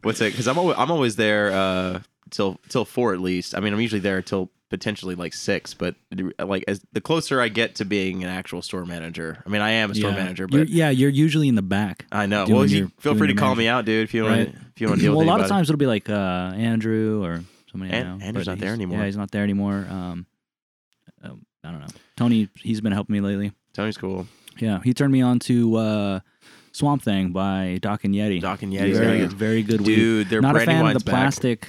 What's it? Because I'm always I'm always there uh, till till four at least. I mean, I'm usually there till potentially like six. But like as the closer I get to being an actual store manager, I mean, I am a store
yeah.
manager,
You're-
but
yeah, you're usually in the back.
I know.
doing
Well, you
your-
feel
doing
free to
your
call
manager.
me out, dude. If you
Right.
want if you want to deal
well,
with
a lot of
anybody.
times it'll be like uh, Andrew or somebody. I
An-
know, but
Andrew's not there
he's-
anymore.
Yeah, he's not there anymore. Um, um, I don't know. Tony, he's been helping me lately.
Tony's cool.
Yeah, he turned me on to uh, Swamp Thing by Doc and Yeti.
Doc and
Yeah.
Yeti's
very,
yeah.
good, very good weed.
Dude, they're
Not a
brand
fan
new
of the
wines back.
plastic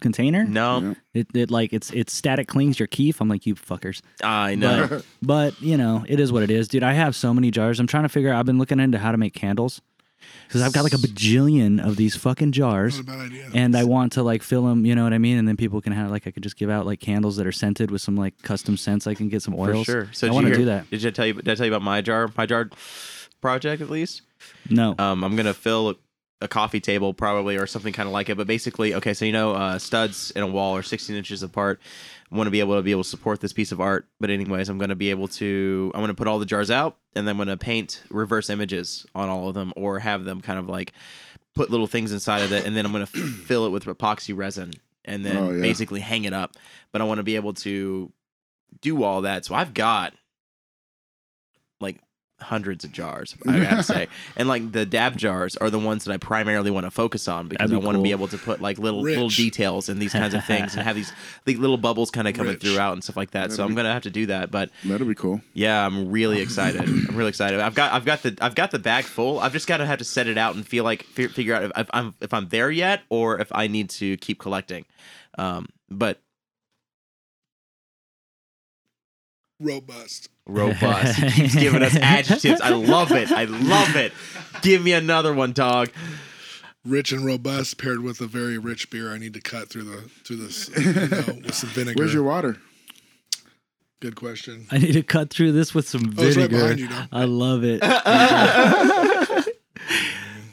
container.
No,
Yeah.
It, it like it's it's static clings your keef. I'm like you fuckers.
I know.
But, but you know, it is what it is, dude. I have so many jars. I'm trying to figure out. I've been looking into how to make candles because I've got like a bajillion of these fucking
not
jars,
a bad idea.
and I want to like fill them. You know what I mean? And then people can have like I could just give out like candles that are scented with some like custom scents. I can get some
For
oils.
sure. So
I
did
want
you
to
hear-
do that.
Did I tell you? Did I tell you about my jar? My jar project, at least.
No.
Oh.
Um, I'm gonna fill a coffee table probably or something kind of like it. But basically, okay, so you know, uh, studs and a wall are 16 inches apart. I want to be able to be able to support this piece of art. But anyways, I'm gonna be able to. I'm gonna put all the jars out, and then I'm gonna paint reverse images on all of them, or have them kind of like put little things inside of it, and then I'm gonna fill it with epoxy resin, and then
Oh, yeah.
basically hang it up. But I want to be able to do all that. So I've got like hundreds of jars, I gotta say. And like the dab jars are the ones that I primarily want to focus on because
That'd
I
be
want to be
cool.
able to put like little
Rich.
little details in these kinds of things and have these like little bubbles kind of coming
Rich.
throughout and stuff like that. So
That'd
I'm
be-
gonna have to do that. But
That'll be cool.
yeah, I'm really excited. I'm really excited. I've got I've got the I've got the bag full. I've just gotta have to set it out and feel like fi- figure out if, if I'm if I'm there yet or if I need to keep collecting. Um, but
Robust.
robust. He keeps giving us adjectives. I love it. I love it. Give me another one, dog.
Rich and robust paired with a very rich beer. I need to cut through the through this you know, with some vinegar.
Where's your water?
Good question.
I need to cut through this with some
Oh, it's right
vinegar.
behind you, Dom.
I love it.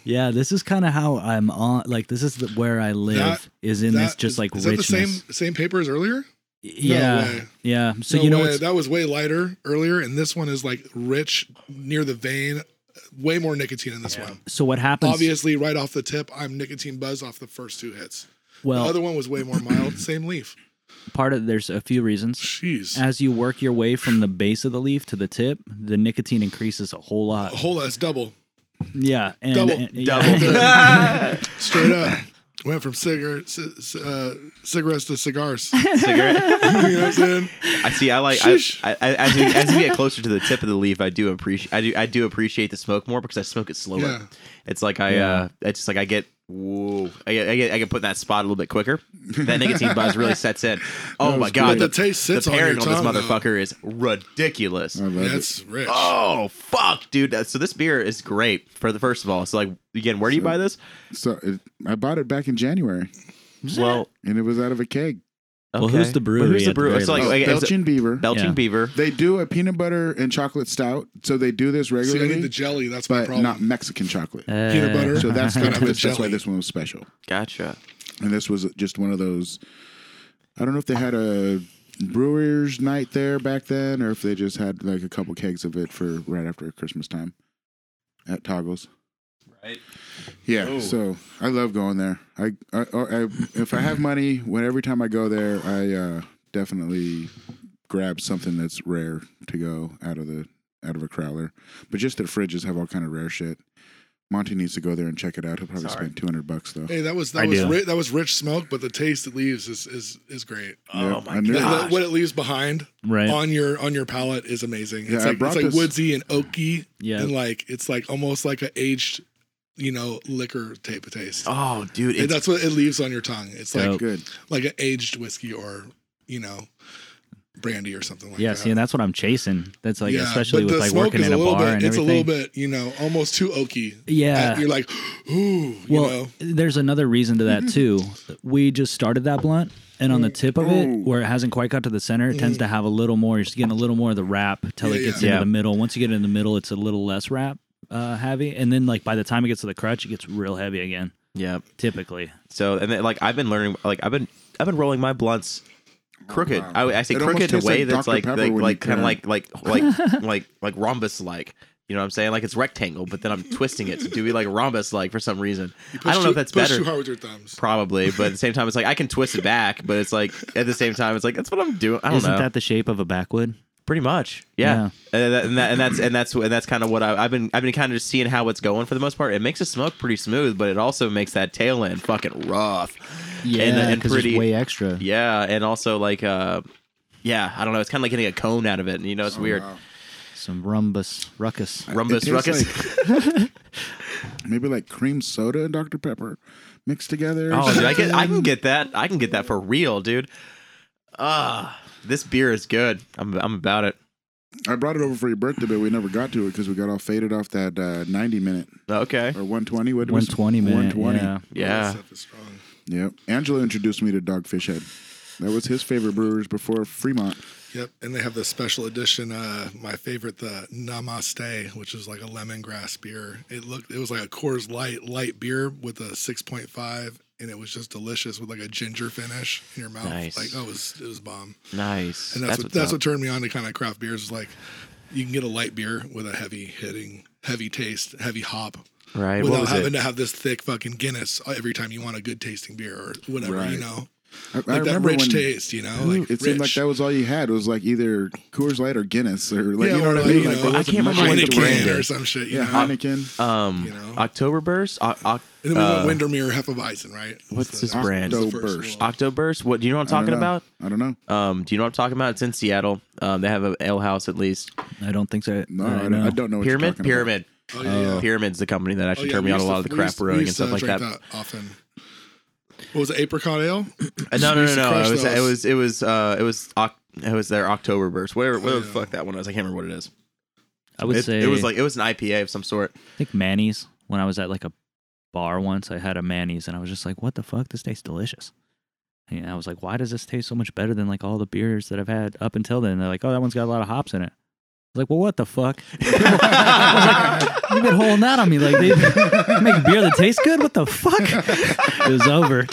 yeah, this is kind of how I'm on. Like, this is the, where I live. Is in this
That-
just like
is
richness?
that the same same paper as earlier?
yeah,
way.
yeah. So
No
you know
way.
what's
that was way lighter earlier, and this one is like rich near the vein. Way more nicotine in this one.
so what happens?
Obviously, right off the tip, I'm nicotine buzz off the first two hits.
well,
the other one was way more mild. Same leaf.
part of there's a few reasons.
Jeez.
As you work your way from the base of the leaf to the tip, the nicotine increases a whole lot.
A whole lot's double.
Yeah, and,
Oh, Double-
and- yeah.
Straight up. Went from cigar, c- c- uh, cigarettes to cigars.
Cigarette.
you know what I'm saying?
I see. I like. I,
Sheesh.
I, I- as, we, as we get closer to the tip of the leaf, I do appreciate. I do. I do appreciate the smoke more because I smoke it slower.
Yeah.
It's like I.
Yeah.
uh It's just like I get. Whoa! I get. I get. I get put in that spot a little bit quicker. That nicotine buzz really sets in. Oh my god!
But the taste
the
sits on your
pairing on this
tongue. though.
motherfucker is ridiculous.
I
Mm.
love it.
That's rich.
Oh fuck, dude! That- So this beer is great for the first of all. So like again, where do you buy this?
So it, I bought it back in January,
Well,
and it was out of a keg.
Well, who's the brewery
who's
at
the
the
brewer?
very
It's like
least?
Oh,
okay, it's
Belgian Beaver.
Belgian
Yeah.
Beaver.
They do a peanut butter and chocolate stout, so they do this
See, I
regularly,
need the jelly. That's my
but
problem.
not Mexican chocolate.
Peanut
Uh,
butter.
so that's
Gotta
kind
have
of
the
this, that's why
jelly.
this one was special.
Gotcha.
And this was just one of those. I don't know if they had a brewer's night there back then, or if they just had like a couple kegs of it for right after Christmas time at Toggles.
right?
Yeah,
Oh.
so I love going there. I, I, oh, I if I have money, when every time I go there, I uh, definitely grab something that's rare to go out of the out of a crowler. But just their fridges have all kind of rare shit. Monty needs to go there and check it out. He'll probably
Sorry.
spend two hundred bucks though.
Hey, that was
I
that was
do.
ri- that was rich smoke, but the taste it leaves is is is great.
Yeah,
Oh
I
my
knew it.
The-
god.
the- what it leaves behind
Right.
on your on your palate is amazing.
Yeah,
It's
I
like
brought
it's like
this-
woodsy and oaky,
Yeah.
and like it's like almost like an aged, you know, liquor type of taste.
Oh, dude,
And
it's
that's what it leaves on your tongue. It's
Oh,
like
Dope.
Good.
like an aged whiskey or you know, brandy or something like
yeah,
that.
see, and that's what I'm chasing. That's like,
Yeah,
especially
but
with
the
like
smoke
working
is
in
a
a
little
bar
bit,
and
it's a
everything.
little bit, you know, almost too oaky.
Yeah.
And you're like, ooh, you know.
Well, there's another reason to that too. We just started that blunt, and on the tip of it, where it hasn't quite got to the center, it tends to have a little more. You're just getting a little more of the wrap till it
Yeah,
gets
yeah.
into
Yeah.
the middle. Once you get in the middle, it's a little less wrap uh, heavy, and then like by the time it gets to the crutch, it gets real heavy again.
yeah.
Typically,
So and then, like I've been learning, like I've been I've been rolling my blunts crooked.
wow.
I, I say
It almost
crooked in a
tastes
way
like
that's
Dr.
like
Pepper
like
when you
like kind
can.
of like like like like like rhombus like. You know what I'm saying? Like it's rectangle, but then I'm twisting it to do it like rhombus like for some reason. I don't know
too-
if that's
push
better.
too hard with your thumbs.
Probably, but at the same time, it's like I can twist it back, but it's like at the same time, it's like that's what I'm doing. I don't
isn't
know.
that the shape of a backwood?
Pretty much, yeah. And, that, and, that, and that's and that's and that's kind of what I, I've been I've been kind of just seeing how it's going for the most part. It makes the smoke pretty smooth, but it also makes that tail end fucking rough. and, and pretty
way extra.
yeah, and also like uh, yeah, I don't know. It's kind of like getting a cone out of it. You know,
Oh,
it's weird.
Wow.
Some rumbus ruckus.
It
Rumbus
tastes
ruckus.
like- maybe like cream soda and Dr Pepper mixed together. or
oh, dude, I get I can
something.
get that. I can get that for real, dude. Ah, this beer is good. I'm I'm about it.
I brought it over for your birthday, but we never got to it because we got all faded off that uh, ninety minute
Okay.
or one twenty. What
One
was-
twenty minute.
120.
Yeah.
Yeah.
That stuff is strong.
Yep. Angelo introduced me to Dogfish Head. That was his favorite brewers before Fremont.
Yep, and they have the special edition. Uh, my favorite, the Namaste, which is like a lemongrass beer. It looked, it was like a Coors Light light beer with a six point five, and it was just delicious with like a ginger finish in your mouth.
Nice.
Like, oh, it was it was bomb.
Nice.
And that's, what
what's
that's
up.
what turned me on to kind of craft beers. Is like, you can get a light beer with a heavy hitting, heavy taste, heavy hop.
right. What
Without
was
having
it?
to have this thick fucking Guinness every time you want a good tasting beer or whatever, you
Right.
know,
I, I
like that
remember
rich
when
taste, you know, like
it seemed like
rich.
that was all you had. It was like either Coors Light or Guinness or like
Yeah,
you know
or
what I
like,
mean.
you
Like
know,
there
I
wasn't
can't
much
remember
of
when
a
it
Heineken
brand.
or some shit. You
Yeah,
know?
Heineken.
um
you know?
Octoberburst. O- Oc-
And then we
uh,
went Windermere Hefeweizen, right?
what's
So
this
that's-
brand?
that's the first
Oktoberfest.
one.
Octoburst. What do you know? What I'm
I don't
talking
know.
about.
I don't know.
Um, do you know what I'm talking about? It's in Seattle. Um, they have an ale house at least.
I don't think so.
No,
I
I,
know.
don't, I don't know. What
Pyramid,
You're talking
pyramid,
Oh, yeah, yeah.
pyramid's the company that
Oh,
actually
yeah,
turned me
we
on a
used to-
lot of the
we
crap
used to- we
brewing and
used to
stuff like that.
drink often. What was it, apricot ale?
Uh, no, no,
We
no,
used to
no.
crush
It was, it
those.
was, it was, uh, it was, Oc- it was their Octoberburst. Whatever, whatever the
yeah.
fuck that one was. I can't remember what it is.
I would
it,
say
it was like it was an IPA of some sort.
I think Manny's when I was at like a bar once. I had a Manny's and I was just like, what the fuck? This tastes delicious. And I was like, why does this taste so much better than like all the beers that I've had up until then? they're like, oh, that one's got a lot of hops in it. I was like, well, what the fuck? I was like, You've been holding that on me. Like, they make beer that tastes good? What the fuck? It was over.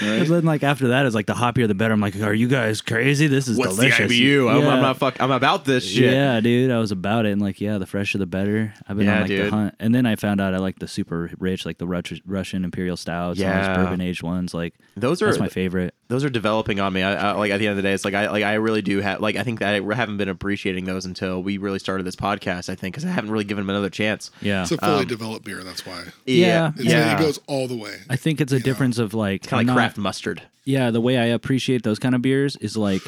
Right.
And then, like, after that, it's like the hoppier the better. I'm like, are you guys crazy? This is
What's
delicious.
the IBU? I'm,
Yeah.
I'm not fuck. I'm about this shit.
Yeah, dude, I was about it, and like, yeah, the fresher the better. I've been on
Yeah,
like the
dude.
hunt, and then I found out I like the super rich, like the Rus- Russian imperial stouts, and all
Yeah.
those bourbon aged ones. Like
Those are
that's my favorite.
those are developing on me. I, I, like at the end of the day, it's like I like I really do have like I think that I haven't been appreciating those until we really started this podcast. I think because I haven't really given them another chance.
Yeah,
It's a
um,
fully developed beer. That's why.
Yeah.
It's- It goes all the way.
I think it's a
you know,
difference of like
kind of like
I'm not-
craft mustard.
Yeah, the way I appreciate those kind of beers is like.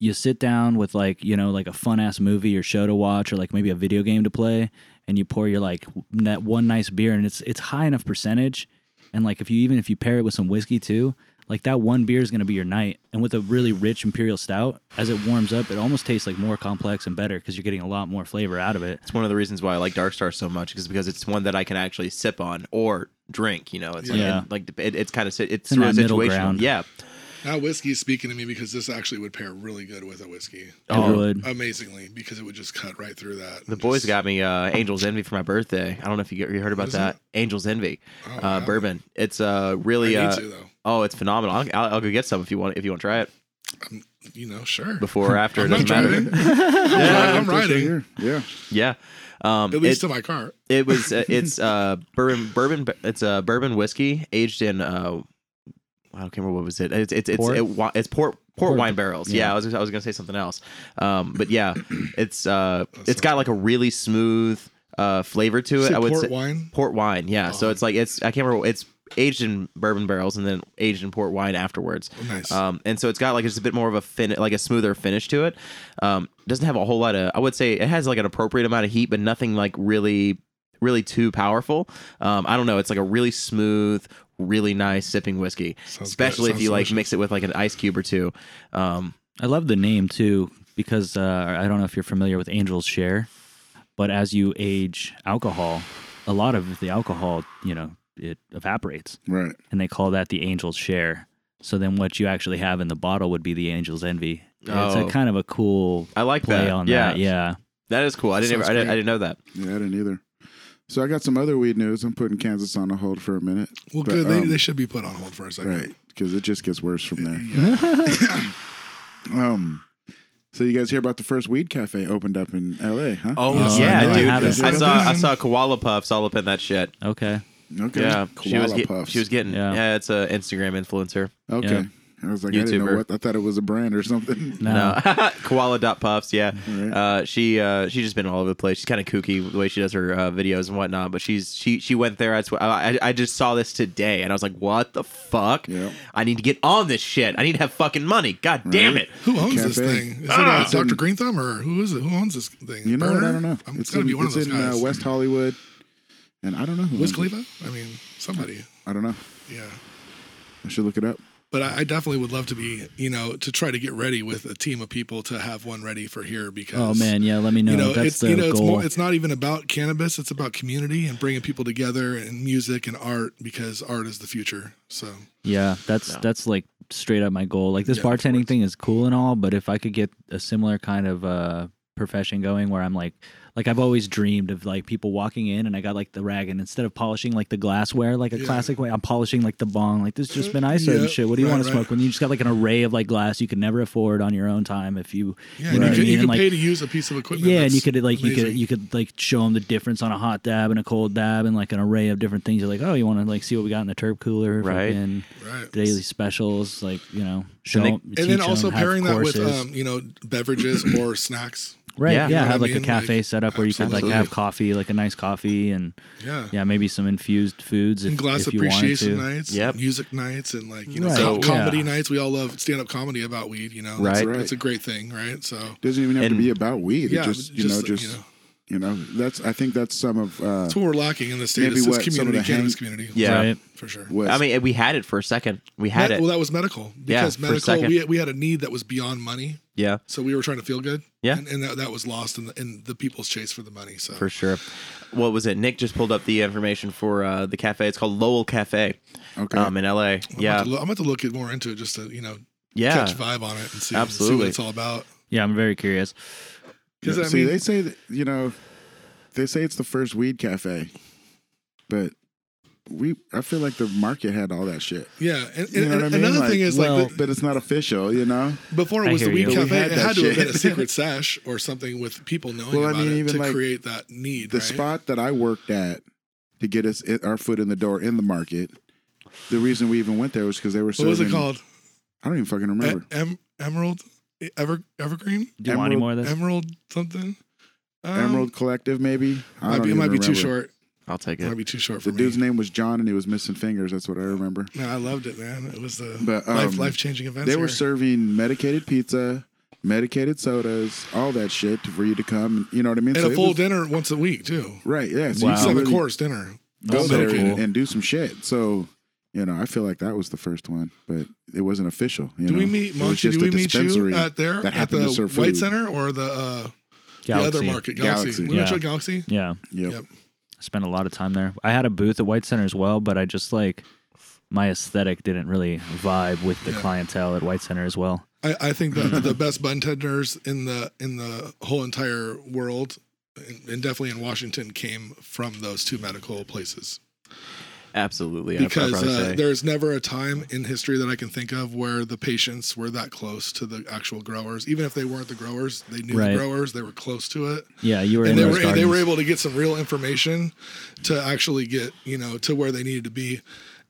You sit down with like you know like a fun ass movie or show to watch or like maybe a video game to play, and you pour your like that one nice beer, and it's it's high enough percentage, and like if you even if you pair it with some whiskey too, like that one beer is going to be your night. And with a really rich imperial stout, as it warms up, it almost tastes like more complex and better because you're getting a lot more flavor out of it.
It's one of the reasons why I like Dark Star so much, is because it's one that I can actually sip on or drink. You know, it's like,
Yeah.
it- like it, it's kind of it's
in
sort of
that middle
situational.
ground.
Yeah.
Now whiskey's speaking to me because this actually would pair really good with a whiskey.
it
Oh,
would.
Amazingly, because it would just cut right through that.
The boys
Just-
got me uh, Angel's Envy for my birthday. I don't know if you, you heard about
is
that. Angel's Envy,
Oh,
uh,
wow.
bourbon. It's uh,
I
really
need
uh,
to, though.
oh, it's phenomenal. I'll, I'll, I'll go get some if you want if you want to try it.
I'm, you know, sure.
before or after. It
I'm not
doesn't matter.
driving. I'm
That's right
riding.
here. Yeah.
Yeah. Um,
At least
it,
to my car.
it was uh, it's uh bourbon bourbon it's a uh, bourbon whiskey aged in uh I don't remember what was it. It's it's it's
Port?
it wa- it's port port,
Port.
wine barrels. Yeah, I was I was gonna say something else. Um, but yeah, it's uh it's
sounds
got like a really smooth uh flavor to it.
Say
I would
port
say
wine.
port wine. Yeah, so
Oh.
it's like it's I can't remember. It's aged in bourbon barrels and then aged in port wine afterwards.
Nice.
Um, and so it's got like just a bit more of a fin, like a smoother finish to it. Um, doesn't have a whole lot of. I would say it has like an appropriate amount of heat, but nothing like really, really too powerful. Um, I don't know. It's like a really smooth, really nice sipping whiskey,
Sounds good.
especially if
Sounds
you like
delicious.
mix it with like an ice cube or two. Um,
I love the name too because uh, I don't know if you're familiar with Angel's Share, but as you age alcohol, a lot of the alcohol, you know, it evaporates,
Right.
and they call that the Angel's Share. So then, what you actually have in the bottle would be the Angel's Envy. It's
Oh.
a kind of a cool
I like
play
that.
on
yeah,
that. Yeah,
that is cool. I didn't, ever,
Sounds
I didn't,
great.
I didn't know that.
Yeah, I didn't either. So I got some other weed news. I'm putting Kansas on a hold for a minute.
well,
but,
good. they,
um,
they should be put on hold for a second.
Right. Because it just gets worse from there. um so you guys hear about the first weed cafe opened up in LA, huh?
Oh, yeah, no, I
dude.
haven't.
I saw I saw koala puffs all up in that shit.
okay.
Okay.
Yeah, she was
Koala
get-
puffs.
she was getting yeah.
Yeah.
it's a Instagram influencer.
Okay.
Yeah.
I was like, I didn't know
YouTuber.
what I thought it was a brand or something.
No.
No, koala dot puffs. Yeah,
Right.
uh, she uh, she's just been all over the place. She's kind of kooky with the way she does her uh, videos and whatnot. But she's she she went there. I, swear, I I just saw this today, and I was like, what the fuck?
Yeah.
I need to get on this shit. I need to have fucking money. God damn
Right.
it.
Who owns this
Cafe.
thing? Is it
Ah!
uh, Dr. Green Thumb or who is it? Who owns this thing?
You know what?
Burner?
I don't know.
Um, it's, got to be one of
it's
those
in,
guys.
Uh, West Hollywood. And I don't know who
Wiz
owns it.
Khalifa? I mean, somebody.
I don't know.
Yeah.
I should look it up.
But I, I definitely would love to be, you know, to try to get ready with a team of people to have one ready for here because.
Oh man, yeah. Let me know.
you know,
That's
it's
the
you know,
goal.
it's more. It's not even about cannabis. It's about community and bringing people together and music and art because art is the future. So
Yeah, that's
No.
that's like straight up my goal. Like this
Yeah, of
bartending
course.
thing is cool and all, but if I could get a similar kind of uh profession going where I'm like like I've always dreamed of like people walking in and I got like the rag and instead of polishing like the glassware like a
Yeah. Mm-hmm.
classic way, I'm polishing like the bong. Like this just been ISO
Yeah,
and shit. What do you
right,
want
right.
to smoke when you just got like an array of like glass you could never afford on your own time if you You
yeah, and
know
you
what I
could, you
mean?
could
Like-
pay to use a piece of equipment.
yeah, and you
That's
could like you could
amazing.
you could like show them the difference on a hot dab and a cold dab and like an array of different things. You're like, oh, you want to like see what we got in the turp cooler,
Right.
fucking
right.
daily specials, like you know, show
they-
'em- teach
and then
'em,
also
have
pairing that with
courses.
um, you know beverages or snacks.
right, yeah,
Yeah. you
know what
have
I
like
mean?
a cafe
Like,
set up where you could like
absolutely.
have coffee, like a nice coffee, and
Yeah.
yeah, maybe some infused foods if,
And glass
if you wanted to.
appreciation nights,
Yep.
music nights, and like you know
Right.
com-
So-
comedy
Yeah.
nights. We all love stand-up comedy about weed. You know,
Right.
That's,
Right.
that's a great thing, right? So
Doesn't even have
And-
to be about weed.
yeah,
it just you know, just you know, that's I think that's some of uh
that's what we're lacking in the state.
Maybe
is this
what some of
community,
the
cannabis
hang-
community.
Yeah.
Right.
for sure.
what
I mean, we had it for a second. We had
Me-
it.
Well, that was medical
Yeah,
because
for a
medical.
second.
We, we had a need that was beyond money,
yeah.
so we were trying to feel good.
Yeah.
and, and that, that was lost in the, in the people's chase for the money. So
for sure. What was it? Nick just pulled up the information for uh, the cafe. It's called Lowell Cafe
okay.
um, in LA.
I'm
Yeah,
about to, loo- I'm about to look at more into it just to you know
yeah.
catch vibe on it and see, see
Absolutely.
what it's all about.
Yeah, I'm very curious.
Yeah,
Because I
see,
mean,
they say that you know, they say it's the first weed cafe, but we I feel like the market had all that shit.
yeah. And, and,
You know what I
and
mean?
another
Like,
thing is
well-
like the,
But it's not official, you know.
before it
I
was the
hear
weed
you.
But we
cafe,
had
it
that
had to have
shit.
been a secret sash or something with people knowing
Well, I
about
mean,
it
even,
to
like,
create that need.
The
right?
spot that I worked at to get us i- our foot in the door in the market. The reason we even went there was because they were
What
serving.
was it called?
I don't even fucking
E-
remember.
em- Emerald, e, ever evergreen,
Do you want any
Emerald-
more of this?
emerald something. Um,
Emerald Collective, maybe. I
Might
don't
be, it
even
might be too
remember.
short.
I'll take
Might
it.
be too short for
The
me.
dude's name was John, and he was missing fingers. That's what I remember.
No, I loved it, man. It was the
But, um,
life life changing event.
They were serving medicated pizza, medicated sodas, all that shit for you to come. You know what I mean?
and
So
a
it
full
was-
dinner once a week too.
Right. Yeah. So
Wow.
you
Seven
can really
course dinner.
go
That's
there
so cool.
and, and do some shit. So, you know, I feel like that was the first one, but it wasn't official. You
Do
know?
we meet
It was
Monty?
just
Do we
a
meet you
dispensary.
at there
that
at
happened
the
to serve
White
food.
Center or the uh, the
Galaxy.
other market Galaxy?
Galaxy.
We went to
Yeah.
a Galaxy.
Yeah,
Yep.
Yep.
I spent a lot of time there. I had a booth at White Center as well, but I just like my aesthetic didn't really vibe with the
Yeah.
clientele at White Center as well.
I, I think that the best bun tenders in the in the whole entire world, and, and definitely in Washington, came from those two medical places.
Absolutely, I- I'd
because
probably
uh,
say.
there's never a time in history that I can think of where the patients were that close to the actual growers. Even if they weren't the growers, they knew
Right.
the growers. They were close to it,
Yeah, you were in
and they
those
were they were
gardens.
able to get some real information to actually get you know to where they needed to be.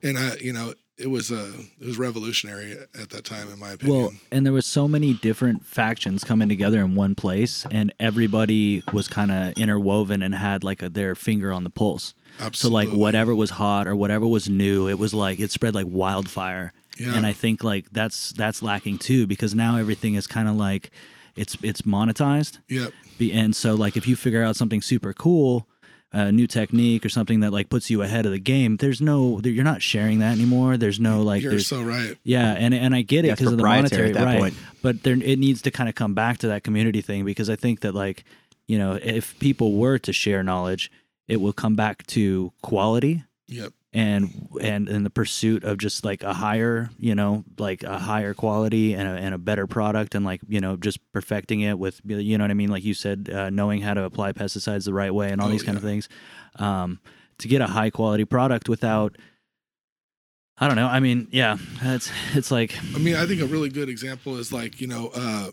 And I, you know, it was uh, it was revolutionary at that time, in my opinion.
Well, and there was so many different factions coming together in one place, and everybody was kind of interwoven and had like a, their finger on the pulse. So like
Absolutely.
whatever was hot or whatever was new, it was like it spread like wildfire.
Yeah.
And I think like that's that's lacking too because now everything is kind of like it's it's monetized.
yep.
Be- And so, like, if you figure out something super cool, a new technique or something that like puts you ahead of the game, there's no, there- you're not sharing that anymore. There's no like,
You're
there's,
so right.
yeah, and and I get it
Yeah, it's
because of the monetary
proprietary at that
right,
point.
but there it needs to kind of come back to that community thing because I think that like you know if people were to share knowledge, it will come back to quality
Yep.
and and and the pursuit of just like a higher you know like a higher quality and a, and a better product and like you know just perfecting it with you know what i mean like you said uh, knowing how to apply pesticides the right way and all
Oh,
these kind of things um to get a high quality product without i don't know i mean yeah it's it's like
I mean, I think a really good example is like, you know, uh,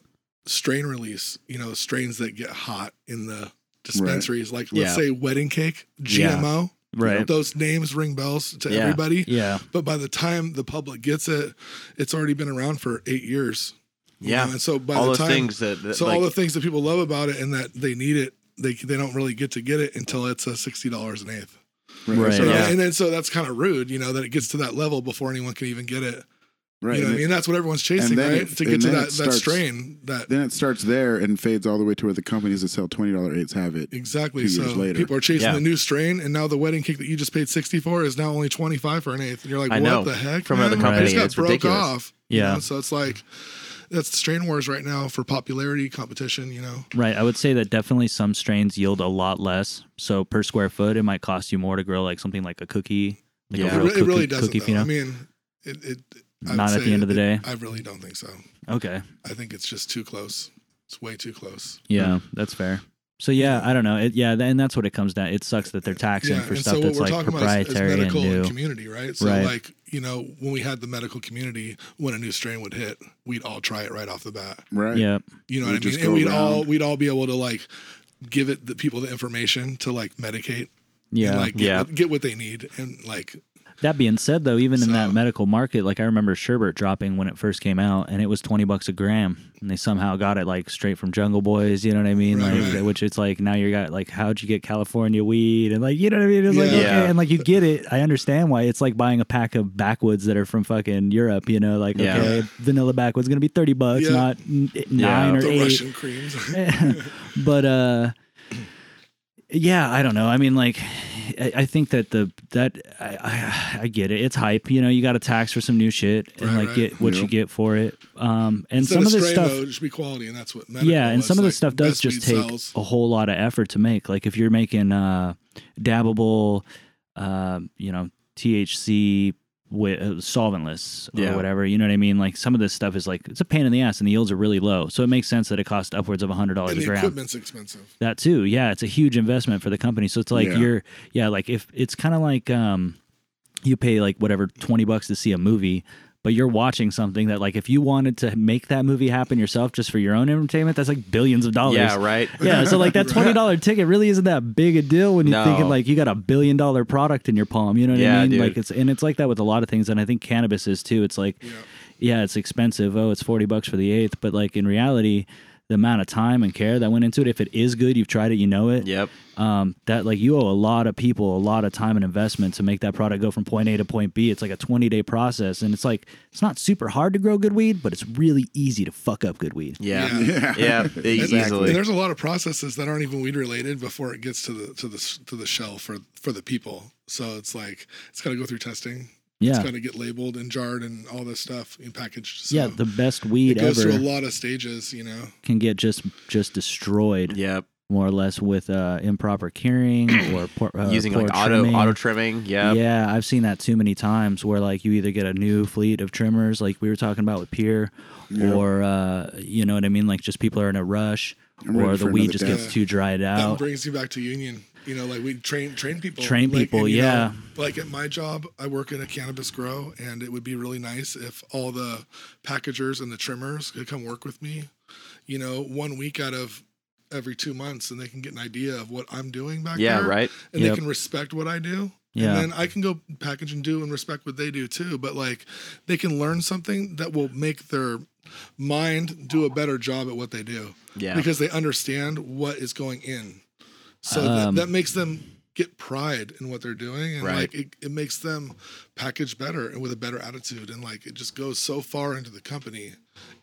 strain release, you know, strains that get hot in the dispensaries. Like, let's
Yeah.
say wedding cake,
Yeah.
GMO. Those names ring bells to
Yeah.
everybody.
yeah
But by the time the public gets it, it's already been around for eight years. you
Yeah.
know? And so by
all
the
those
time,
things that, that,
so
like,
all the things that people love about it and that they need it, they, they don't really get to get it until it's a sixty dollars an eighth.
Right.
So
Yeah.
and then so that's kind of rude, you know, that it gets to that level before anyone can even get it.
right.
You know what
and
I
it-
mean? That's what everyone's chasing,
and then
right?
it-
to
and
get to
then
that,
it
that
starts-
strain. That
Then it starts there and fades all the way to where the companies that sell twenty dollar eights have it.
exactly.
two
So
years later.
people are chasing
Yeah.
the new strain, and now the wedding cake that you just paid sixty for is now only twenty five for an eighth. And you're like,
I
what
know.
the heck?
From
man?
another company,
It just got
it's
broke
ridiculous.
off. you
Yeah.
know? So it's like that's the strain wars right now for popularity competition. You know,
Right. I would say that definitely some strains yield a lot less. So per square foot, it might cost you more to grow like something like a cookie. Like a
Yeah.
it,
real
re- it
cookie,
really doesn't.
cookie
though.
phenom.
I mean, it. it I would
Not at
say
the end of the
it-
day?
I really don't think so.
okay.
I think it's just too close. It's way too close.
Yeah, that's fair. Um, So yeah, I don't know. It, yeah, and that's what it comes down. It sucks that they're taxing for
and
stuff that's like proprietary and
medical
new.
community, right? So,
Right.
like, you know, when we had the medical community, when a new strain would hit, we'd all try it right off the bat.
Right.
yeah.
You know
We'd
what I
just
mean?
go
And we'd all
around.
we'd all be able to like give it the people the information to like medicate.
Yeah.
And, like, get,
Yeah.
what- get what they need and like
That being said, though, even in that
So-
medical market, like I remember sherbet dropping when it first came out, and it was twenty bucks a gram, and they somehow got it like straight from Jungle Boys. You know what I mean?
Right,
like,
right.
which it's like now you got like, how'd you get California weed? And like, you know what I mean? It's like,
Yeah.
okay,
Yeah.
and like you get it. I understand why it's like buying a pack of backwoods that are from fucking Europe. You know, like
Yeah.
okay, vanilla backwoods gonna be thirty bucks,
Yeah.
not n- nine or
the
eight.
Russian creams.
but uh yeah i don't know i mean like i, I think that the that I, I i get it it's hype you know you got to tax for some new shit and
Right,
like
right.
get what
Yeah.
you get for it um and
Instead
some of this
strain,
stuff
though, it should be quality, and that's what. Medical
yeah and
is,
some of
like,
this stuff does
best
just
weed
take
sells.
a whole lot of effort to make like if you're making uh dabbable uh you know thc with uh, solventless or
Yeah.
whatever you know what i mean like some of this stuff is like it's a pain in the ass and the yields are really low so it makes sense that it costs upwards of $100
and
a
the
gram
equipment's expensive.
that too. Yeah, it's a huge investment for the company. So it's like
Yeah.
you're yeah, like if it's kind of like um you pay like whatever 20 bucks to see a movie, but you're watching something that like if you wanted to make that movie happen yourself just for your own entertainment, that's like billions of dollars.
yeah, right.
Oh, Yeah, so like that twenty dollar ticket really isn't that big a deal when you're
No.
thinking like you got a billion dollar product in your palm. You know what I
Yeah,
mean?
dude.
Like it's and it's like that with a lot of things, and I think cannabis is too. It's like, yeah. it's expensive. Oh, it's forty bucks for the eighth, but like in reality, the amount of time and care that went into it. If it is good, you've tried it, you know it.
Yep.
Um, that like you owe a lot of people a lot of time and investment to make that product go from point A to point B. It's like a twenty day process, and it's like it's not super hard to grow good weed, but it's really easy to fuck up good weed.
Yeah.
Yeah.
Yeah. e-
And-
Easily.
And there's a lot of processes that aren't even weed related before it gets to the to the s- to the shelf for for the people. So it's like it's got to go through testing. It's
Yeah,
got to get labeled and jarred and all this stuff and packaged. So
yeah, the best
it
weed
goes
ever.
through a lot of stages. You know,
can get just just destroyed
Yep.
more or less with uh, improper curing or poor, uh,
Using
poor
like auto
trimming.
auto trimming. Yep.
Yeah, I've seen that too many times where like you either get a new fleet of trimmers, like we were talking about with Pierre, or uh, you know what I mean, like just people are in a rush,
I'm ready
or
for
the weed
another
just
day.
gets too dried
that
out.
brings you back to union. You know, like we train train people.
Train
Like,
people,
and, you know,
yeah.
like at my job, I work in a cannabis grow, and it would be really nice if all the packagers and the trimmers could come work with me. You know, one week out of every two months, and they can get an idea of what I'm doing back
yeah,
there,
right.
And
Yep.
they can respect what I do.
Yeah.
And then I can go package and do and respect what they do too. But like they can learn something that will make their mind do a better job at what they do
Yeah,
because they understand what is going in. So
Um,
that, that makes them get pride in what they're doing. And
Right.
like it, it makes them package better and with a better attitude. And like it just goes so far into the company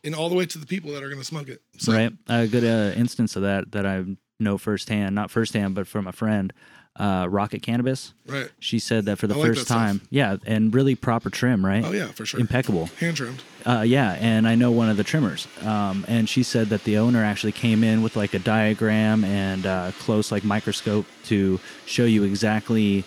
and all the way to the people that are going to smoke it. So
right? A good uh, instance of that that I know firsthand, not firsthand, but from a friend, uh, Rocket Cannabis.
right.
She said that for the
I like
first
that stuff.
time, yeah, and really proper trim, right?
Oh, yeah, for sure.
Impeccable.
Hand trimmed.
Uh, yeah, and I know one of the trimmers, um, and she said that the owner actually came in with like a diagram and uh, close like microscope to show you exactly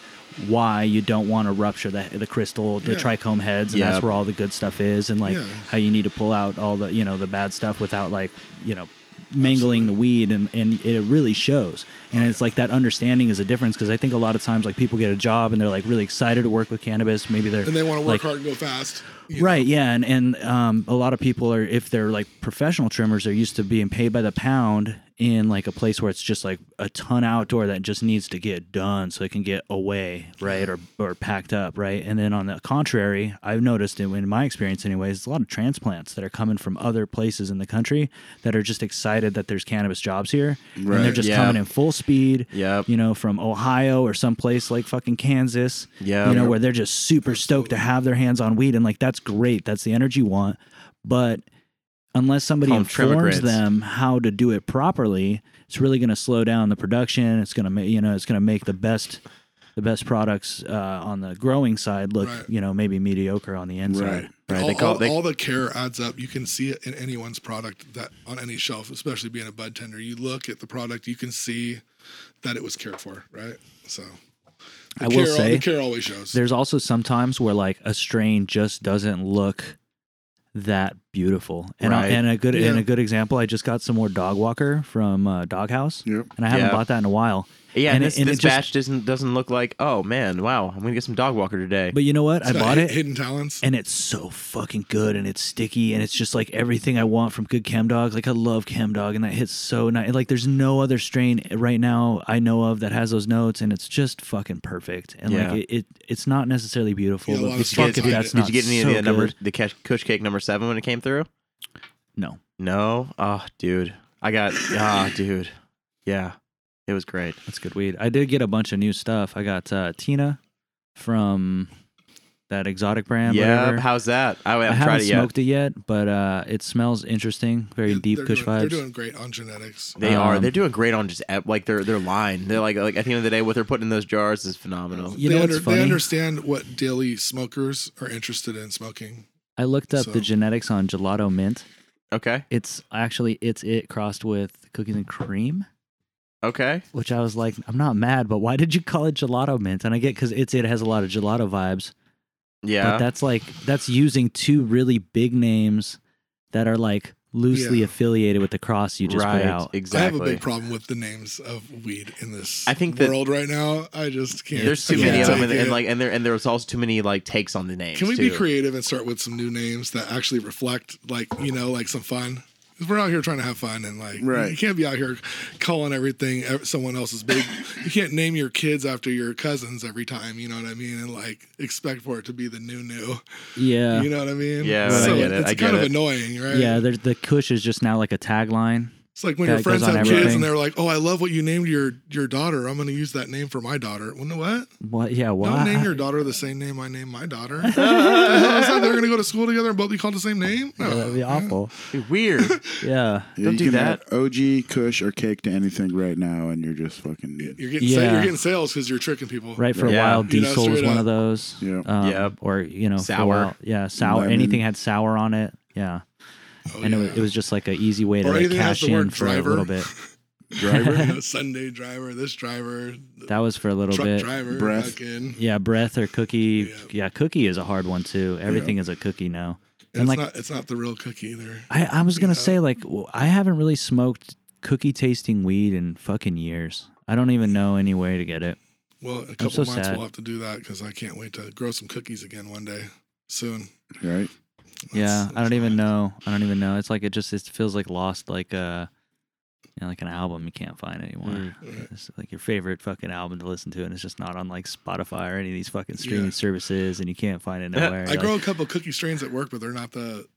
why you don't want to rupture the, the crystal, the
Yeah.
trichome heads, and
Yep.
that's where all the good stuff is, and like
Yeah.
how you need to pull out all the you know the bad stuff without like you know mangling the weed and, and it really shows and it's like that understanding is a difference because i think a lot of times like people get a job and they're like really excited to work with cannabis maybe they're
And they want to work
like,
hard and go fast. you know?
Right. Yeah. And and um, a lot of people are if they're like professional trimmers, they're used to being paid by the pound in like a place where it's just like a ton outdoor that just needs to get done so it can get away, right, or or packed up, right. And then on the contrary, I've noticed in, in my experience, anyways, there's a lot of transplants that are coming from other places in the country that are just excited that there's cannabis jobs here, and they're
Right.
just
Yeah.
coming in full speed.
Yep.
You know, from Ohio or someplace like fucking Kansas.
Yeah.
You know, where they're just super stoked to have their hands on weed and like that's great. That's the energy you want. But unless somebody
Call 'em
informs
tremogrids.
them how to do it properly, it's really going to slow down the production. It's going to make you know, it's going to make the best the best products uh, on the growing side look,
Right.
you know, maybe mediocre on the inside.
Right.
right.
all,
they call
all,
they,
all the care adds up. You can see it in anyone's product that on any shelf, especially being a bud tender. You look at the product, you can see that it was cared for, right? So the
I will
care, al-
say
the care always shows.
There's also sometimes where like a strain just doesn't look that beautiful. And I,
Right.
and a good and
Yeah.
a good example, I just got some more Dog Walker from uh, Doghouse,
Yep.
and I haven't
Yeah.
bought that in a while.
yeah.
and
And
it-
this,
and it
this
just-
batch doesn't doesn't look like. Oh man, wow! I'm gonna get some dog walker today.
But you know what? I
It's got
bought
hi-
it,
Hidden talents.
and it's so fucking good, and it's sticky, and it's just like everything I want from good Chem Dog. Like I love Chem Dog, and that hits so nice. Like there's no other strain right now I know of that has those notes, and it's just fucking perfect. And
Yeah.
like it, it it's not necessarily beautiful,
Yeah, a lot
but
of
fuck
strains
if
hide
that's
it.
not
Did you get any
so
of the number
good.
the cash, Kush Cake number seven when it came through?
No.
No. Oh, dude, I got. Ah, dude. Yeah, it was great.
That's good weed. I did get a bunch of new stuff. I got uh, Tina from that exotic brand.
yeah.
whatever.
How's that? I
I
haven't
haven't
tried it yet.
smoked it yet, but uh, it smells interesting. Very
Yeah,
deep
they're
kush
doing,
vibes.
They're doing great on genetics.
They are.
Um,
They're doing great on just ep- like their their line. They're like like at the end of the day, what they're putting in those jars is phenomenal.
you
they,
know what's
under-
funny?
they understand what daily smokers are interested in smoking.
I looked up the
So-
genetics on gelato mint.
Okay.
It's actually it's it crossed with cookies and cream,
Okay.
which I was like, I'm not mad, but why did you call it gelato mint? And I get because it's it has a lot of gelato vibes, but
Yeah.
that's like that's using two really big names that are like loosely
Yeah.
affiliated with the cross you just
right.
put out.
Exactly.
I have a big problem with the names of weed in this
I think that-
world right now. I just can't.
There's too
I can't
many of them, and,
take
and
it.
like, and there, and there's also too many like takes on the names.
Can we
too.
be creative and start with some new names that actually reflect, like you know, like some fun? 'Cause we're out here trying to have fun, and like,
Right.
you can't be out here calling everything ev- someone else's big. you can't name your kids after your cousins every time. You know what I mean? And like, expect for it to be the new new.
Yeah.
You know what I mean?
Yeah,
I
so
get it.
it's
I get
kind of
it.
annoying, right?
Yeah, there's the Kush is just now like a tagline.
It's like when
That
your friends
goes on
have kids
everything.
and they're like, "Oh, I love what you named your your daughter. I'm going to use that name for my daughter." Well, no, what?
What? Yeah, why?
Don't name your daughter the same name I named my daughter. Is that they're going to go to school together and both be called the same name? Oh. No.
Yeah, that'd be awful.
Weird.
Yeah.
Yeah,
Don't
you
do
can
that.
add OG, Kush, or Cake to anything right now, and you're just fucking.
You're getting
Yeah.
sa- you're getting sales because you're tricking people.
Right for a
Yeah.
while,
You know,
Diesel was
straight
one
up.
of those.
Yeah.
Um,
Yep.
Or you know, for a
Sour.
while- yeah, sour.
Lemon.
Anything had sour on it. Yeah.
Oh,
and it,
yeah.
was, it was just like an easy way to
Or
like
anything that has
cash
the word
in for a
driver.
little bit.
You know, Sunday driver, this driver, the
That was for a little
truck
bit.
driver,
Breath.
fucking.
Yeah, breath or cookie.
Yeah.
Yeah. cookie is a hard one too. Everything is a cookie now. And
And it's
like-
not it's not the real cookie either.
I, I was gonna
Yeah.
say like w- I haven't really smoked cookie tasting weed in fucking years. I don't even know any way to get it.
Well, in a couple
so
months
sad.
we'll have to do that because I can't wait to grow some cookies again one day soon.
right?
yeah,
That's-
I don't
that's
even
my-
know. I don't even know. It's like it just it feels like lost, like uh, you know, like an album you can't find anymore. Uh,
Mm.
It's like your favorite fucking album to listen to, and it's just not on like Spotify or any of these fucking streaming
Yeah.
services, and you can't find it nowhere.
I
You're
grow
like,
a couple cookie strains at work, but they're not the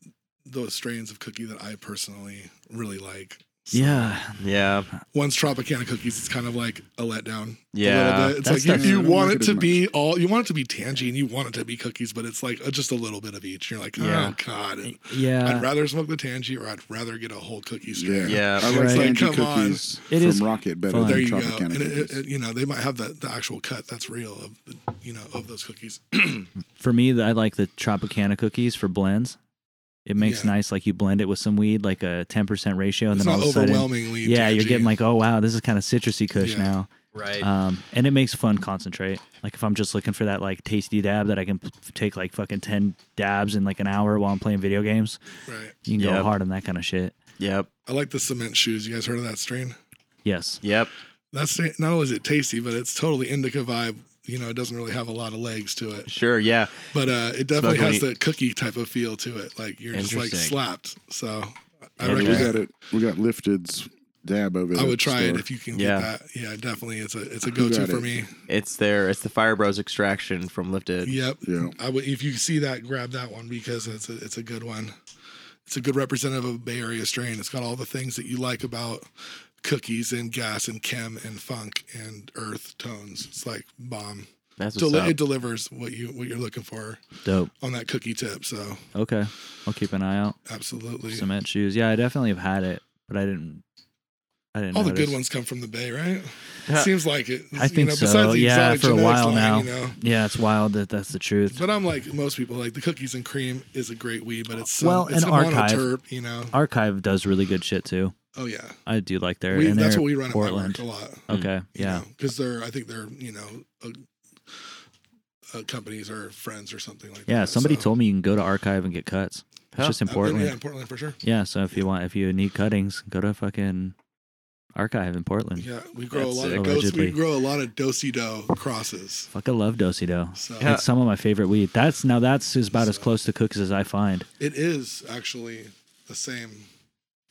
those strains of cookie that I personally really like. So
yeah,
Yeah.
One's Tropicana cookies. It's kind of like a letdown. A
Yeah.
little bit. It's
That's
like
the-
if you
I don't
want
like
it
it
to
as
be all, you want it to be tangy and you want it to be cookies, but it's like uh, just a little bit of each. You're like, oh
Yeah.
god, and I'd
yeah.
rather smoke the tangy or I'd rather get a whole cookie strain.
Yeah.
I like
Right.
Sanji
Come on.
cookies
It
from
is
Rocket better
fun.
than
There you go.
Tropicana
And it,
cookies.
it, you know, they might have the, the actual cut that's real of the, you know of those cookies.
For me, the- I like the Tropicana cookies for blends. It makes
Yeah.
nice, like you blend it with some weed, like a ten percent ratio, and
it's
then
not
all of a sudden,
overwhelmingly.
yeah, you're
tangy.
getting like, oh wow, this is kind of citrusy kush
Yeah.
now.
Right.
Um, and it makes fun concentrate. Like if I'm just looking for that like tasty dab that I can p- take like fucking ten dabs in like an hour while I'm playing video games,
right.
you can go
Yep.
hard on that kind of shit.
Yep.
I like the cement shoes. You guys heard of that strain?
Yes.
Yep.
That's not only is it tasty, but it's totally indica vibe. You know, it doesn't really have a lot of legs to it,
Sure. Yeah.
but uh, it definitely has
Smoking-
the cookie type of feel to it. Like you're just like
Interesting.
slapped. So I
we
Yeah,
recommend.
got it. We got Lifted's dab of it.
I
at the
would try it
store.
if you can
Yeah.
get that. Yeah, definitely. It's a it's a
Who
go to
got
for
it?
me.
It's there. It's the Fire Bros extraction from Lifted.
Yep.
Yeah.
I would if you see that, grab that one because it's a it's a good one. It's a good representative of Bay Area strain. It's got all the things that you like about cookies and gas and chem and funk and earth tones. It's like bomb.
That's what's
Deli-
up.
it delivers what you what you're looking for
Dope.
on that cookie tip. So
Okay. I'll keep an eye out.
absolutely,
Cement shoes. Yeah, I definitely have had it, but I didn't. I didn't.
all the
notice.
good ones come from the Bay, right?
Yeah.
Seems like it.
I think so. Yeah, for a
genetics
while now.
You know?
Yeah, it's wild that that's the truth.
But I'm like most people. Like the cookies and cream is a great weed, but it's some,
Well,
it's
an
a
archive.
monoterp, you know.
Archive does really good shit too.
Oh yeah,
I do like their.
we,
and
that's
they're
what we run
Portland.
at my work a lot.
Okay. Yeah.
because they're I think they're you know uh, uh, companies or friends or something like that.
Yeah. Somebody
so-
told me you can go to Archive and get cuts. It's
Huh.
just in
Uh,
Portland.
Yeah, in Portland for sure.
Yeah, so if you want, if you need cuttings, go to fucking archive in Portland.
Yeah, we grow
That's
a lot
sick.
of ghosts.
Allegedly.
We grow a lot of dosey dough crosses.
Fuck, I love dosi do.
So
Yeah.
It's some of my favorite weed. That's now that's is about as
So-
close to cookies as I find.
it is actually the same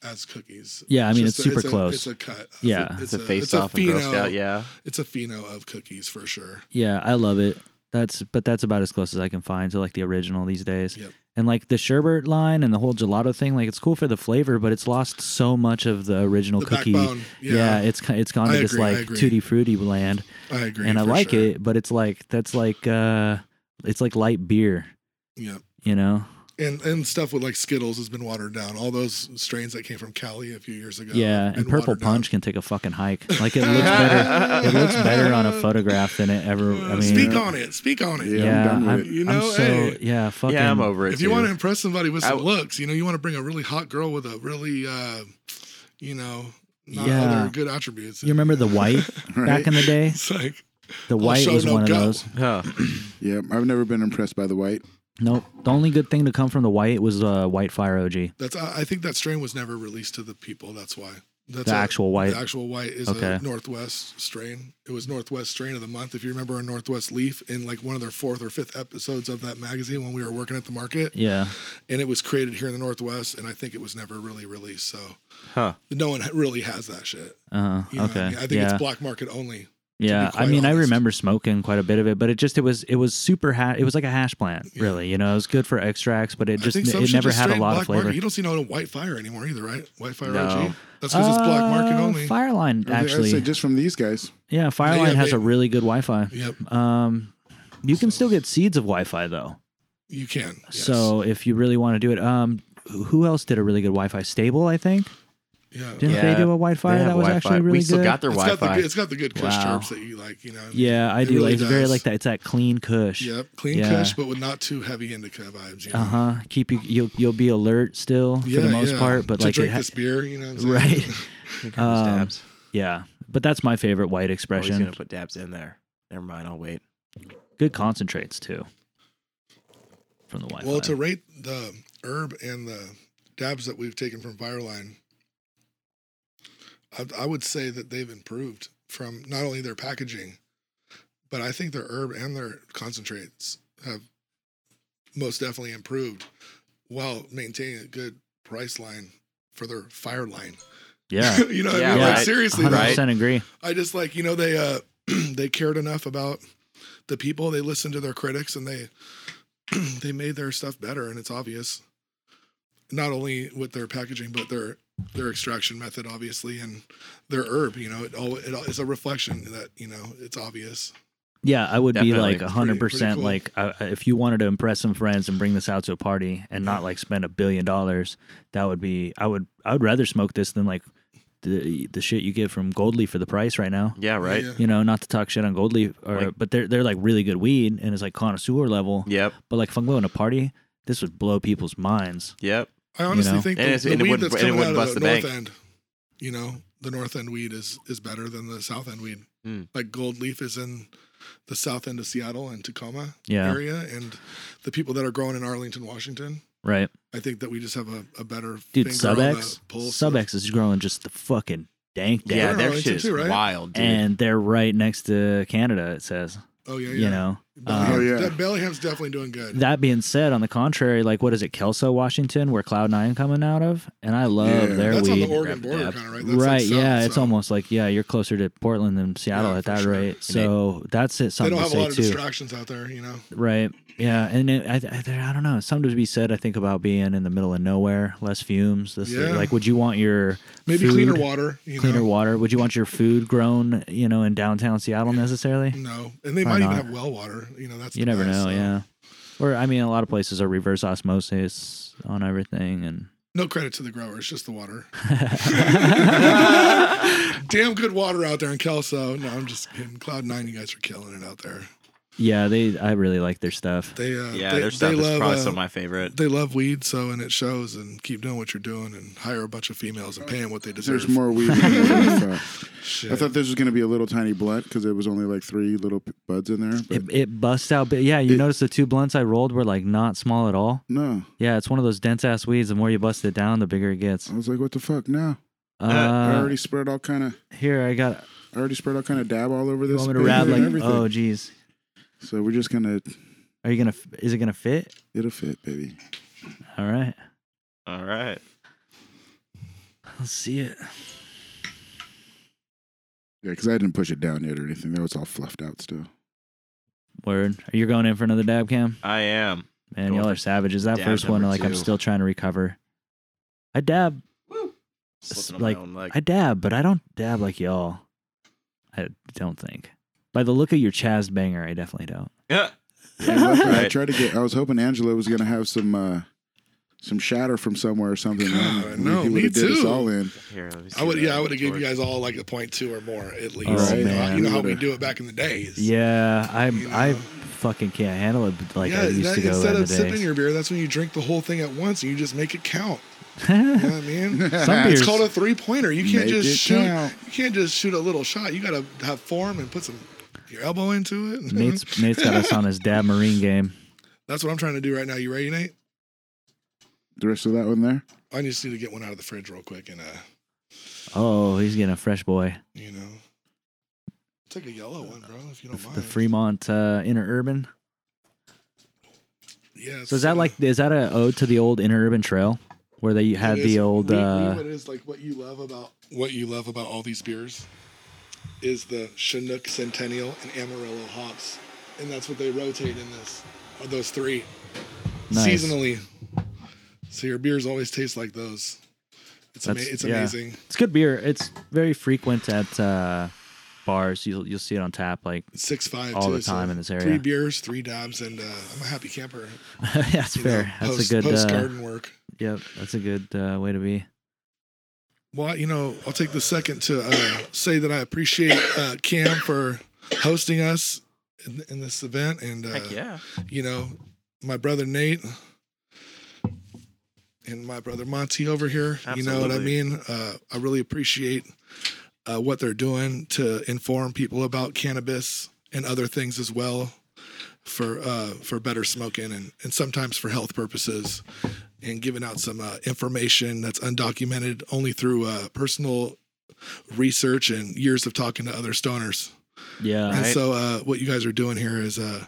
as cookies.
Yeah, I mean,
just
it's
a-
super
a-
close.
it's a cut.
Yeah.
It's a face off in Girl
pheno-
Scout. Yeah.
It's a pheno of cookies for sure.
Yeah, I love it. That's but that's about as close as I can find to like the original these days.
Yep.
And like the sherbet line and the whole gelato thing, like it's cool for the flavor, but it's lost so much of the original
The
cookie.
backbone.
Yeah.
Yeah,
it's it's ki- it's gone to
I
this
agree, I
like
agree.
tutti frutti land,
I agree.
and I
for
like
sure.
it, but it's like that's like uh it's like light beer,
Yeah.
you know?
and and stuff with like Skittles has been watered down. All those strains that came from Cali a few years ago.
Yeah,
have
and
been
Purple
watered down.
Punch can take a fucking hike. Like it looks better. It looks better on a photograph than it ever. I mean,
speak on it. Speak on it.
Yeah,
yeah,
I'm done with
I'm,
it.
You
I'm
know,
so
hey.
yeah, fucking.
Yeah. I'm over it.
If you want to
too.
impress somebody with
I
some
w-
looks, you know, you want to bring a really hot girl with a really, uh, you know, not
Yeah.
other good attributes.
You remember the white back in the day?
It's like
The white
show
was
no
one of
go.
those.
Huh.
Yeah, I've never been impressed by the white.
Nope. The only good thing to come from the white was uh, White Fire OG.
that's. I I think that strain was never released to the people. That's why. That's
The
a-
actual white.
The actual white is
Okay.
a Northwest strain. It was Northwest strain of the month. If you remember a Northwest Leaf in like one of their fourth or fifth episodes of that magazine when we were working at the market,
Yeah.
and it was created here in the Northwest, and I think it was never really released. So
Huh.
no one ha- really has that shit.
Uh,
You know what
okay.
I, mean? I think
yeah.
it's black market only.
yeah. I
quite
mean, I
honest.
remember smoking quite a bit of it, but it just it was it was super ha- It was like a hash plant,
Yeah.
really. You know, it was good for extracts, but it
I
just
think some
it
shit
never
just
had a
straight
lot
black
of flavor.
Market. You don't see no white fire anymore either, right? White fire
No.
OG. That's because it's black market
Uh,
only.
Fireline
I think I'd
actually.
say just from these guys.
Yeah, Fireline
yeah,
has a
they-
really good Wi-Fi.
Yep,
Um, you can
So-
still get seeds of Wi-Fi though.
you can. Yes.
So if you really want to do it, um, who- who else did a really good Wi-Fi? Stable, I think.
yeah,
Didn't
Yeah,
they do a Wi-Fi
They
that
have
was
Wi-Fi.
actually really
we still
good?
got their
it's
Wi
got the
Fi.
good, it's got the good kush
Wow.
terps that you like. You know. what I mean?
yeah, I
It
do.
really
it's very
does.
like that. It's that clean Kush.
Yep, clean
Yeah.
kush, but with not too heavy indica vibes. You know?
Uh huh. Keep you. You'll you'll be alert still for the most part, but
to
like it
drink
ha-
this beer, you know, what I'm saying?
right. Um, yeah, but that's my favorite white
Oh, he's
expression.
gonna put dabs in there. Never mind. I'll wait.
Good concentrates too. From the Wi-Fi.
Well, to rate the herb and the dabs that we've taken from Fireline, I, I would say that they've improved from not only their packaging, but I think their herb and their concentrates have most definitely improved while maintaining a good price line for their fire line.
Yeah.
you know, what I
Yeah,
mean? like
right.
seriously, though.
100% agree.
I just like you know they uh they cared enough about the people. They listened to their critics and they they made their stuff better, and it's obvious. Not only with their packaging, but their their extraction method, obviously, and their herb. You know, it all it all, it's a reflection that you know it's obvious.
Yeah, I would
Definitely.
be like
It's
pretty-
100%
pretty cool.
like I, I- if you wanted to impress some friends and bring this out to a party and not like spend a billion dollars, that would be I would I would rather smoke this than like the the shit you get from Goldleaf for the price right now.
Yeah, right.
Yeah.
You know, not to talk shit on Goldleaf or
Like-
but they're they're like really good weed and it's like connoisseur level.
Yep,
But like if I'm going to a party, this would blow people's minds.
yep.
I honestly
know?
think
And
the,
it's-
the
and it
weed
wouldn't-
that's
and it
coming out
wouldn't bust
of the,
the
north
bank.
end, you know, the north end weed is is better than the south end weed.
Mm.
Like gold leaf is in the south end of Seattle and Tacoma
Yeah.
area, and the people that are growing in Arlington, Washington.
Right.
I think that we just have a, a better
Dude,
finger
Sub
on
X
the pulse
Sub
of-
X is growing just the fucking dank dank.
Yeah,
in
that
Arlington
shit is
too, right?
wild, dude.
And they're right next to Canada, it says.
Oh yeah, yeah.
You know. um,
Bellingham-
Oh, yeah.
that Bellingham's definitely doing good.
That being said, on the contrary, like what is it, Kelso, Washington, where Cloud Nine coming out of, and I love
Yeah.
their
That's on
weed.
the Oregon
Rapid
border,
dab.
kind of right. That's like
right?
south,
yeah, it's
so
almost like yeah, you're closer to Portland than Seattle
Yeah,
at
for
that
sure.
rate. So that's it.
They
Something
don't have a lot
to
of
say too,
distractions out there, you know.
right? Yeah, and it, I, I, there- I don't know. Something to be said. I think about being in the middle of nowhere, less fumes. This
Yeah.
like, would you want your
Maybe
food-
cleaner water. You
Cleaner
know?
water. Would you want your food grown, you know, in downtown Seattle necessarily?
No, and they
Why
might even
not?
have well water. You know, that's
You
the
never
best,
know,
so.
yeah. Or I mean, a lot of places are reverse osmosis on everything, and
No credit to the grower. It's just the water. Damn good water out there in Kelso. No, I'm just kidding. Cloud Nine, you guys are killing it out there.
yeah, they I really like their stuff.
They uh,
yeah,
they,
their stuff
they
is
love
probably
uh,
still my favorite.
they love weed, so and it shows. And keep doing what you're doing, and hire a bunch of females and pay them what they deserve.
There's more weed. than I thought.
Shit.
I thought this was gonna be a little tiny blunt because there was only like three little p- buds in there. But
It, it busts out, but yeah, you
It-
notice the two blunts I rolled were like not small at all.
no,
Yeah, it's one of those dense ass weeds. The more you bust it down, the bigger it gets.
I was like, what the fuck? No, Uh, I
Uh,
already spread all kind of.
here I got.
I already spread all kind of dab all over
You
this.
want me to
paper
rab
and
like?
everything.
Oh, geez.
So we're just gonna.
Are you gonna? f- Is it gonna fit?
It'll fit, baby.
All right,
All right.
let's see it.
Yeah, because I didn't push it down yet or anything. That was all fluffed out still.
Word. Are you going in for another dab cam?
I am.
Man,
Going
y'all
for
are savages. That
dab
first one,
number
like I'm
two.
still trying to recover. I dab,
Slipping on
like,
my own leg.
I dab, but I don't dab like y'all. I don't think. By the look of your Chaz banger, I definitely don't.
Yeah.
Yeah, luckily I
Right.
tried to get. I was hoping Angela was gonna have some uh, some shatter from somewhere or something.
God,
Um,
no,
he
me
would've did us
too.
all in.
Here, let me see
I would,
that
yeah, I would
torch.
have gave you guys all like a point two or more at least.
Oh,
you, know,
man.
you know how
We
we
would've-
do it back in the days.
Yeah, I
You
I
know.
fucking can't handle it like I used
that-
to go
instead
in the
of sipping
days.
your beer, that's when you drink the whole thing at once and you just make it count. You know what I mean?
Some
It's
beers,
called a three pointer. You can't
Make it
just shoot.
count.
You can't just shoot a little shot. You gotta have form and put some your elbow into it.
Nate's Nate's got us on his dab marine game.
That's what I'm trying to do right now. You ready, Nate?
The rest of that one there.
I just need to get one out of the fridge real quick and uh,
Oh, he's getting a fresh boy.
you know, take a yellow one, bro, if you don't mind.
The Fremont uh, Interurban.
Yeah.
So is that like is that a ode to the old Interurban Trail where they had
It
the
is-
old?
we- we-
uh,
what is like what you love about what you love about all these beers is the Chinook Centennial and Amarillo hops, and that's what they rotate in this. Are those three
Nice.
seasonally? So your beers always taste like those. It's ama-
That's-
it's
yeah.
amazing.
It's good beer. It's very frequent at uh, bars. You'll you'll see it on tap. Like
Six five
All
too,
the time in this area.
Three beers, three dabs, and uh, I'm a happy camper.
that's
you
fair.
know,
that's
post,
a good.
post
Uh,
garden work.
yep, that's a good uh, way to be.
Well, you know, I'll take the second to uh, say that I appreciate uh, Cam for hosting us in, in this event, and uh,
Heck yeah.
you know, my brother Nate and my brother Monty over here. You know what I
Absolutely.
mean? Uh, I really appreciate uh, what they're doing to inform people about cannabis and other things as well for uh, for better smoking and, and sometimes for health purposes and giving out some uh, information that's undocumented only through uh, personal research and years of talking to other stoners.
Yeah.
And so, uh, what you guys are doing here is uh,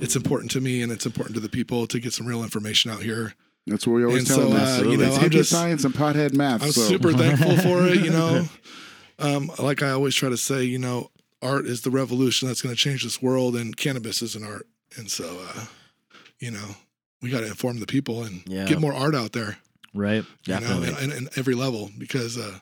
it's important to me and it's important to the people to get some real information out here.
That's what we always
And
tell
so,
them.
uh, you
Absolutely.
know,
it's
I'm
hippie
just-
science and pothead math.
I'm
so.
super thankful for it. You know, um, like I always try to say, you know, art is the revolution that's going to change this world, and cannabis is an art. And so, uh, you know, we got to inform the people and
Yeah.
get more art out there.
right.
You know,
Definitely.
and, and, and every level because uh,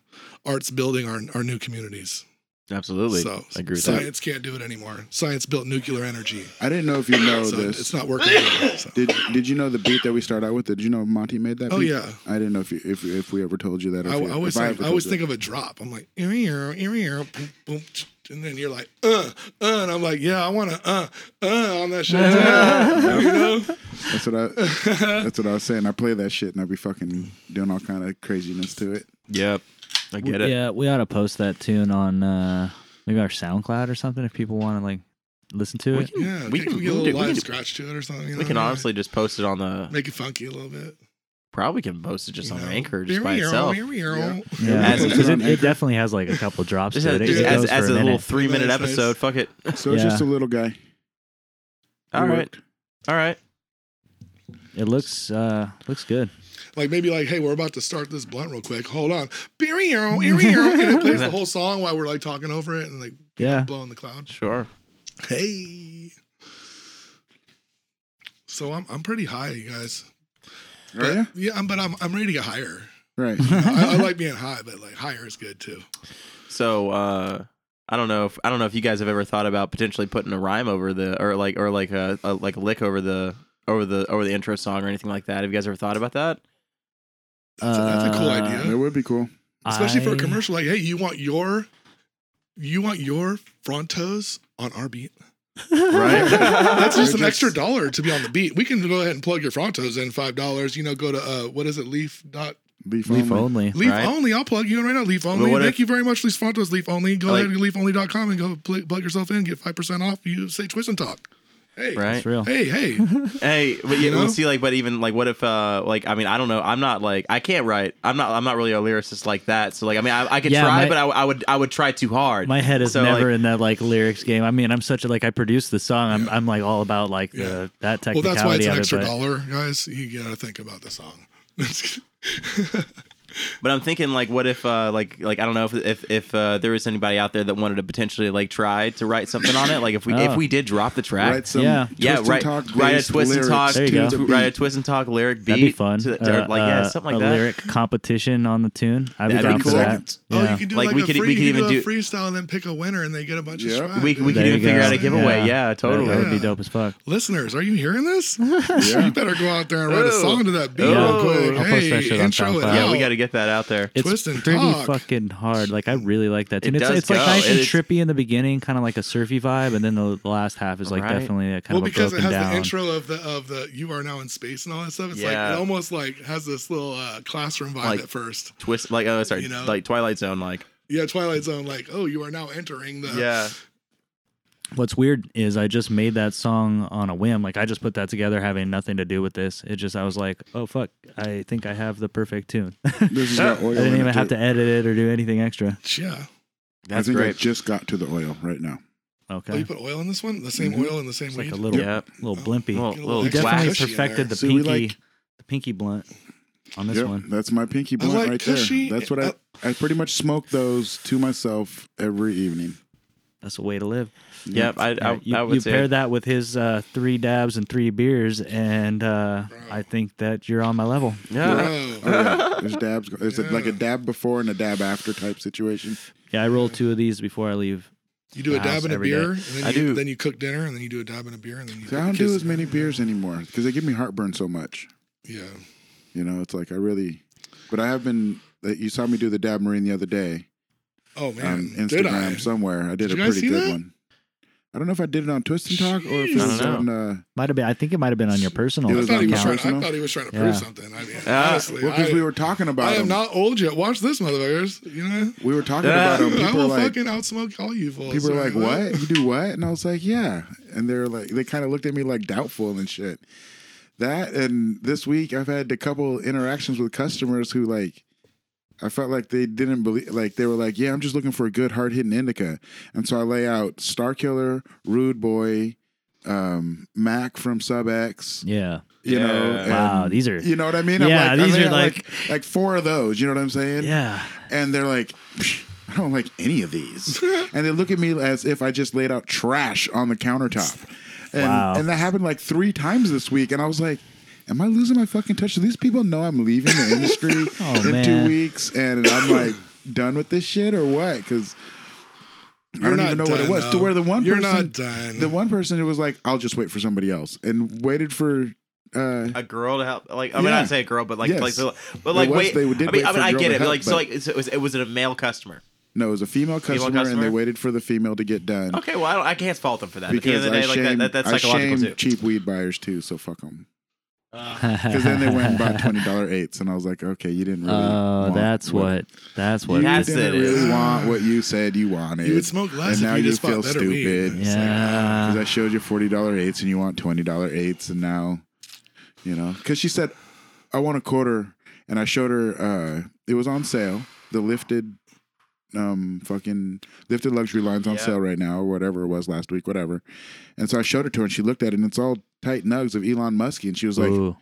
art's building our our new communities.
Absolutely.
so
I agree with that.
science can't do it anymore. Science built nuclear energy,
I didn't know if you
Oh,
know
so
this.
it's not working. anymore, so.
Did Did you know the beat that we start out with? Did you know Monty made that?
Oh,
beat?
yeah.
I didn't know if you, if if we ever told you that. Or
I,
if you,
I always
if
think,
ever
I always
told you
think of a drop. I'm like, ear, ear, ear, ear, boom, boom, ch- and then you're like, uh, uh, and I'm like, yeah, I want to, uh, uh, on that shit. you know?
that. that's what I that's what I was saying. I play that shit and I be fucking doing all kind of craziness to it.
Yep. I get it.
Yeah, we ought to post that tune on uh maybe our SoundCloud or something if people want to like listen to it.
Yeah,
We
we
can-
can,
we can do-
we get a little
we can
live
do-
scratch to it or something. You
We
know?
can honestly just post it on the.
make it funky a little bit.
Probably can post it just
you
on
know?
Anchor just
Ear,
by
ear,
itself.
ear, ear.
Yeah.
Yeah,
As-
because it,
as-
it definitely has like a couple drops
Just,
to
as,
it. It-
just
it
as,
goes
as
for
a
a
little
minute.
three minute
Nice, nice.
episode. Fuck it.
So it's
Yeah.
just a little guy.
All right.
work.
All right.
It looks uh looks good.
Like maybe like, hey, we're about to start this blunt real quick. Hold on, Ear, ear, ear, ear. and it plays the whole song while we're like talking over it and like
Yeah.
blowing the cloud.
Sure.
Hey. So I'm I'm pretty high, you guys. But,
Are ya?
Yeah, I'm, but I'm I'm ready to get higher.
Oh, Right.
Uh-huh.
I, I like being high, but like higher is good too.
So uh I don't know if I don't know if you guys have ever thought about potentially putting a rhyme over the or like or like a, a like a lick over the over the over the intro song or anything like that. Have you guys ever thought about that?
That's, a, that's a cool
Uh,
That
idea,
would be cool.
especially for
I-
a commercial. Like, hey, you want your you want your frontos on our beat?
Right.
That's just
Or
an extra dollar to be on the beat. We can go ahead and plug your frontos in five dollars. You know, go to uh, what is it, Leaf dot
Leaf,
Leaf
only.
only.
Leaf
Right.
only. I'll plug you in right now. Leaf only.
Well, what
Thank
if-
you very much, Leaf Fontos. Leaf only. Go
Like-
ahead to leafonly.com and go pl- plug yourself in. Get five percent off. You say twist and talk. Hey,
Right.
It's real.
Hey, hey.
Hey, but
You
you
know?
know? see, like, but even like, what if, uh, like, I mean, I don't know. I'm not like, I can't write. I'm not, I'm not really a lyricist like that. So, like, I mean, I, I could
Yeah,
try,
my-
but I, I would, I would try too hard.
My head is
So,
never
like-
in that like lyrics game. I mean, I'm such a like I produced the song. I'm I'm like all about like
Yeah.
the that technicality
Well, that's why it's an
of it,
extra
but-
dollar, guys. You gotta think about the song.
But I'm thinking, like, what if, uh, like, like, I don't know if, if, if uh, there was anybody out there that wanted to potentially like try to write something on it. Like, if we,
Oh.
if we did drop the track.
Write some
Yeah.
twist
yeah,
and
right.
talk
Write a
based
twist and
lyrics
talk.
There you
to
go.
the
Write a
beat.
twist and talk lyric beat.
That'd be fun.
to the- or,
Uh,
like, yeah,
uh,
something like
a
that.
lyric competition on the tune. I'd be
That'd be
down for
cool.
that.
Seconds.
Oh,
Yeah.
you can do
Like,
like,
we
a
could- we
free,
could
you
even
do a
do-
freestyle and then pick a winner and they get a bunch
Yeah.
of swag.
We, we could
There
even
you
figure
go.
out a giveaway.
Yeah.
Yeah, totally.
That would be
Yeah.
dope as fuck.
Listeners, are you hearing this?
Yeah.
You better go out there and write a
Oh.
song to that beat
Yeah.
real quick.
I'll post
hey,
that shit on
intro it
SoundCloud.
Yeah,
out.
we got to get that out there.
It's
Twist and
pretty
talk.
fucking hard. Like I really like that.
It
tune. it's
does
it's like
go.
nice and
It's-
trippy in the beginning, kind of like a surfy vibe, and then the last half is like
Right.
definitely a kind
well,
of a
because it
broken
has
down.
the intro of the of the you are now in space and all that stuff. It's
Yeah.
like it almost like has this little uh, classroom vibe
Like-
at first.
Twist, like, oh, sorry,
You know?
like Twilight Zone, like,
Yeah, Twilight Zone. Like, oh, you are now entering the.
yeah.
What's weird is I just made that song on a whim. Like I just put that together, having nothing to do with this. It just I was like, oh fuck, I think I have the perfect tune. I
This has got oil in
didn't
it,
even have
too.
to edit it or do anything extra.
Yeah.
I
That's
think I
great.
just got to the oil right now.
Oh, you
Okay,
put oil in this one? The same oil in the same
it's
weed?
like a little
Yeah.
little blimpy.
Well,
Get a
little
he
extra
definitely
cushy in
perfected the
See, we
pinky,
like-
the pinky blunt on this
Yep,
one.
That's my pinky blunt
like
right
cushy-
there. That's
uh,
what I, I pretty much smoke those to myself every evening.
That's a way to live.
Yep, I, I,
All right, you
I would
you
say
pair that with his uh, three dabs and three beers, and uh, I think that you're on my level.
Yeah,
Bro.
Oh, yeah. There's dabs. go- It's a- like a
Yeah.
dab before and a dab after type situation.
Yeah, I roll two of these before I leave.
You do a
The house
dab and a
every
beer,
day.
and then
I
you,
do.
then you cook dinner, and then you do a dab and a beer, and then you.
See, I don't
kiss
do as
it.
many beers anymore because they give me heartburn so much.
Yeah,
You know, it's like I really, but I have been. that You saw me do the dab marine the other day
Oh
on
man, did I?
Instagram somewhere. I did,
Did you
a
guys
pretty
see
good
that?
one. I don't know if I did it on Twist and Talk or if it
Jeez. I
was on.
don't
Uh,
Might have been. I think it might have been on your personal.
It
I
was
thought, he
on
was
camera.
trying, I thought he was trying to prove
Yeah.
something. I mean,
Ah,
honestly,
well, because
I,
we were talking about.
I am
them.
not old yet. Watch this, motherfuckers. You know,
We were talking
Yeah.
about them.
I
People are
will
like,
fucking outsmoke all you fools.
People were
man.
like, "What? You do what?" And I was like, "Yeah." And they're like, they kind of looked at me like doubtful and shit. That and this week, I've had a couple interactions with customers who like I felt like they didn't believe, like they were like, yeah, I'm just looking for a good hard hitting indica. And so I lay out Star Killer, Rude Boy, um, Mac from Sub X,
Yeah.
you
Yeah.
know. and-
Wow, these are-
You know what I mean?
Yeah,
I'm like, I
these
lay
are
out, like, like four of those. You know what I'm saying?
Yeah.
And they're like, "Psh, I don't like any of these. and they look at me as if I just laid out trash on the countertop. And,
Wow.
and that happened like three times this week. And I was like, Am I losing my fucking touch? Do these people know I'm leaving the industry
Oh,
in
man.
two weeks and I'm like done with this shit or what? Because I
You're
don't
not
even know what it
done,
was. To
though.
where the one
You're
person,
not done.
the one person who was like, "I'll just wait for somebody else," and waited for. Uh,
a girl to help. Like I mean,
Yeah.
not say a girl, but like,
Yes.
like, so,
It
but like,
was-
wait.
they
I
did
mean,
wait
I,
for
mean, I
girl
get
to
it. but
help,
like, so
but-
like, so it was, it was a male customer.
no, it was a female customer, and
customer?
they waited for the female to get done.
Okay, well, I, don't, I can't fault them for that. At
because
the end of the day,
I
like
shame,
that, that, that's
I
psychological
shame
too.
cheap weed buyers too. So fuck them. Because then they went and bought twenty dollar eights, and I was like, okay, you didn't really.
Oh,
want
that's what. That's
You
what.
That's
didn't
it.
really want what you said you wanted.
You would smoke
and
less if
now
you
you
just bought
feel
better
stupid.
weed. It's like,
Because
yeah.
I showed you forty dollar eights, and you want twenty dollar eights, and now, you know, because she said, I want a quarter, and I showed her uh it was on sale. The lifted, um, fucking lifted luxury lines on
Yeah.
sale right now, or whatever it was last week, whatever. And so I showed it to her, and she looked at it, and it's all tight nugs of Elon Musk, and she was like,
Ooh.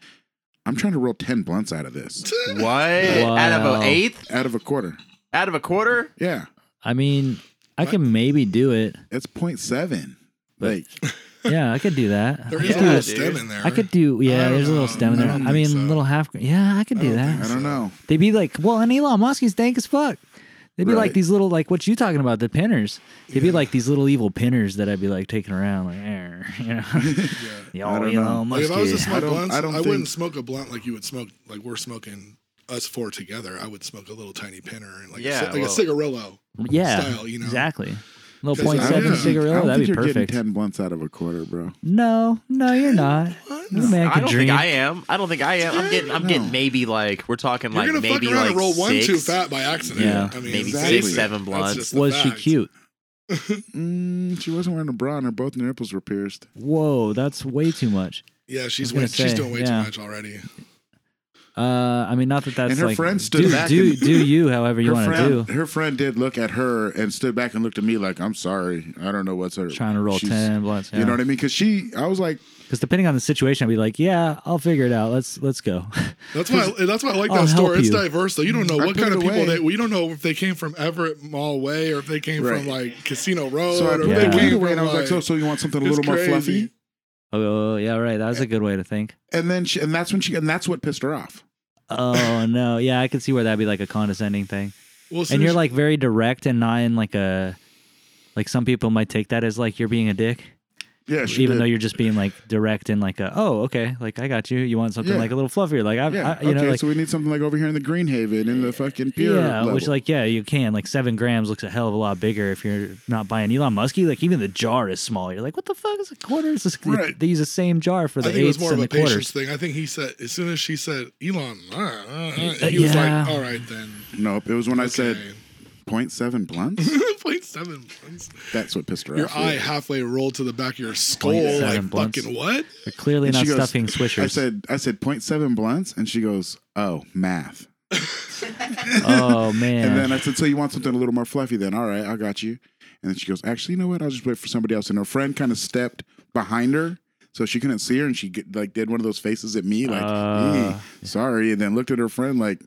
I'm trying to roll ten blunts out of this,
What? Out of
Wow.
an eighth?
out of a quarter.
Out of a quarter?
Yeah,
I mean, I can maybe do it.
it's 0.7.
But-
Like
Yeah, I could do that.
There
I
is
could
a
do
little
it.
stem in there.
I could do. Yeah,
don't
there's a little
know.
stem in
I
there.
don't
I mean,
think so.
little half. Yeah, I could do
don't
that.
I
think
don't know.
They'd be like, well, and Elon Musk, he's dank as fuck. They'd be like
Right.
these little, like what you talking about, the pinners. They'd be
Yeah.
like these little evil pinners that I'd be like taking around, like, "Eh," you know,
Yeah.
Yo,
I don't
Elon
know.
Like,
Musk.
if I was to
yeah.
smoke
I don't-
blunts,
I
I,
don't
wouldn't
think-
smoke a blunt like you would smoke like we're smoking us four together. I would smoke a little tiny pinner and like a
Yeah,
ci- like
well-
a cigarillo.
yeah,
style, you know.
exactly. Little
'Cause
point
I
don't
don't
seven
think-
I
cigarette,
don't
that'd
think
be
you're
perfect.
getting ten blunts out of a quarter, bro.
No, no, you're not. No man
I
can
don't
dream.
think I am. I don't think I am. I'm getting. I'm getting maybe like we're talking
You're
like
gonna
maybe
fuck around
like
and roll one
six,
too fat by accident.
Yeah.
I mean,
maybe
Exactly.
six, seven blunts.
the
was she
fact.
cute?
Mm, she wasn't wearing a bra, and her both nipples were pierced.
Whoa, that's way too much.
Yeah, she's
I
way,
was gonna
she's
say,
doing way
yeah.
too much already.
Uh, I mean, not that that's
And her
like
friend stood
do
back
do,
and-
do you however
her
you want to do.
friend, her friend did look at her and stood back and looked at me like, "I'm sorry, I don't know what's her."
Trying to roll
she's-
ten blunts, yeah.
You know what I mean? Because she, I was like,
Because depending on the situation, I'd be like, yeah, I'll figure it out. Let's let's go.
That's why. That's why I like
I'll
that store.
help
It's
you.
diverse, though. You don't know
I
what
put
kind
it
of people
away.
they. We don't know if they came from Everett Mall Way or if they came
Right.
from like Casino Road.
so I
or
put
if
the
they
weed
came
away,
from,
and I was like, "So, so you want something a
it's
little more
crazy.
fluffy?"
Oh yeah, right. That was a good way to think.
And then, she, and that's when she, and that's what pissed her off.
Oh no, yeah, I could see where that'd be like a condescending thing.
well, as soon
And
as
you're
you-
like very direct and not in like a like some people might take that as like you're being a dick,
Yeah, she
even
did.
though you're just being like direct and like a oh okay, like I got you. You want something
Yeah.
like a little fluffier, like I,
yeah,
I you
okay,
know like
so we need something like over here in the Green Haven in the fucking pier.
yeah,
level.
which like yeah you can like seven grams looks a hell of a lot bigger if you're not buying Elon Muskie. Like even the jar is small. You're like what the fuck is a quarter? It's just,
Right.
They use the same jar for
I
the
think it was
eighths
more of
and
a
the quarters.
patience thing. I think he said as soon as she said Elon, uh, uh, uh, he was
Yeah.
like, "All right then."
nope. It was when I said
okay.
0.7 blunts.
Point seven blunts.
that's what pissed her
Your
off.
eye
yeah.
halfway rolled to the back of your skull.
Point seven
Like
blunts.
fucking what?
They're clearly
And
not
she goes-
stuffing swishers.
I said, I said 0.7 blunts, and she goes, "Oh, math."
oh man.
And then I said, "So you want something a little more fluffy? Then all right, I got you." And then she goes, "Actually, you know what? I'll just wait for somebody else." And her friend kind of stepped behind her, so she couldn't see her, and she get- like did one of those faces at me, like,
Uh.
"Hey, "Sorry," and then looked at her friend like,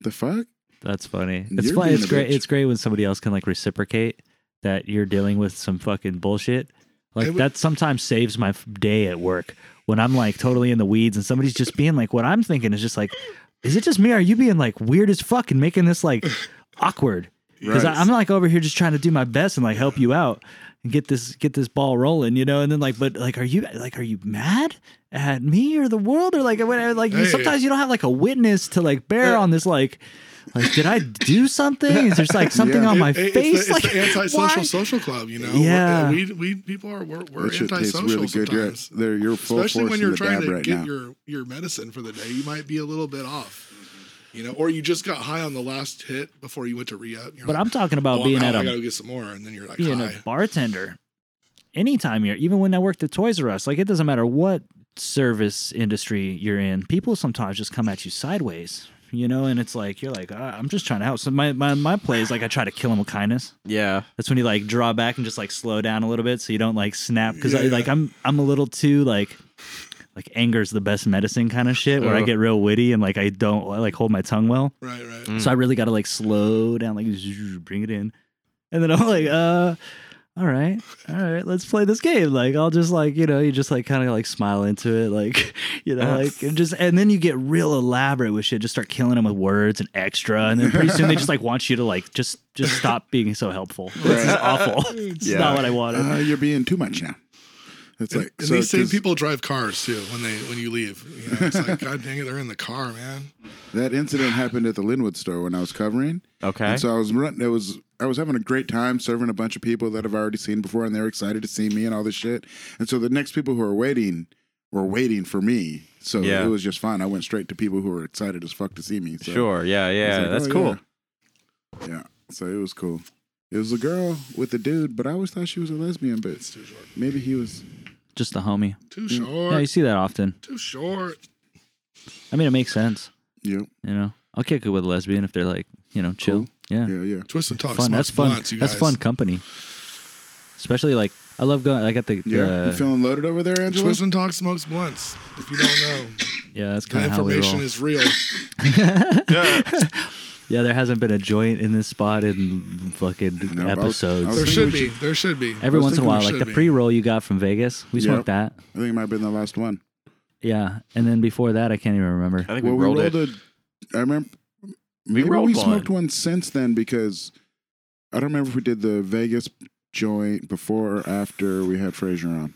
"The fuck?"
That's funny.
You're
It's fun.
being
It's
a
great.
bitch.
It's great when somebody else can like reciprocate that you're dealing with some fucking bullshit. Like
I would-
that sometimes saves my f- day at work when I'm like totally in the weeds and somebody's just being like, what I'm thinking is just like, is it just me? Or are you being like weird as fuck and making this like awkward? Because
Right.
I'm like over here just trying to do my best and like help you out and get this get this ball rolling, you know. And then like, but like, are you like, are you mad at me or the world or like, what- like you
Hey.
sometimes you don't have like a witness to like bear on this like. Like, did I do something? Is there like something
Yeah.
on my
It- it-
face?
It's the,
like,
it's the antisocial
why?
social club, you know.
Yeah.
we we people are we're, we're
That shit tastes
antisocial
really good. You're,
sometimes.
there, you're full
Especially
force
when
in
you're
the
trying
dab
to
right
get
now.
your your medicine for the day, you might be a little bit off. You know, or you just got high on the last hit before you went to re up.
But I'm talking about
oh,
being
I'm out,
at
I
a
gotta get some more, and then you're like,
being
high.
a bartender. Anytime you're, even when I worked at Toys R Us, like it doesn't matter what service industry you're in, people sometimes just come at you sideways. you know, and it's like you're like, ah, I'm just trying to help. So my, my my play is like I try to kill him with kindness.
Yeah.
That's when you like draw back and just like slow down a little bit so you don't like snap because
Yeah, yeah.
like I'm I'm a little too like like anger's the best medicine kind of shit where I
Oh.
get real witty and like I don't like hold my tongue well.
Right, right.
Mm.
So I really got to like slow down, like zzz, bring it in. And then I'm like, uh, all right, all right, let's play this game. Like, I'll just like, you know, you just like kind of like smile into it, like, you know,
Uh.
like, and just, and then you get real elaborate with shit, just start killing them with words and extra. And then pretty soon they just like want you to like, just, just stop being so helpful. This is awful. it's
Yeah.
not what I wanted.
Uh, you're being too much now. It's like
and
so
these same
'cause
people drive cars too when they when you leave. You know, it's like God dang it, they're in the car, man.
That incident happened at the Linwood store when I was covering.
Okay.
And so I was run- it was I was having a great time serving a bunch of people that I've already seen before, and they were excited to see me and all this shit. And so the next people who were waiting were waiting for me. So
Yeah.
it was just fine. I went straight to people who were excited as fuck to see me. So
sure. Yeah.
I
Yeah.
was like,
that's
"Oh, Yeah.
cool.
Yeah. So it was cool. It was a girl with a dude, but I always thought she was a lesbian. But maybe he was.
Just a homie.
Too
Yeah, you
short.
see that often.
Too short.
I mean, it makes sense,
Yep.
you know. I'll kick it with a lesbian if they're like, you know, chill. Yeah.
Yeah. Yeah.
Twist and talk.
fun.
smoke
That's fun.
blunts, you
That's
guys.
fun company. Especially like I love going. I got the uh,
Yeah. you
the-
feeling loaded over there, Angela?
Twist and talk smokes blunts. If you don't know,
yeah. That's
the
kind of how we
information
roll.
is real.
yeah, there hasn't been a joint in this spot in fucking
No, I was-
episodes.
I was
There
thinking
should
we
be. There should be.
Every
I was
once in a
thinking
while,
there
like
should
the
be.
pre-roll you got from Vegas, we
Yep.
smoked that.
I think it might have been the last one.
Yeah, and then before that, I can't even remember.
I think
Well,
we rolled, it.
a. I remember.
We
maybe
rolled
we
one.
smoked one since then because I don't remember if we did the Vegas joint before or after we had Fraser on.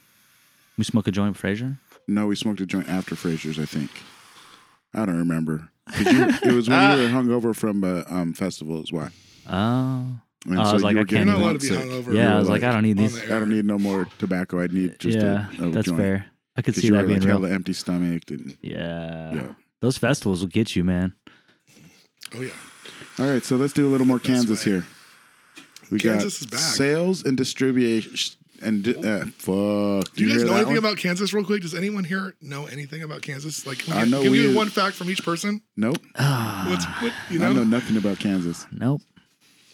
We smoked a joint, with Fraser.
No, we smoked a joint after Fraser's, I think. I don't remember. 'Cause You, it was
Uh,
when you were hungover from a um, festival, is why.
Oh,
And
I was like,
you
I
were
can't
getting
You're not
even-
allowed to be
sick.
hungover.
yeah. I
were
was like,
like,
I don't need
on
these.
the
I
air.
don't need no more tobacco. I need just
Yeah,
a, a
that's
joint.
fair. I could
'Cause
see
you
that
were
being
like
real.
hella empty stomach. And,
Yeah.
Yeah.
those festivals will get you, man.
Oh yeah.
All right, so let's do a little more Kansas
right.
here. We
Kansas is
got
back.
sales and distribution and di- uh, fuck.
Do you, guys
hear
know
that
anything
one?
about Kansas, real quick? Does anyone here know anything about Kansas? Like, can we,
I know
can we
we-
do one fact from each person?
Nope,
What's what you
I
know?
know nothing about Kansas.
Nope,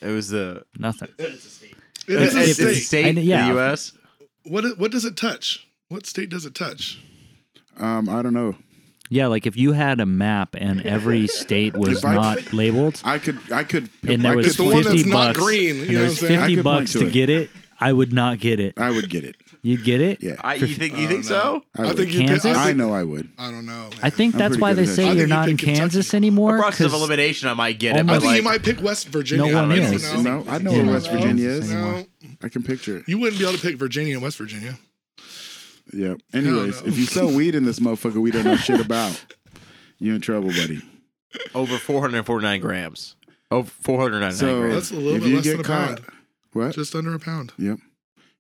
It was the
nothing.
It
It's-
is a
it's- it's-
state.
I
state
know-
in
yeah.
the U.S.
What what does it touch? What state does it touch?
Um, I don't know.
Yeah, like if you had a map and every state was
I-
not labeled,
I could, I could,
and there
I,
was
It's
could
the one
point-
that's
fifty
not
bucks,
green. You
and
know what I'm
there's
saying?
I
fifty
could
bucks
point to
to
it.
get it, I would not get it.
I would get it.
You'd get it.
Yeah,
I, you think you think so?
I,
I
would.
think you
Kansas?
did. I,
I
think,
know I would.
I don't know. man.
I think
I'm
that's
pretty
why
good
they
at that. I
say
think
you're
you
not
pick
in
Kentucky.
Kansas anymore.
Process of
'cause-
elimination. I might get
Oh
it.
my
I
But
think you
like,
might pick West Virginia.
No
I
one
don't
is.
know.
No, I know
Yeah,
where West
no.
Virginia is.
No,
I can picture it.
you wouldn't be able to pick Virginia and West Virginia.
Yeah. Anyways,
no.
if you sell weed in this motherfucker, we don't know shit about. You in trouble, buddy.
over 449 grams. Over 499
So
grams.
That's a little
if
bit
you
less
get
than a
caught,
pound.
what?
Just under a pound.
Yep.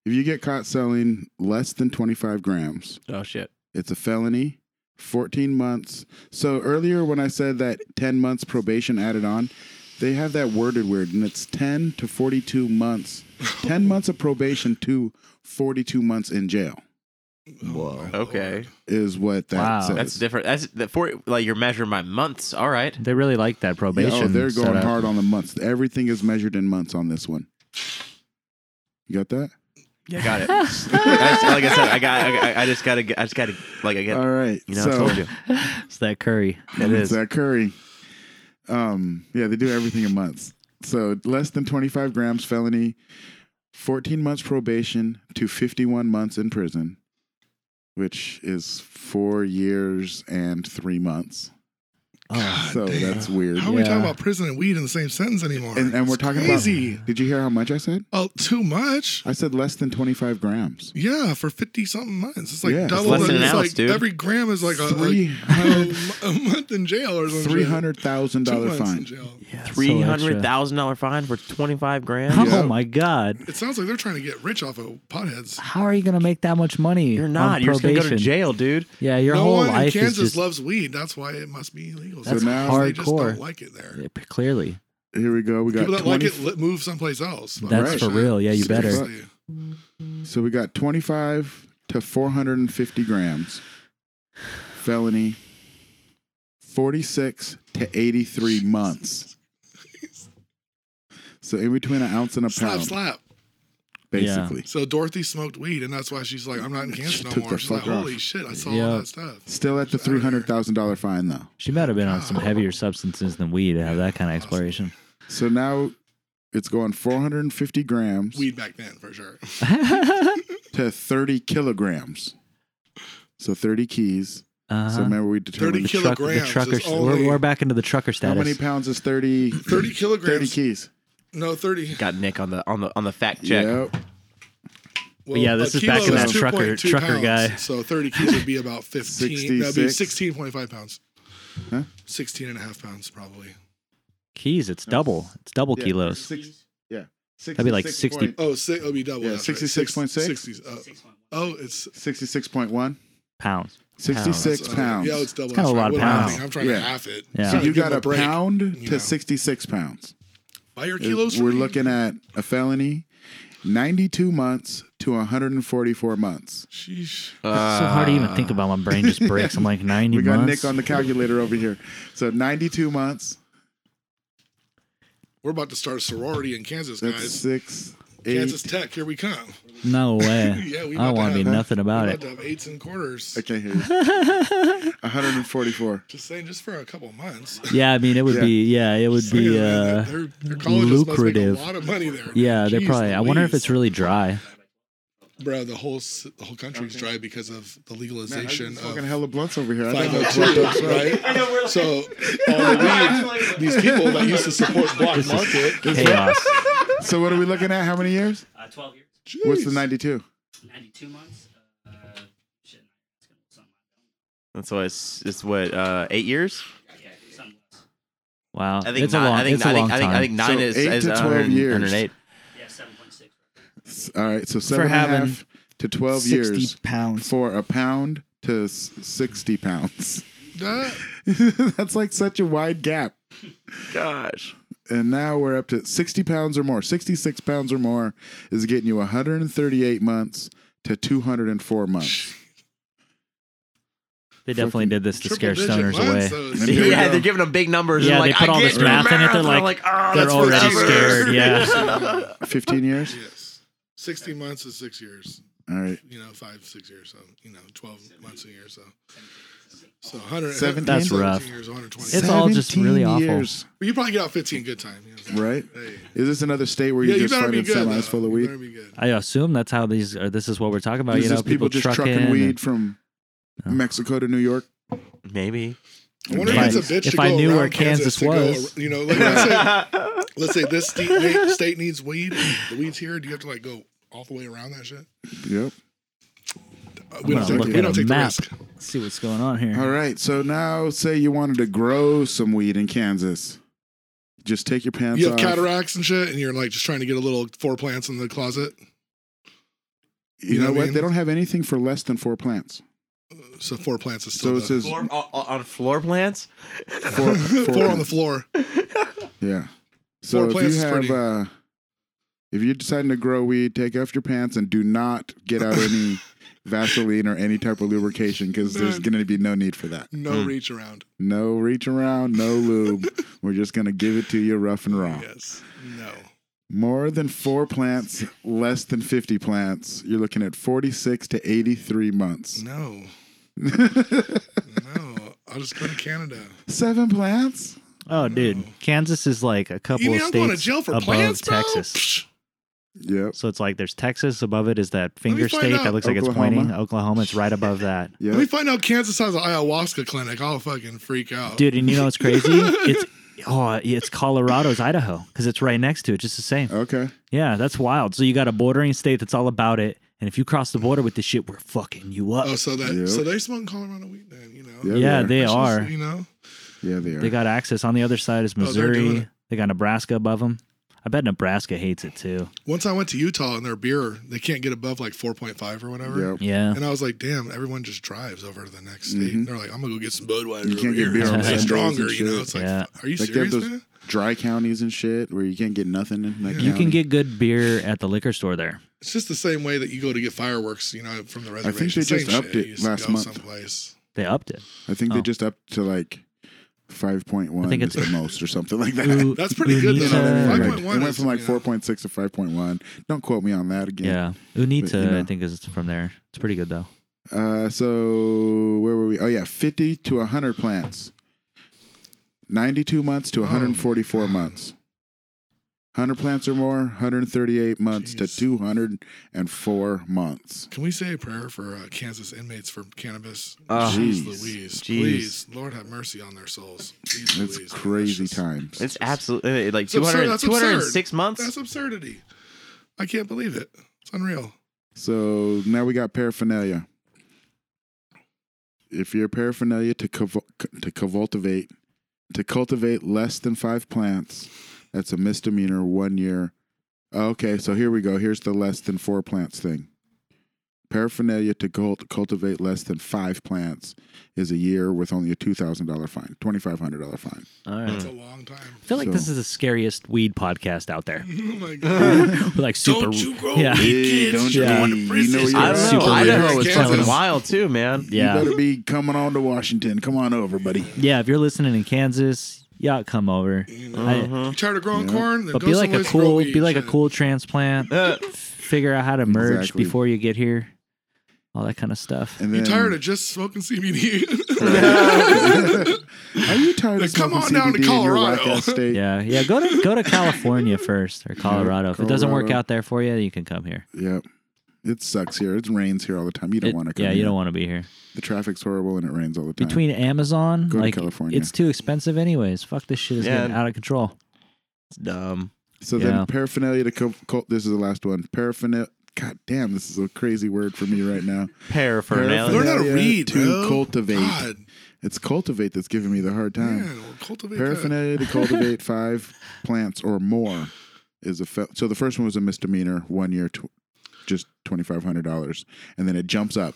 If you get caught selling less than 25 grams,
Oh shit.
it's a felony, 14 months. So earlier when I said that 10 months probation added on, they have that worded weird, and it's 10 to 42 months. 10 months of probation to 42 months in jail
Whoa.
Okay.
is what that
Wow.
says.
That's different. That's the four. Like you're measuring by months. All right.
They really like that
Yeah,
probation.
oh, they're going
setup.
hard on the months. Everything is measured in months on this one. You got that?
Yeah, got it. I just, like I said, I got. I, I just gotta. get- I just gotta. Like I
All
get.
right.
You know,
so,
I told you.
It's that curry.
It
It's
is.
that curry. Um, yeah, they do everything in months. So less than 25 grams felony, 14 months probation to 51 months in prison, which is four years and three months.
Oh,
so
damn.
that's weird.
How are we
Yeah.
talking about prison and weed in the same sentence anymore?
And, and we're
It's
talking
crazy.
about. Did you hear how much I said?
Oh, too much.
I said less than 25 grams.
Yeah, for fifty something months, it's like
Yeah. It's
double.
less than an
it's
ounce,
like
dude.
Every gram is like a,
Three
like
hundred-
a, m- a month in jail or something.
$300,000 fine.
jail.
yeah, it's so
Three
extra.
hundred thousand dollar fine for twenty five grams.
Oh
Yeah.
my god!
It sounds like they're trying to get rich off of potheads.
How are you gonna make that much money?
You're
on
not. You're just gonna go to
probation?
jail, dude.
Yeah, your
no
whole
one in
life
Kansas
is just
loves weed. That's why it must be illegal.
That's
So
now-
They just don't
hardcore.
like it there.
Yeah, Uh, p- clearly.
Here we go. We got
People that
20,
like it li- move someplace else. But
That's
right.
for real. Yeah, you better.
Seriously.
So we got 25 to 450 grams felony, 46 to 83 months. So in between an ounce and a
Slap,
pound,
slap.
basically.
So Dorothy smoked weed, and that's why she's like, I'm not in cancer
took
no
the
more. She's like,
fuck off.
holy shit, I saw all
Yeah.
that stuff.
Still at the three hundred thousand dollar fine though.
She might have been on
Oh.
some heavier substances than weed to have that kind of exploration.
So now it's going four hundred and fifty grams
Weed back then, for sure.
Uh-huh.
to thirty kilograms. So thirty keys. So
Uh-huh.
remember we
the
determined
Thirty
truck, the
kilograms
trucker.
is
st- we're,
only-
we're back into the trucker
how
status.
many pounds is 30,
30
30
kilograms.
keys.
no, 30.
Got Nick on the on the on the fact check.
Yep.
Well,
yeah,
a
this is
kilo
back in
that
2.2
trucker- trucker
pounds,
guy.
So 30 keys would be about 15. That'd be
66.
16.5 pounds.
Huh?
16 and a half pounds, probably.
keys? It's double. It's double
Yeah,
kilos.
six- yeah.
be like 60
point-
Oh, six, it'll be double.
Yeah,
that's right.
66.6?
60, uh, oh, it's
66.1.
pounds.
66
it's,
pounds.
uh, Yeah, it's double.
It's kinda
That's
a
right.
lot of
What am I
pounds.
thinking? I'm trying
Yeah.
to half it.
Yeah.
So
Trying to
you
give
got
him
a,
break.
pound
you
to
know.
66 pounds. Uh,
Buy your kilos.
We're
for me.
looking at a felony, 92 months to 144 months.
Sheesh.
It's so
Uh,
hard to even think about. My brain just breaks. I'm like 90
We got
months.
Nick on the calculator over here. So 92 months,
We're about to start a sorority in Kansas,
that's
guys.
six, eight.
Kansas Tech, here we come.
no way.
Yeah, we
I don't
about to
want to be
have-
nothing about
We're
it.
about to have eights and quarters.
I can't hear you. 144.
Just saying, just for a couple months.
Yeah, I mean, it would
Yeah.
be. Yeah, it would be.
Man,
Uh,
their, their- their colleges
lucrative.
Must make a lot of money there.
yeah, they're
Jeez
probably. I wonder if
Louise.
it's really dry.
Bro, the whole s- the whole country's dry because of the
Man, I've been
legalization
smoking
of
hella blunts over here. I know how
502,
blunts are.
right? So all the weed, these people that used to support black market,
Chaos.
So what are we looking at? How many years?
Uh, 12 years,
What's the
Jeez.
92?
92 months. Uh, shit, it's gonna be something
That's why it's it's what uh, eight years.
like that. Yeah, something less.
Wow.
I think
it's
nine,
a long.
I think
it's a
I
long
think, I think
time.
I think nine
So
is
eight
is
to 12
100
years.
108.
Yeah, 7.6.
S- All right, so seven and a half
having
to 12
60
years
pounds.
for a pound to s- 60 pounds.
That-
That's like such a wide gap.
Gosh,
And now we're up to 60 pounds or more. 66 pounds or more is getting you 138 months to 204 months.
they definitely did this to
triple
scare
digit
stoners
months,
away.
so
And
it's-
here we
yeah,
go.
they're giving them big numbers.
Yeah,
and
they
like,
put
I
all
get
this math in it, they're
and I'm
like,
"Ah,
They're
that's
already
forever."
scared. Yeah.
15 years?
Yes. 60 months is six years,
All right.
you know, five, six years. So, you know, 12 months a year. So, so 100,
Seventeen?
That's rough.
17 years, 120.
It's all just
17
really awful.
Well, you probably get out 15 good time. You know?
Right?
Hey.
Is this another state where
Yeah,
you
you
just
better be
finding
good.
semis
though.
full of
You
weed?
better be good.
I assume that's how these. Or this is what we're talking about.
Is
you know,
this people just trucking
and- Oh.
weed from Mexico to New York?
Maybe.
I wonder
If
if it's a
I-
bitch
if
to go
I knew
around
where Kansas
to go
was.
ar- you know, like, let's, say, let's say this state, ne- state needs weed. and The weed's here. Do you have to like go all the way around that shit?
Yep.
Uh, We
gonna
don't, take,
look
we
at
don't
a
take
map.
the risk.
see what's going on here.
Mm-hmm.
All right. So now, say you wanted to grow some weed in Kansas. Just take your pants
You have
off.
cataracts and shit, and you're like just trying to get a little four plants in the closet.
You,
You
know,
know what I
what?
mean?
They don't have anything for less than four plants.
So four plants is
So
still
it
the-
says
Floor, on, on floor plants?
four,
four on the floor.
Yeah. So
Four
if
plants
you
is
have,
pretty.
uh, if you're deciding to grow weed, take off your pants and do not get out any Vaseline or any type of lubrication because there's
Man.
going to be no need for that.
No
Mm.
reach around.
No reach around, no lube. We're just going to give it to you rough and raw.
Yes. No.
More than four plants, less than 50 plants. You're looking at 46 to 83 months.
No. No. I'll just go to Canada.
Seven plants?
Oh, dude, Kansas is like a couple
Mm. You
of
mean I'm
states
going to jail for
above
plants, bro?
Texas.
Psh.
Yep.
So it's like there's Texas above it is that finger
find
state
out.
that looks like it's
Oklahoma.
pointing. Oklahoma, it's right above that.
Let me
Yep.
find out Kansas has an ayahuasca clinic. I'll fucking freak out.
Dude, and you know what's crazy? It's oh, it's Colorado's Idaho because it's right next to it, just the same.
Okay.
Yeah, that's wild. So you got a bordering state that's all about it, and if you cross the border with this shit, we're fucking you up.
Oh, so that
Yep.
so they smoking Colorado weed then, you know?
Yep.
yeah, uh, they
That's just,
are.
You know,
Yeah, they are.
They got access. On the other side is
Oh, they're doing
Missouri.
it.
they got Nebraska above them. I bet Nebraska hates it too.
once I went to Utah and their beer, they can't get above like 4.5 or whatever.
yep.
Yeah.
And I was like, damn, everyone just drives over to the next state.
Mhm.
They're like, I'm going to go get some Budweiser.
You can't get
over here.
beer on
It's way
Sundays
stronger,
and
you know?
shit.
It's like,
Yeah.
fuck, are you
Like, they have
serious,
those-
man?
Dry counties and shit where you can't get nothing in that
You
You
county.
can get good beer at the liquor store there.
It's just the same way that you go to get fireworks, you know, from the
think
reservation.
they
Same
just upped
shit.
it
You just
last
go
month.
Someplace.
They upped it.
I think they
Oh.
just up to like Five point one.
I think
is
it's-
the most or something like that.
Ooh, uh,
That's pretty good, though.
Unita-
Like,
5.1
it went
is,
from like
you know.
four point six to five point one. Don't quote me on that again.
Yeah,
But,
Unita,
you know.
I think is from there. It's pretty good though.
Uh, so where were we? Oh yeah, fifty to hundred plants. Ninety-two months to one hundred and forty-four months. Hundred plants or more. One hundred and thirty-eight months to
Jeez.
two hundred and four months.
Can we say a prayer for uh, Kansas inmates for cannabis?
Oh,
Ah,
Jeez,
jeez.
Jeez.
Louise, please, Lord have mercy on their souls. Jeez
It's
Louise, man,
crazy
that's just-
times.
It's absolutely like
It's absurd.
200,
That's
206
absurd.
months.
That's absurdity. I can't believe it. It's unreal.
So now we got paraphernalia. If you're paraphernalia to cov- to cultivate to cultivate less than five plants, that's a misdemeanor. One year. Okay, so here we go. Here's the less than four plants thing. Paraphernalia to cult- cultivate less than five plants is a year with only a two thousand dollar fine, twenty five hundred dollar fine.
All right.
That's a long time.
I feel like this
Mm. So-
is the scariest weed podcast out there.
Oh my god.
We're like super.
Don't you grow
yeah.
weed,
Hey,
kids.
don't
You're
you-
going
you
to prison.
know you're
I don't know.
Super
I
weird.
know. It's
Kansas.
fucking wild too, man.
Yeah.
You better be coming on to Washington. Come on over, buddy.
Yeah, if you're listening in Kansas, y'all come over.
You know,
I-
Uh-huh.
Mhm.
you tired of growing
Yeah.
corn? Then
but
go
be like a
someplace to grow
cool,
weed,
be like a
shit.
cool transplant.
Uh,
Figure out how to merge
Exactly.
before you get here. All that kind of stuff.
And
You
then
tired of just smoking CBD?
Are you tired
Like,
of
come
smoking
on down
CBD
to
in your
Colorado.
whack-ass State?
Yeah, yeah. Go to go to California first or Colorado. If it doesn't work
Colorado.
out there for you, you can come here.
Yep. It sucks here. It rains here all the time. You don't
It-
want to come.
yeah, you
here.
don't want to be here.
The traffic's horrible and it rains all the time.
Between Amazon,
Go to
like
California.
it's too expensive anyways. Fuck this shit is
Yeah.
getting out of control.
it's dumb.
so
yeah.
then paraphernalia to co- co- this is the last one. Paraphernalia. God damn, this is a crazy word for me right now.
Learn
Paraphernalia.
how to
Paraphernalia
read,
to
bro.
cultivate.
God,
It's cultivate that's giving me the hard time.
man, well, cultivate that.
Paraphernalia to cultivate five plants or more is a fel- so the first one was a misdemeanor, one year, tw- just twenty five hundred dollars, and then it jumps up.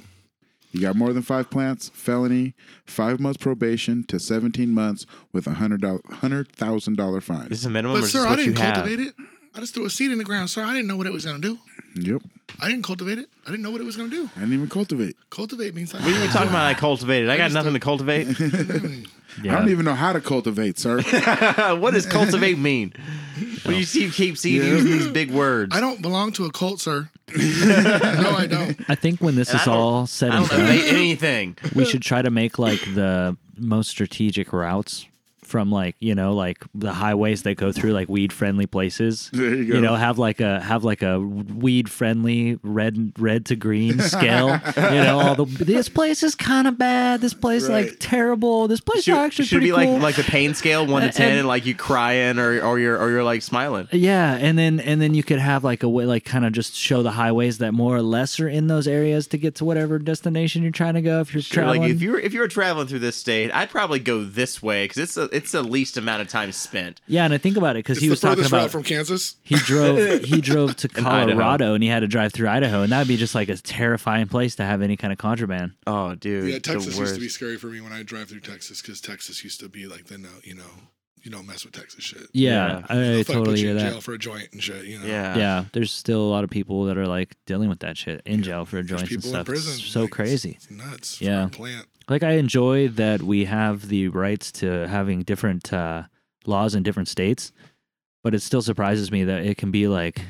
You got more than five plants, felony, five months probation to seventeen months with a hundred dollar hundred thousand dollar fine.
This is a minimum.
But
or is
sir,
this
I
what you
didn't
have?
cultivate it. I just threw a seed in the ground, sir. I didn't know what it was gonna do.
Yep,
I didn't cultivate it. I didn't know what it was gonna do.
I didn't even cultivate.
Cultivate means like
What you were talking about? I cultivated. I got nothing to cultivate.
Yeah.
I don't even know how to cultivate, sir.
what does cultivate mean? Well, you see, keep seeing
Yeah.
using these big words.
I don't belong to a cult, sir. no, I don't.
I think when this
And I
is
don't-
all said
I
and
don't
done,
evade anything.
we should try to make like the most strategic routes from like you know like the highways that go through like weed friendly places
There you go.
you know have like a have like a weed friendly red red to green scale you know all the this place is kind of bad this place is like
Right.
terrible this place
Should,
is actually
should
pretty
be like
cool
like the pain scale one to
And-
ten, and like you crying or or you're or you're like smiling.
Yeah, and then and then you could have like a way, like kind of just show the highways that more or less are in those areas to get to whatever destination you're trying to go. If you're
Sure,
traveling,
Like if you were if you were traveling through this state, I'd probably go this way because it's a, it's the least amount of time spent.
yeah, and I think about it because
It's
he
the
was talking
furthest
about
route from Kansas.
he drove he drove to
Idaho.
Colorado and he had to drive through Idaho, and that'd be just like a terrifying place to have any kind of contraband.
Oh, dude.
Yeah, Texas
the
used to
worst.
be scary for me when I drive through Texas because Texas used to be like the no, you know, you don't mess with Texas shit.
Yeah, I
They'll fucking put
totally
you
hear
in
that.
jail for a joint and shit. You know,
Yeah.
Yeah, there's still a lot of people that are like dealing with that shit in jail for
There's
joints and
people in
stuff.
prison.
It's so
like, it's-
crazy.
It's nuts. for
Yeah.
a plant.
like I enjoy that we have the rights to having different uh, laws in different states, but it still surprises me that it can be like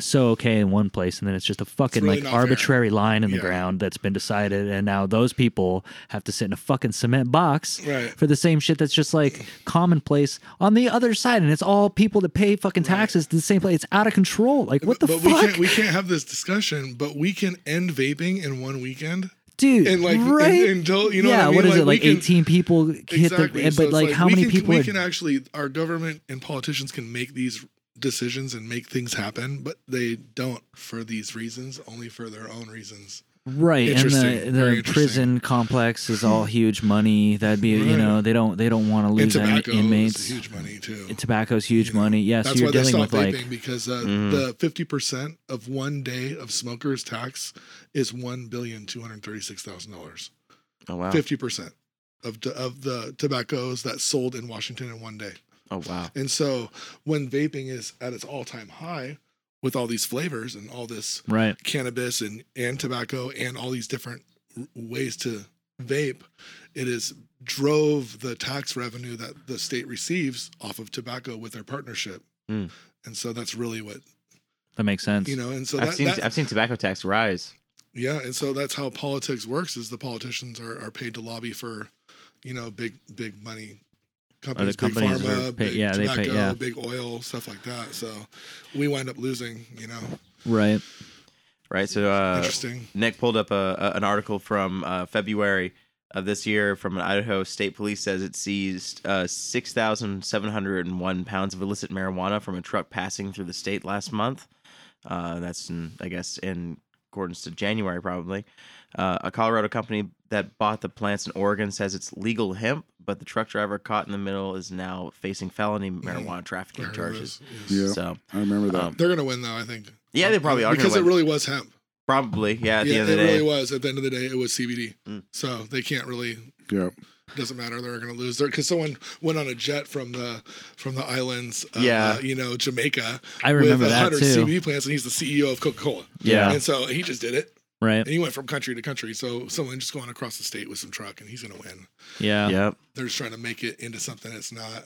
so okay in one place and then it's just a fucking
really not
like
fair.
arbitrary line in the
Yeah.
ground that's been decided and now those people have to sit in a fucking cement box
Right.
for the same shit that's just like commonplace on the other side and it's all people that pay fucking taxes to the same place it's out of control like what the
but
fuck
we can't we can't have this discussion. But we can end vaping in one weekend.
dude
And, like, and-
right
until- you know what
yeah
I mean?
what is
Like,
it
we
like
can-
18 people hit
exactly.
the eh, but
So it's
like, how
we
many
can,
people
we
are
can actually our government and politicians can make these decisions and make things happen, but they don't for these reasons, only for their own reasons.
right and the,
Interesting. Very
the
interesting.
prison complex is all huge money that'd be you know they don't they don't want to
And
lose any
tobacco
inmates
is huge money too.
tobacco's huge
You know,
money yeah so
That's
you're
why they
dealing with
stopped
like Mm-hmm.
vaping because uh, the fifty percent of one day of smokers tax is one billion two hundred thirty six thousand dollars.
Oh wow.
Fifty percent of t- of the tobaccos that's sold in Washington in one day.
Oh wow.
And so when vaping is at its all time high with all these flavors and all this
right
cannabis and, and tobacco and all these different r- ways to vape, it is drove the tax revenue that the state receives off of tobacco with their partnership.
Mm.
And so that's really what
That makes sense.
you know. And so
I've
that,
seen
that-
I've seen tobacco tax rise.
yeah, and so that's how politics works: is the politicians are, are paid to lobby for, you know, big big money companies,
companies
big
are
pharma,
pay-
big
yeah, they pay-
tobacco,
yeah.
big oil, stuff like that. So we wind up losing. You know,
Right.
Right. So uh,
interesting.
Nick pulled up a, a, an article from uh, February of this year from an Idaho state police says it seized uh, 6,701 pounds of illicit marijuana from a truck passing through the state last month. Uh, that's, in, I guess, in accordance to January, probably. Uh, a Colorado company that bought the plants in Oregon says it's legal hemp, but the truck driver caught in the middle is now facing felony
Mm-hmm.
marijuana
I
trafficking
heard
charges.
this. Yes.
Yeah,
So,
I remember that.
um,
They're gonna win though. I think.
yeah, they probably are. gonna
because it
win.
really was hemp.
probably, yeah, at the
yeah,
end
it
of the day.
really was. At the end of the day, it was CBD.
Mm.
So they can't really.
yeah,
Doesn't matter. They're going to lose. Because someone went on a jet from the from the islands. Of,
Yeah.
uh, you know Jamaica.
I remember
with
that
100
too.
CBD plants, and he's the CEO of Coca Cola.
Yeah.
And so he just did it.
Right.
And he went from country to country. So someone just going across the state with some truck and he's going to win.
Yeah.
Yep.
They're just trying to make it into something it's not.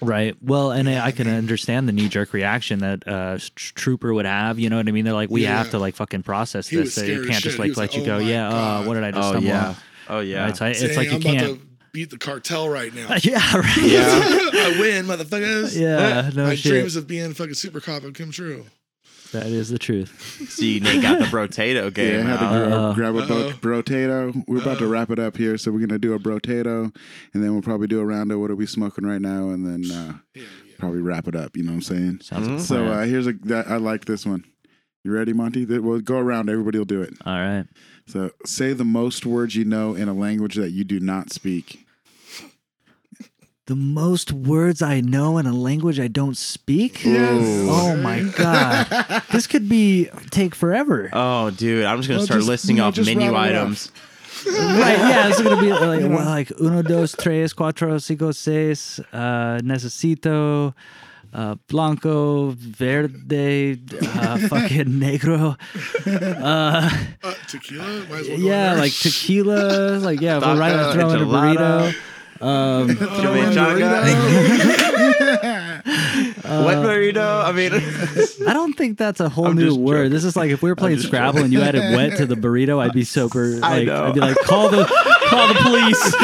Right. Well, and I I can
Mhm.
understand the knee jerk reaction that uh s- trooper would have. You know what I mean? They're like, we
Yeah.
have to like fucking process
He was
this. They
scared as
can't just
shit.
like
He was
let
like,
you
"Oh
go.
my
yeah.
God."
Uh, what did I just
Oh
stumble
yeah.
on?
Oh yeah.
It's, it's
"Dang,
like you
I'm
can't.
about to beat the cartel right now.
yeah. Right.
I win, motherfuckers.
Yeah, no
My
shit.
dreams of being fucking super cop have come true.
That is the truth.
See, Nate got the brotato
yeah. I
game.
had to
out.
grab,
Uh-oh.
grab a bro-
Uh-oh.
brotato. We're about to
Uh-oh.
wrap it up here, so we're gonna do a brotato, and then we'll probably do a round of what are we smoking right now, and then uh,
Yeah, yeah.
probably wrap it up. You know what I'm saying?
Sounds
Mm-hmm.
like a
So
plan.
uh, here's a that I like this one. You ready, Monty? That- We'll go around. Everybody will do it.
All right.
So say the most words you know in a language that you do not speak.
The most words I know in a language I don't speak.
Yes.
Oh my god. this could be take forever.
Oh, dude, I'm just gonna
Well,
start
just-
listing
you know,
off
just
menu
rattle it
items.
right. Yeah, it's gonna be like well, like uno, dos, tres, cuatro, cinco, seis. Uh, necesito. Uh, blanco, verde, uh, fucking negro. Uh,
Uh, tequila? Might as well go
yeah,
in there.
like tequila. Like yeah, we're right
Vodka,
gonna throw in a
enchilada.
burrito. Um,
Chimichanga.
Uh,
What burrito? I mean,
I don't think that's a whole
I'm
new
just
word.
joking.
This is like if we were playing Scrabble and you added wet to the burrito, I'd be sober. Like,
I know.
would be like, call the call the police.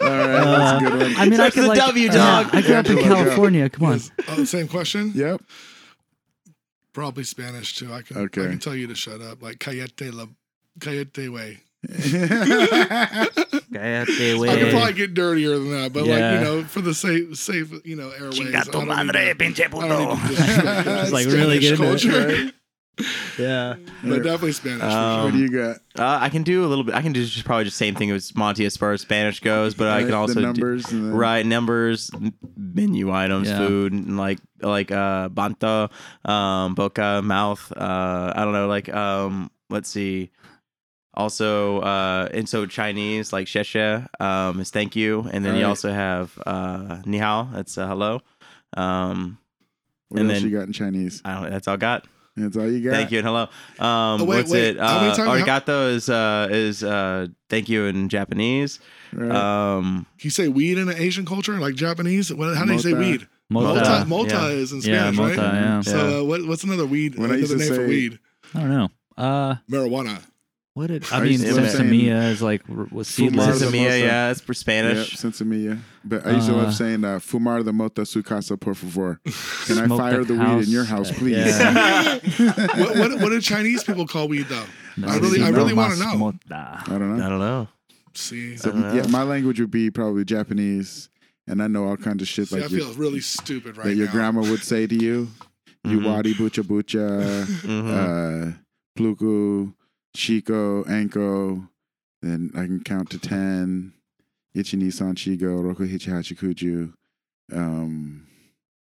All right,
Uh,
that's a good one.
I mean, I
That's
could
the
like,
W,
yeah,
dog.
I grew up in
There you go.
California. Come on.
Oh, same question?
Yep.
Probably Spanish too. I can,
Okay.
I can tell you to shut up. Like Cayete la Cayete way.
Cállate,
I could
güey.
probably get dirtier than that, but like
Yeah.
you know, for the safe, safe, you know, airways. I don't need to-
pinche
I don't need to disrespect
Just, like, really get
Spanish
into it,
culture,
Yeah.
but definitely Spanish. for
Um,
what do you got?
uh, I can do a little bit. I can do just probably just same thing as Monty as far as Spanish goes, but I
Right,
can also
Uh, the
do-
numbers and
Mm-hmm.
then-
right numbers, m- menu items,
Yeah.
food, and like like uh, banta, um, boca, mouth. Uh, I don't know. Like um, let's see. Also, uh, and so Chinese like sheshe um, is thank you, and then you
Right.
also have uh, ni hao. That's uh, hello. Um,
What
and
else
then-
you got in Chinese?
I don't. That's all I got.
That's all you got.
Thank you and hello. Um,
Oh, wait,
what's
wait.
it?
How many
Uh,
times- how-
arigato is uh, is uh, thank you in Japanese.
Right.
Um,
Can you say weed in an Asian culture, like Japanese? What, how do you say
Mota.
weed?
Mota.
Mota.
Multa, multa
yeah.
is in
Yeah,
Spanish,
multa,
right?
yeah.
So uh, what, what's another weed?
When I
another
used to
name
say-
for weed?
I don't know. Uh,
Marijuana.
what did I
I
mean?
used to
love
Sensimilla is like r- was seedless.
Fumarza.
Sesame,
Mimosa.
yeah, it's for Spanish.
Yep, Sensimilla. But I used to
Uh,
love saying uh, "fumar the mota su casa, por favor." Can I
Smoke
fire
the
the
house.
weed in your house,
Uh,
please?
yeah.
what, what, what do Chinese people call weed though?
No,
I really, I
no
really want to
mas
know.
mota.
I don't know.
I don't know.
See,
So
don't know.
yeah, my language would be probably Japanese, and I know all kinds of shit
see, I
like your,
feel really stupid right
that your
now.
grandma would say to you. You
Mm-hmm.
Mhm.
wadi bucha bucha,
Mhm.
uh, pluku, shiko, anko. Then I can count to ten. Ichi ni san shigo roku hichi hachi kuju. Um,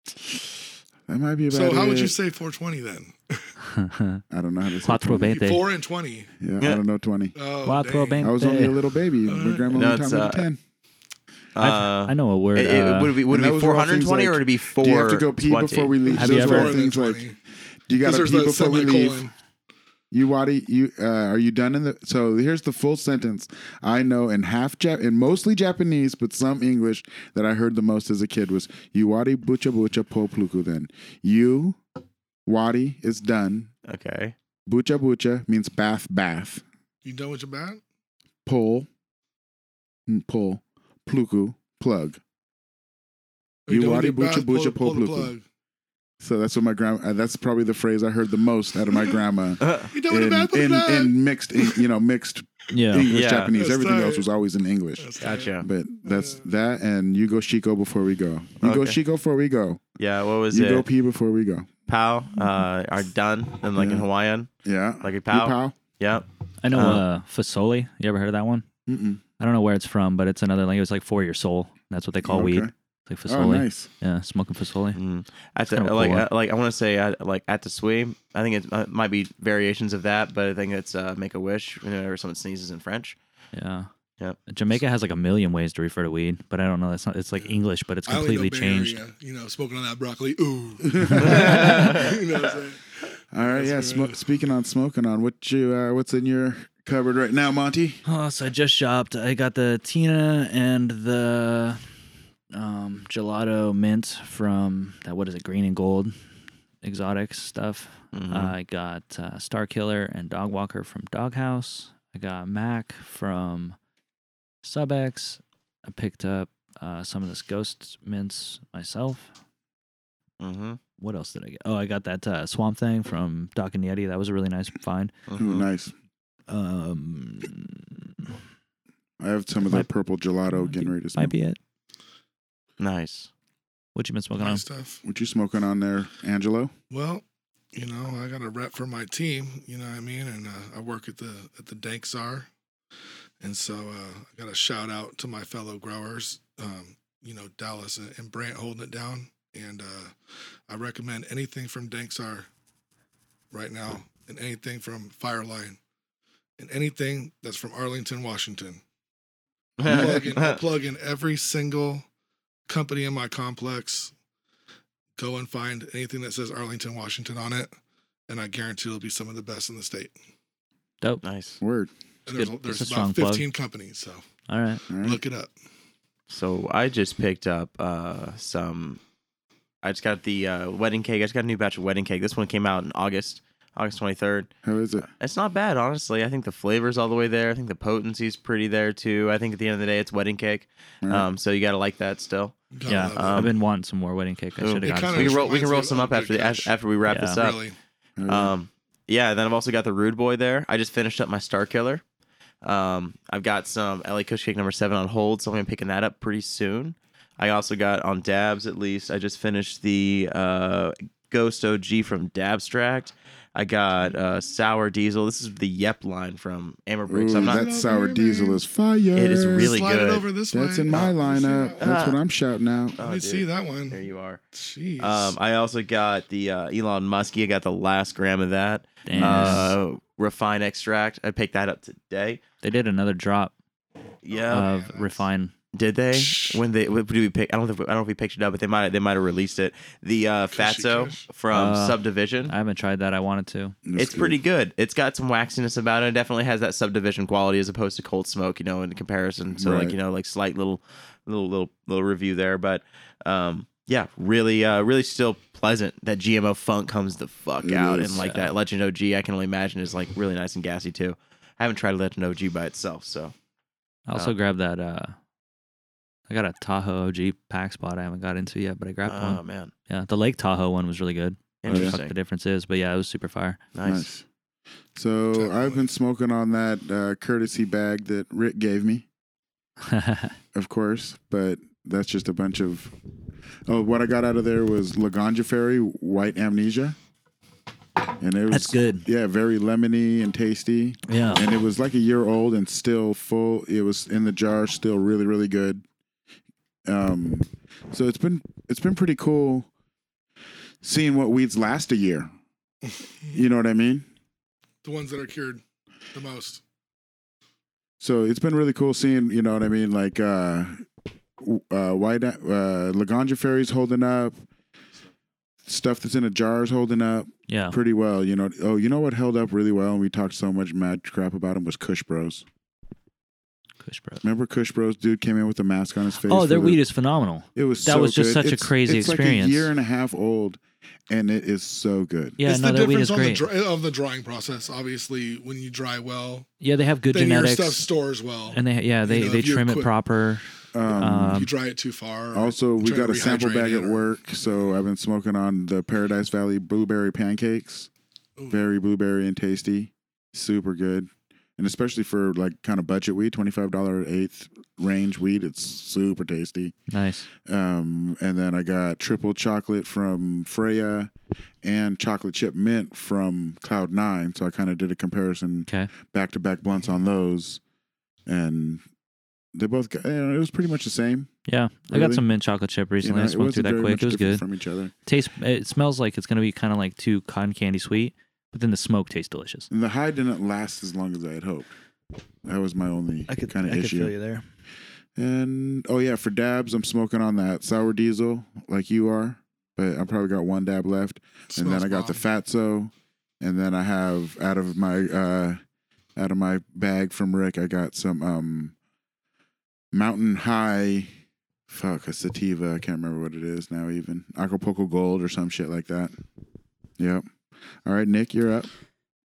that might be about
so how
it.
would you say 420 then?
I don't know how to say.
Cuatro
20.
veinte.
Four and 20.
Yeah,
Yeah.
I don't know twenty.
Oh,
Cuatro
dang.
I was only a
veinte.
little baby.
Uh,
My grandma
No,
only
it's,
taught me to
uh,
ten.
Uh,
I know a word.
it, it-
uh,
would it be would
and
it be
those were all
420
things
or
like,
would it be four?
Do you have to go pee before we leave?
Have
Those
you
were all
ever-
things like, do you got
Because
to
there's
pee
the
before we leave?
semicolon.
You Wadi, you uh, are you done in the? So here's the full sentence. I know in half Jap, in mostly Japanese, but some English that I heard the most as a kid was "You Wadi bucha bucha po pluku." Then you Wadi is done.
Okay.
Bucha bucha means bath bath.
You done with your bat?
Pull mm, pull pluku plug.
Or done with
Yuwadi
your
bucha
bath?
bucha
Pull- pull the
popluku.
plug.
So that's what my grandma. Uh, that's probably the phrase I heard the most out of my grandma.
You done with your
in,
bat? Pull the
in,
plug.
in mixed, in, you know, mixed
Yeah.
English,
Yeah.
Japanese.
That's
Everything
tight.
else was always in English.
That's tight.
Gotcha.
But that's that, and you go Shiko before we go. You go
Okay.
Shiko before we go.
Yeah. What was
you
it?
go pee before we go.
pow. Uh, are done. And like
Yeah.
in Hawaiian.
Yeah,
Like a
You
pow.
pow.
Yeah.
I know
Uh,
uh, Fasoli. You ever heard of that one?
Mm-mm.
I don't know where it's from, but it's another language. It's like for your soul. That's what they call weed.
Okay.
It's like
Oh,
Fasoli.
nice.
Yeah, smoking Fasoli.
Mm. At the,
kinda cool,
like,
huh?
uh, like I want to say, uh, like at the swim, I think it uh, might be variations of that, but I think it's uh, make a wish whenever someone sneezes in French.
Yeah.
Yep.
Jamaica has like a million ways to refer to weed, but I don't know. That's not. It's like English, but it's
I only know
completely
Bay
changed.
Area, you know, smoking on that broccoli. Ooh. you know what I'm saying?
All right. Yeah.
That's
Smo-
right.
speaking on smoking on, what you uh, what's in your cupboard right now, Monty?
Oh, so I just shopped. I got the Tina and the um, gelato mint from that. What is it? Green and gold exotic stuff.
Mhm.
I got uh, Star Killer and Dog Walker from Doghouse. I got Mac from Subex. I picked up uh, some of this Ghost mints myself.
Mhm.
What else did I get? Oh, I got that uh, Swamp Thing from Doc and Yeti. That was a really nice find.
Ooh,
Mhm.
nice.
Um,
I have some of that
Might-
purple gelato
might be-
getting ready to smoke.
might be it.
Nice.
What you been smoking on?
Nice stuff.
What you smoking on there, Angelo?
Well, you know, I got a rep for my team. You know what I mean? And uh, I work at the at the Dank Czar, and so uh, I got a shout out to my fellow growers. Um, you know, Dallas and, and Brant holding it down, and uh, I recommend anything from Dank Czar right now, and anything from Fireline, and anything that's from Arlington, Washington. I plug in, I plug in every single company in my complex. Go and find anything that says Arlington, Washington on it, and I guarantee it'll be some of the best in the state.
Dope.
nice.
Word.
And
That's
there's
good.
there's
That's a strong
about
plug. Mm-hmm.
15 companies, so
All right.
All right.
look it up.
So I just picked up uh, some. I just got the uh, wedding cake. I just got a new batch of wedding cake. This one came out in August, August twenty third.
How is it?
It's not bad, honestly. I think the flavor's all the way there. I think the potency's pretty there too. I think at the end of the day, it's wedding cake.
Yeah.
Um, so you gotta like that still.
God,
yeah,
I
um,
love
I've been wanting some more wedding cake. I
Ooh.
should
It
have
kinda
gotten
we
some.
can roll. We can
reminds
roll some
me of
up after the,
Undercatch.
after we wrap this
it,
up.
really.
How is it?
Um, yeah, then I've also got the Rude Boy there. I just finished up my Star Killer. Um, I've got some LA Kush Cake number seven on hold, so I'm gonna be picking that up pretty soon. I also got on Dabs at least. I just finished the uh, Ghost OG from Dabstract. I got uh, Sour Diesel. This is the Yep line from Amber Bricks.
Ooh,
I'm not.
that
Love
sour
you,
diesel
man.
is fire.
It is really
Slide
good.
it over this way.
That's in my
Oh,
lineup.
Uh,
let me see that one.
That's what I'm shouting out.
Oh,
Let me
dude.
see that
There
one.
you are.
Jeez.
Um, I also got the uh, Elon Musk. I got the last gram of that.
Damn.
Uh, Refine extract. I picked that up today.
they did another drop
Yeah.
of
Oh, nice.
refine.
Did they? When they what do we pick? I don't think I don't know if we picked it up, but they might they might have released it. The uh,
Cushy
Fatso
Kush.
from
Uh,
Subdivision.
I haven't tried that. I wanted to.
That's
it's pretty good. It's got some waxiness about it. It definitely has that Subdivision quality as opposed to Cold Smoke, you know, in comparison. So
Right.
like you know like slight little little little little review there, but um yeah, really uh really still pleasant. That GMO funk comes the fuck
It
out
is.
and like that Legend OG. I can only imagine is like really nice and gassy too. I haven't tried Legend OG by itself, so
I also
Oh.
grabbed that. Uh, I got a Tahoe OG pack spot I haven't got into yet, but I grabbed
oh
one.
man,
Yeah, the Lake Tahoe one was really good.
Oh,
I don't know what the fuck
interesting,
the difference is, but yeah, it was super fire.
nice.
So
Definitely.
I've been smoking on that uh, courtesy bag that Rick gave me, of course, but that's just a bunch of. Oh, what I got out of there was Laganja Ferry White Amnesia, and it was
That's good.
Yeah, very lemony and tasty,
Yeah.
and it was like a year old and still full. It was in the jar, still really really good. Um, so it's been it's been pretty cool seeing what weeds last a year. You know what I mean?
the ones that are cured the most.
So it's been really cool seeing, you know what I mean, like uh w- uh White uh Laganja Ferry's holding up, stuff that's in a jar is holding up.
Yeah.
pretty well. You know, oh, you know what held up really well, and we talked so much mad crap about him was Kush Bros.
Kush Bros.
Remember Kush Bros? Dude came in with a mask on his face.
Oh,
for
their
the-
weed is phenomenal.
It was
that
so
was just
good.
such a
It's-
crazy
it's Like
experience.
a year and a half old, and it is so good.
Yeah,
it's
no,
the
their weed is
difference on the
great.
dry, of the drying process. Obviously, when you dry well,
yeah, they have good
then
genetics.
your stuff stores well.
and they yeah they,
know,
they
if you
trim it
quit-
proper.
Um,
Um,
you dry it too far.
also, we
try to
got a sample
rehydrate
bag
it
at
or-
work, so I've been smoking on the Paradise Valley blueberry pancakes.
Ooh.
Very blueberry and tasty, super good, and especially for like kind of budget weed, twenty five dollar eighth range weed. It's super tasty.
Nice.
Um, and then I got triple chocolate from Freya and chocolate chip mint from Cloud Nine. So I kind of did a comparison
Okay.
back to back blunts on those. And they both got, eh, it was pretty much the same.
Yeah, I
Really?
got some mint chocolate chip
You
recently.
know,
I
it
smoked through
wasn't
that
very
quick.
much
It was
different
good.
From each other.
Taste. It smells like it's gonna be kind of like too cotton candy sweet, but then the smoke tastes delicious.
And the high didn't last as long as I had hoped. That was my only kind of issue.
there.
And oh yeah, for dabs, I'm smoking on that sour diesel like you are, but I probably got one dab left. and then
Smells
I got the
bomb.
fatso, and then I have out of my uh out of my bag from Rick, I got some um mountain high fuck a sativa. I can't remember what it is now. Even Acapulco Gold or some shit like that. Yep. All right, Nick, you're up.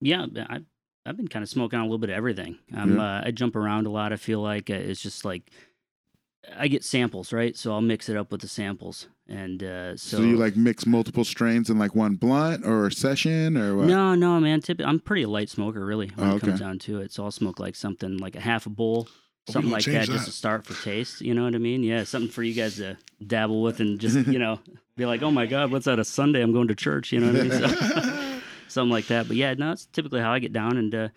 Yeah, but I, I've been kind of smoking on a little bit of everything. Um,
Yeah.
uh, I jump around a lot. I feel like uh, it's just like I get samples, right? So I'll mix it up with the samples, and uh, so,
So, you like mix multiple strains in like one blunt or session or what?
No, no, man. Typ- I'm pretty a light smoker, really. When
Oh,
it comes
okay.
down to it, so I'll smoke like something like a half a bowl,
we
something
gonna
like
change
that, just
that.
to start for taste. You know what I mean? Yeah, something for you guys to dabble with and just you know be like, oh my god, what's that? A Sunday? I'm going to church. You know what I mean? So, something like that. But yeah, no, it's typically how I get down, and uh,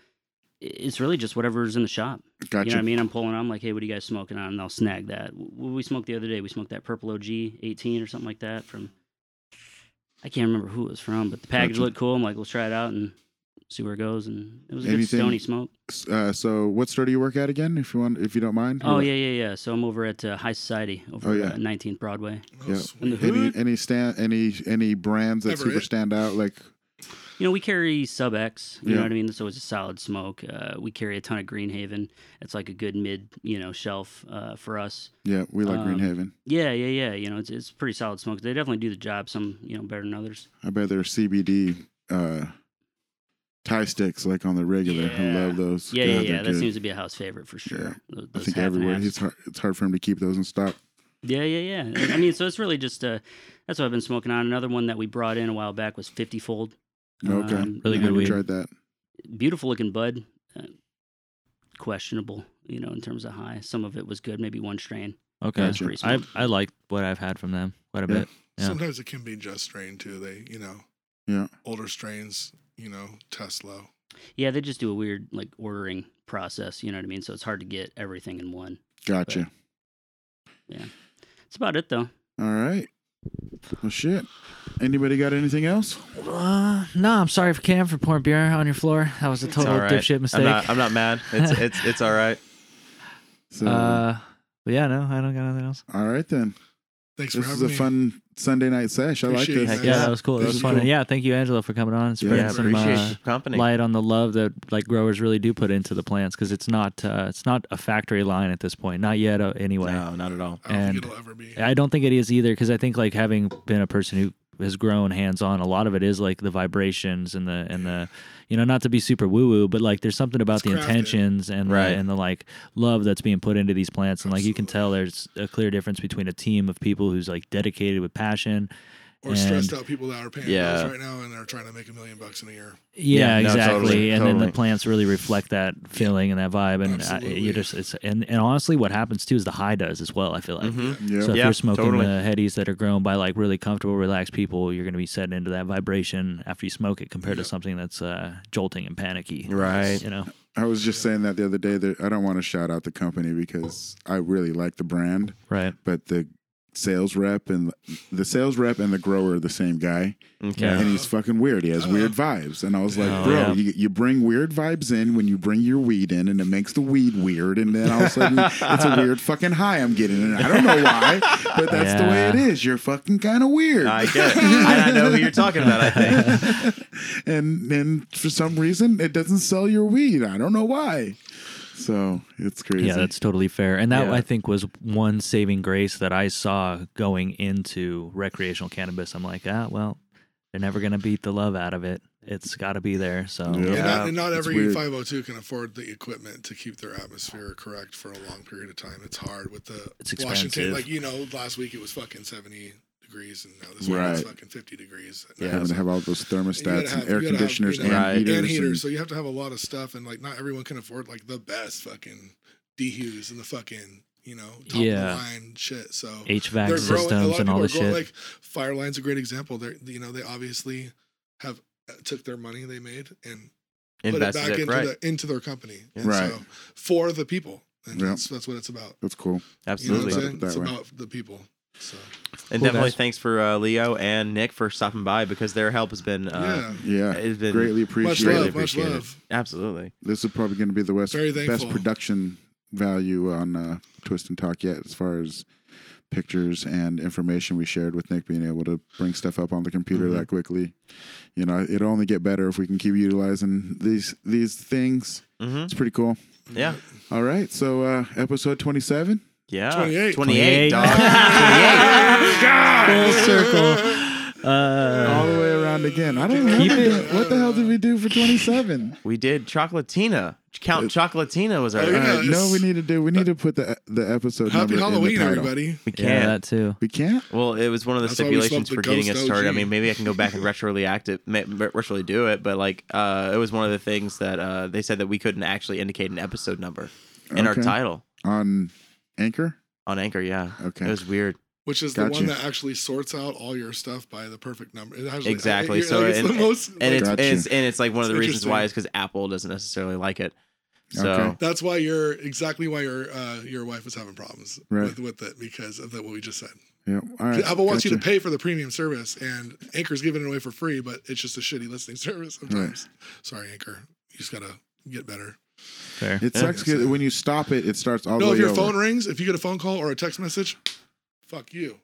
i- it's really just whatever's in the shop.
Gotcha.
You know what I mean? I'm pulling. I'm like, hey, what are you guys smoking on? And I'll snag that. W- What we smoked the other day, we smoked that Purple OG 18 or something like that from. I can't remember who it was from, but the package
Gotcha.
looked cool. I'm like, let's try it out and see where it goes. And it was a
Anything-
good stony smoke.
Uh, so what store do you work at again? If you want, if you don't mind.
Oh yeah, yeah, yeah. So I'm over at uh, High Society over
Oh, yeah.
at 19th Broadway.
Oh,
Yeah.
sweet.
And the-
Any any stand any any brands that
Ever
super
it?
stand out like
You know, we carry Sub X. You
Yeah.
know what I mean? So it's a solid smoke. Uh, we carry a ton of Greenhaven. It's like a good mid, you know, shelf uh, for us.
yeah we like
Um,
Green Haven.
Yeah, yeah, yeah. You know, it's it's pretty solid smoke. They definitely do the job. Some you know better than others.
I bet they're CBD uh, tie sticks like on the regular. I
Yeah.
love those.
Yeah,
God,
yeah,
they're
yeah. That
good.
seems to be a house favorite for sure.
Yeah.
Th-
I
those
think
half and
everywhere
halves.
he's hard, it's hard for him to keep those in stock.
Yeah, yeah, yeah. I mean, so it's really just uh, that's what I've been smoking on. Another one that we brought in a while back was Fifty Fold.
Okay,
Um,
Really
I
good
haven't
weed.
Tried that.
Beautiful looking bud. Uh, questionable, you know, in terms of high. Some of it was good, maybe one strain.
Okay.
Gotcha.
Pretty
I
small.
I like what I've had from them quite a
Yeah.
bit. Yeah.
Sometimes it can be just strain too. They, you know,
Yeah.
older strains, you know, test low.
Yeah, they just do a weird like ordering process. You know what I mean? So it's hard to get everything in one.
Gotcha.
That's about it though.
All right. Well, shit. Anybody got anything else?
Uh, no, I'm sorry for Cam for pouring beer on your floor. That was a
It's
total
all right.
dipshit mistake.
I'm not, I'm not mad. It's it's it's all right.
So,
uh, but yeah, no, I don't got nothing else.
all right then.
Thanks
This
for
is
having
a
me.
fun Sunday night sesh. I like
Appreciate
this.
Heck
Heck
Nice.
yeah,
yeah.
that was cool. That
This
was
is
fun. And
cool.
yeah, thank you, Angela, for coming on. It's
Yeah,
yeah,
I
some
appreciate
uh,
your company.
light on the love that like growers really do put into the plants because it's not uh, it's not a factory line at this point, not yet. Uh, anyway,
No, not at all.
I don't
and-
think it'll ever be.
I don't think it is either because I think like having been a person who has grown hands on, a lot of it is like the vibrations and the and the you know not to be super woo woo, but like there's something about
It's
the
crafted.
intentions and
Right.
the, and the like love that's being put into these plants and like you can tell there's a clear difference between a team of people who's like dedicated with passion.
Or stressed
and-
out people that are paying
Yeah.
bills right now and they're trying to make a million bucks in a year.
Yeah,
Yeah, no,
exactly.
totally,
and then
totally.
the plants really reflect that feeling and that vibe, and I,
Absolutely.
you just it's and, and honestly, what happens too is the high does as well. I feel like.
Mhm.
Yeah.
So if
Yeah,
you're smoking
totally.
the headies that are grown by like really comfortable, relaxed people, you're going to be set into that vibration after you smoke it compared to something that's uh, jolting and panicky.
Right.
You know,
I was just saying that the other day. That I don't want to shout out the company because I really like the brand.
right.
but the sales rep and the sales rep and the grower are the same guy
Okay.
and he's fucking weird he has weird vibes and i was like
Oh,
bro
yeah.
you, you bring weird vibes in when you bring your weed in and it makes the weed weird and then all of a sudden it's a weird fucking high i'm getting and i don't know why but that's the way
Yeah.
it is you're fucking kind of weird
I get it. And I know who you're talking about, I think.
and and for some reason it doesn't sell your weed i don't know why so it's crazy
Yeah, that's totally fair. And that
Yeah.
I think was one saving grace that I saw going into recreational cannabis. I'm like, ah, well, they're never gonna beat the love out of it. It's got to be there. So
Yeah.
And
Yeah,
not, and not
it's
every
weird.
502 can afford the equipment to keep their atmosphere correct for a long period of time. It's hard with the
It's
Washington.
expensive.
Like, you know, last week it was fucking 70 degrees and now this week it's
Right.
fucking 50 degrees.
having to have all those
You gotta
thermostats
have-
and air
you gotta have, you
conditioners
know,
and,
Right.
heaters
and heaters.
and-
so you have to have a lot of stuff, and like not everyone can afford like the best fucking dehues and the fucking you know top
Yeah.
of the line shit. So
HVAC
they're growing.
systems
A lot of
and
people
all
are
this
growing.
shit.
Like Fireline's a great example. They are you know they obviously have uh, took their money they made and
Invested
put it back
it,
into
right.
the, into their company. And
Right.
So for the people, and
Yeah.
that's that's what it's about.
that's cool
You know what I'm
Absolutely.
Absolutely.
saying?
That
It's
way.
about the people. So
and
Cool,
definitely
guys.
thanks for uh, Leo and Nick for stopping by because their help has been, uh,
yeah,
yeah
it's been
greatly
much
appreciated
greatly
love, much
appreciated.
love.
absolutely.
this is probably going to be the best,
Very
best
thankful.
production value on uh, Twist and Talk yet, as far as pictures and information we shared with Nick being able to bring stuff up on the computer
Mm-hmm.
that quickly. You know, it'll only get better if we can keep utilizing these these things.
Mm-hmm.
hmm
It's pretty cool.
Yeah.
All right, so uh, episode twenty seven.
Yeah.
28.
28, dog. 28.
Full circle. Uh,
All the way around again. I don't know
Keep it-
what the hell did we do for twenty seven.
We did Chocolatina. Count Chocolatina was our.
Oh, yeah.
Uh, no, we need to do. We need to put the the episode. number
Happy
in the
Halloween,
title.
everybody.
We
yeah,
can't.
that too.
We can't.
Well, it was one of the
That's why we
stipulations
smoked the
for getting
Ghost
us started. I
OG.
mean, maybe I can go back and retroally act it, ma- re- retroally do it, but like uh, it was one of the things that uh, they said that we couldn't actually indicate an episode number in our
Okay.
title
on Anchor.
on Anchor. Yeah,
Okay.
it was weird.
which is
Gotcha.
the one that actually sorts out all your stuff by the perfect number. It actually-
Exactly.
you're-
So
like, it's
and-
the most.
And it's,
like,
Gotcha.
it's and it's like one of
It's
the reasons why is
interesting.
because Apple doesn't necessarily like it. So
Okay.
that's why you're exactly why your uh, your wife is having problems
Right.
with, with it because of the, what we just said.
Yeah. All right.
Apple wants you to
Gotcha.
pay for the premium service, and Anchor's giving it away for free, but it's just a shitty listening service sometimes. Sorry, Anchor. You just gotta get better.
Fair.
It sucks 'cause when you stop it, it starts all the
no,
way
if your
over.
phone rings, if you get a phone call or a text message, fuck you.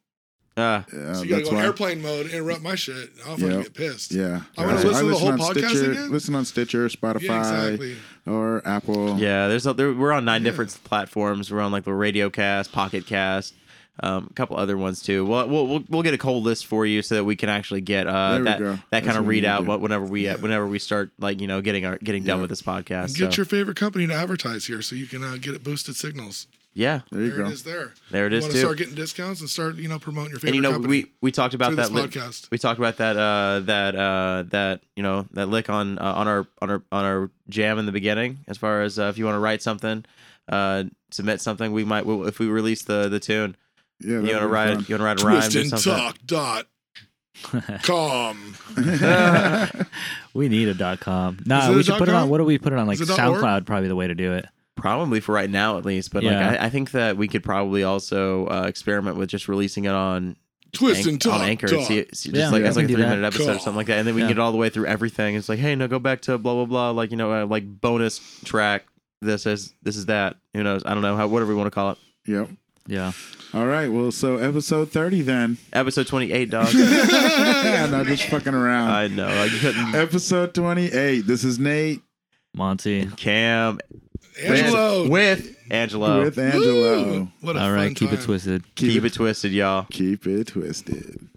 uh,
Yeah,
so you gotta
Oh, that's
go
why.
airplane mode, interrupt my shit. and I'll fucking
Yep.
get pissed.
Yeah,
I wanna
Yeah.
listen to the whole
on
podcast
Stitcher,
again?
Listen on Stitcher, Spotify,
Yeah, exactly.
or Apple.
yeah, there's a, there, we're on nine
Yeah.
different platforms. We're on like the Radio Cast, Pocket Cast, um, a couple other ones too. We'll, we'll we'll we'll get a cold list for you so that we can actually get
There
uh,
we
that
go.
that
That's
kind of
what we need to
readout
do.
wh- whenever we uh, whenever we start like you know getting our getting done
Yeah.
with this podcast.
And get
so-
your favorite company to advertise here, so you can uh, get it boosted signals.
yeah,
There you
there
go.
it is. There.
there it
You
is
want to
too.
start getting discounts and start you know promoting your favorite.
and you know
company
we we talked about
through
that
this
lick,
podcast.
we talked about that uh that uh that you know that lick on uh, on our on our on our jam in the beginning as far as uh, if you want to write something uh submit something we might we, if we release the the tune
Yeah,
you
that'd
want to
be
write
fun.
you want to write a rhyme or something
Twistandtalk.com.
we need a dot com. Nah,
it a
we should
dot
put it on.
com?
What do we put it on? Like
Is it dot org?
SoundCloud, probably the way to do it.
probably for right now at least but like
Yeah.
I, I think that we could probably also uh, experiment with just releasing it on
Twist
Anch-
and talk.
on anchor and see, it- see just
Yeah,
like
yeah.
that's
we
like a
can
three
do
minute
that.
episode or something like that and then we
Yeah.
can get all the way through everything it's like hey no go back to blah blah blah like you know uh, like bonus track this is this is that who knows i don't know how whatever we want to call it
Yep.
Yeah.
All right. Well, so episode thirty then.
episode 28 dog
Not just fucking around.
i know like you couldn't
Episode twenty eight. This is Nate
Monty.
cam
Angelo.
with angelo
with Angelo.
Woo! What a
All
fun
right, keep it
time.
twisted.
keep it twisted y'all
Keep it twisted.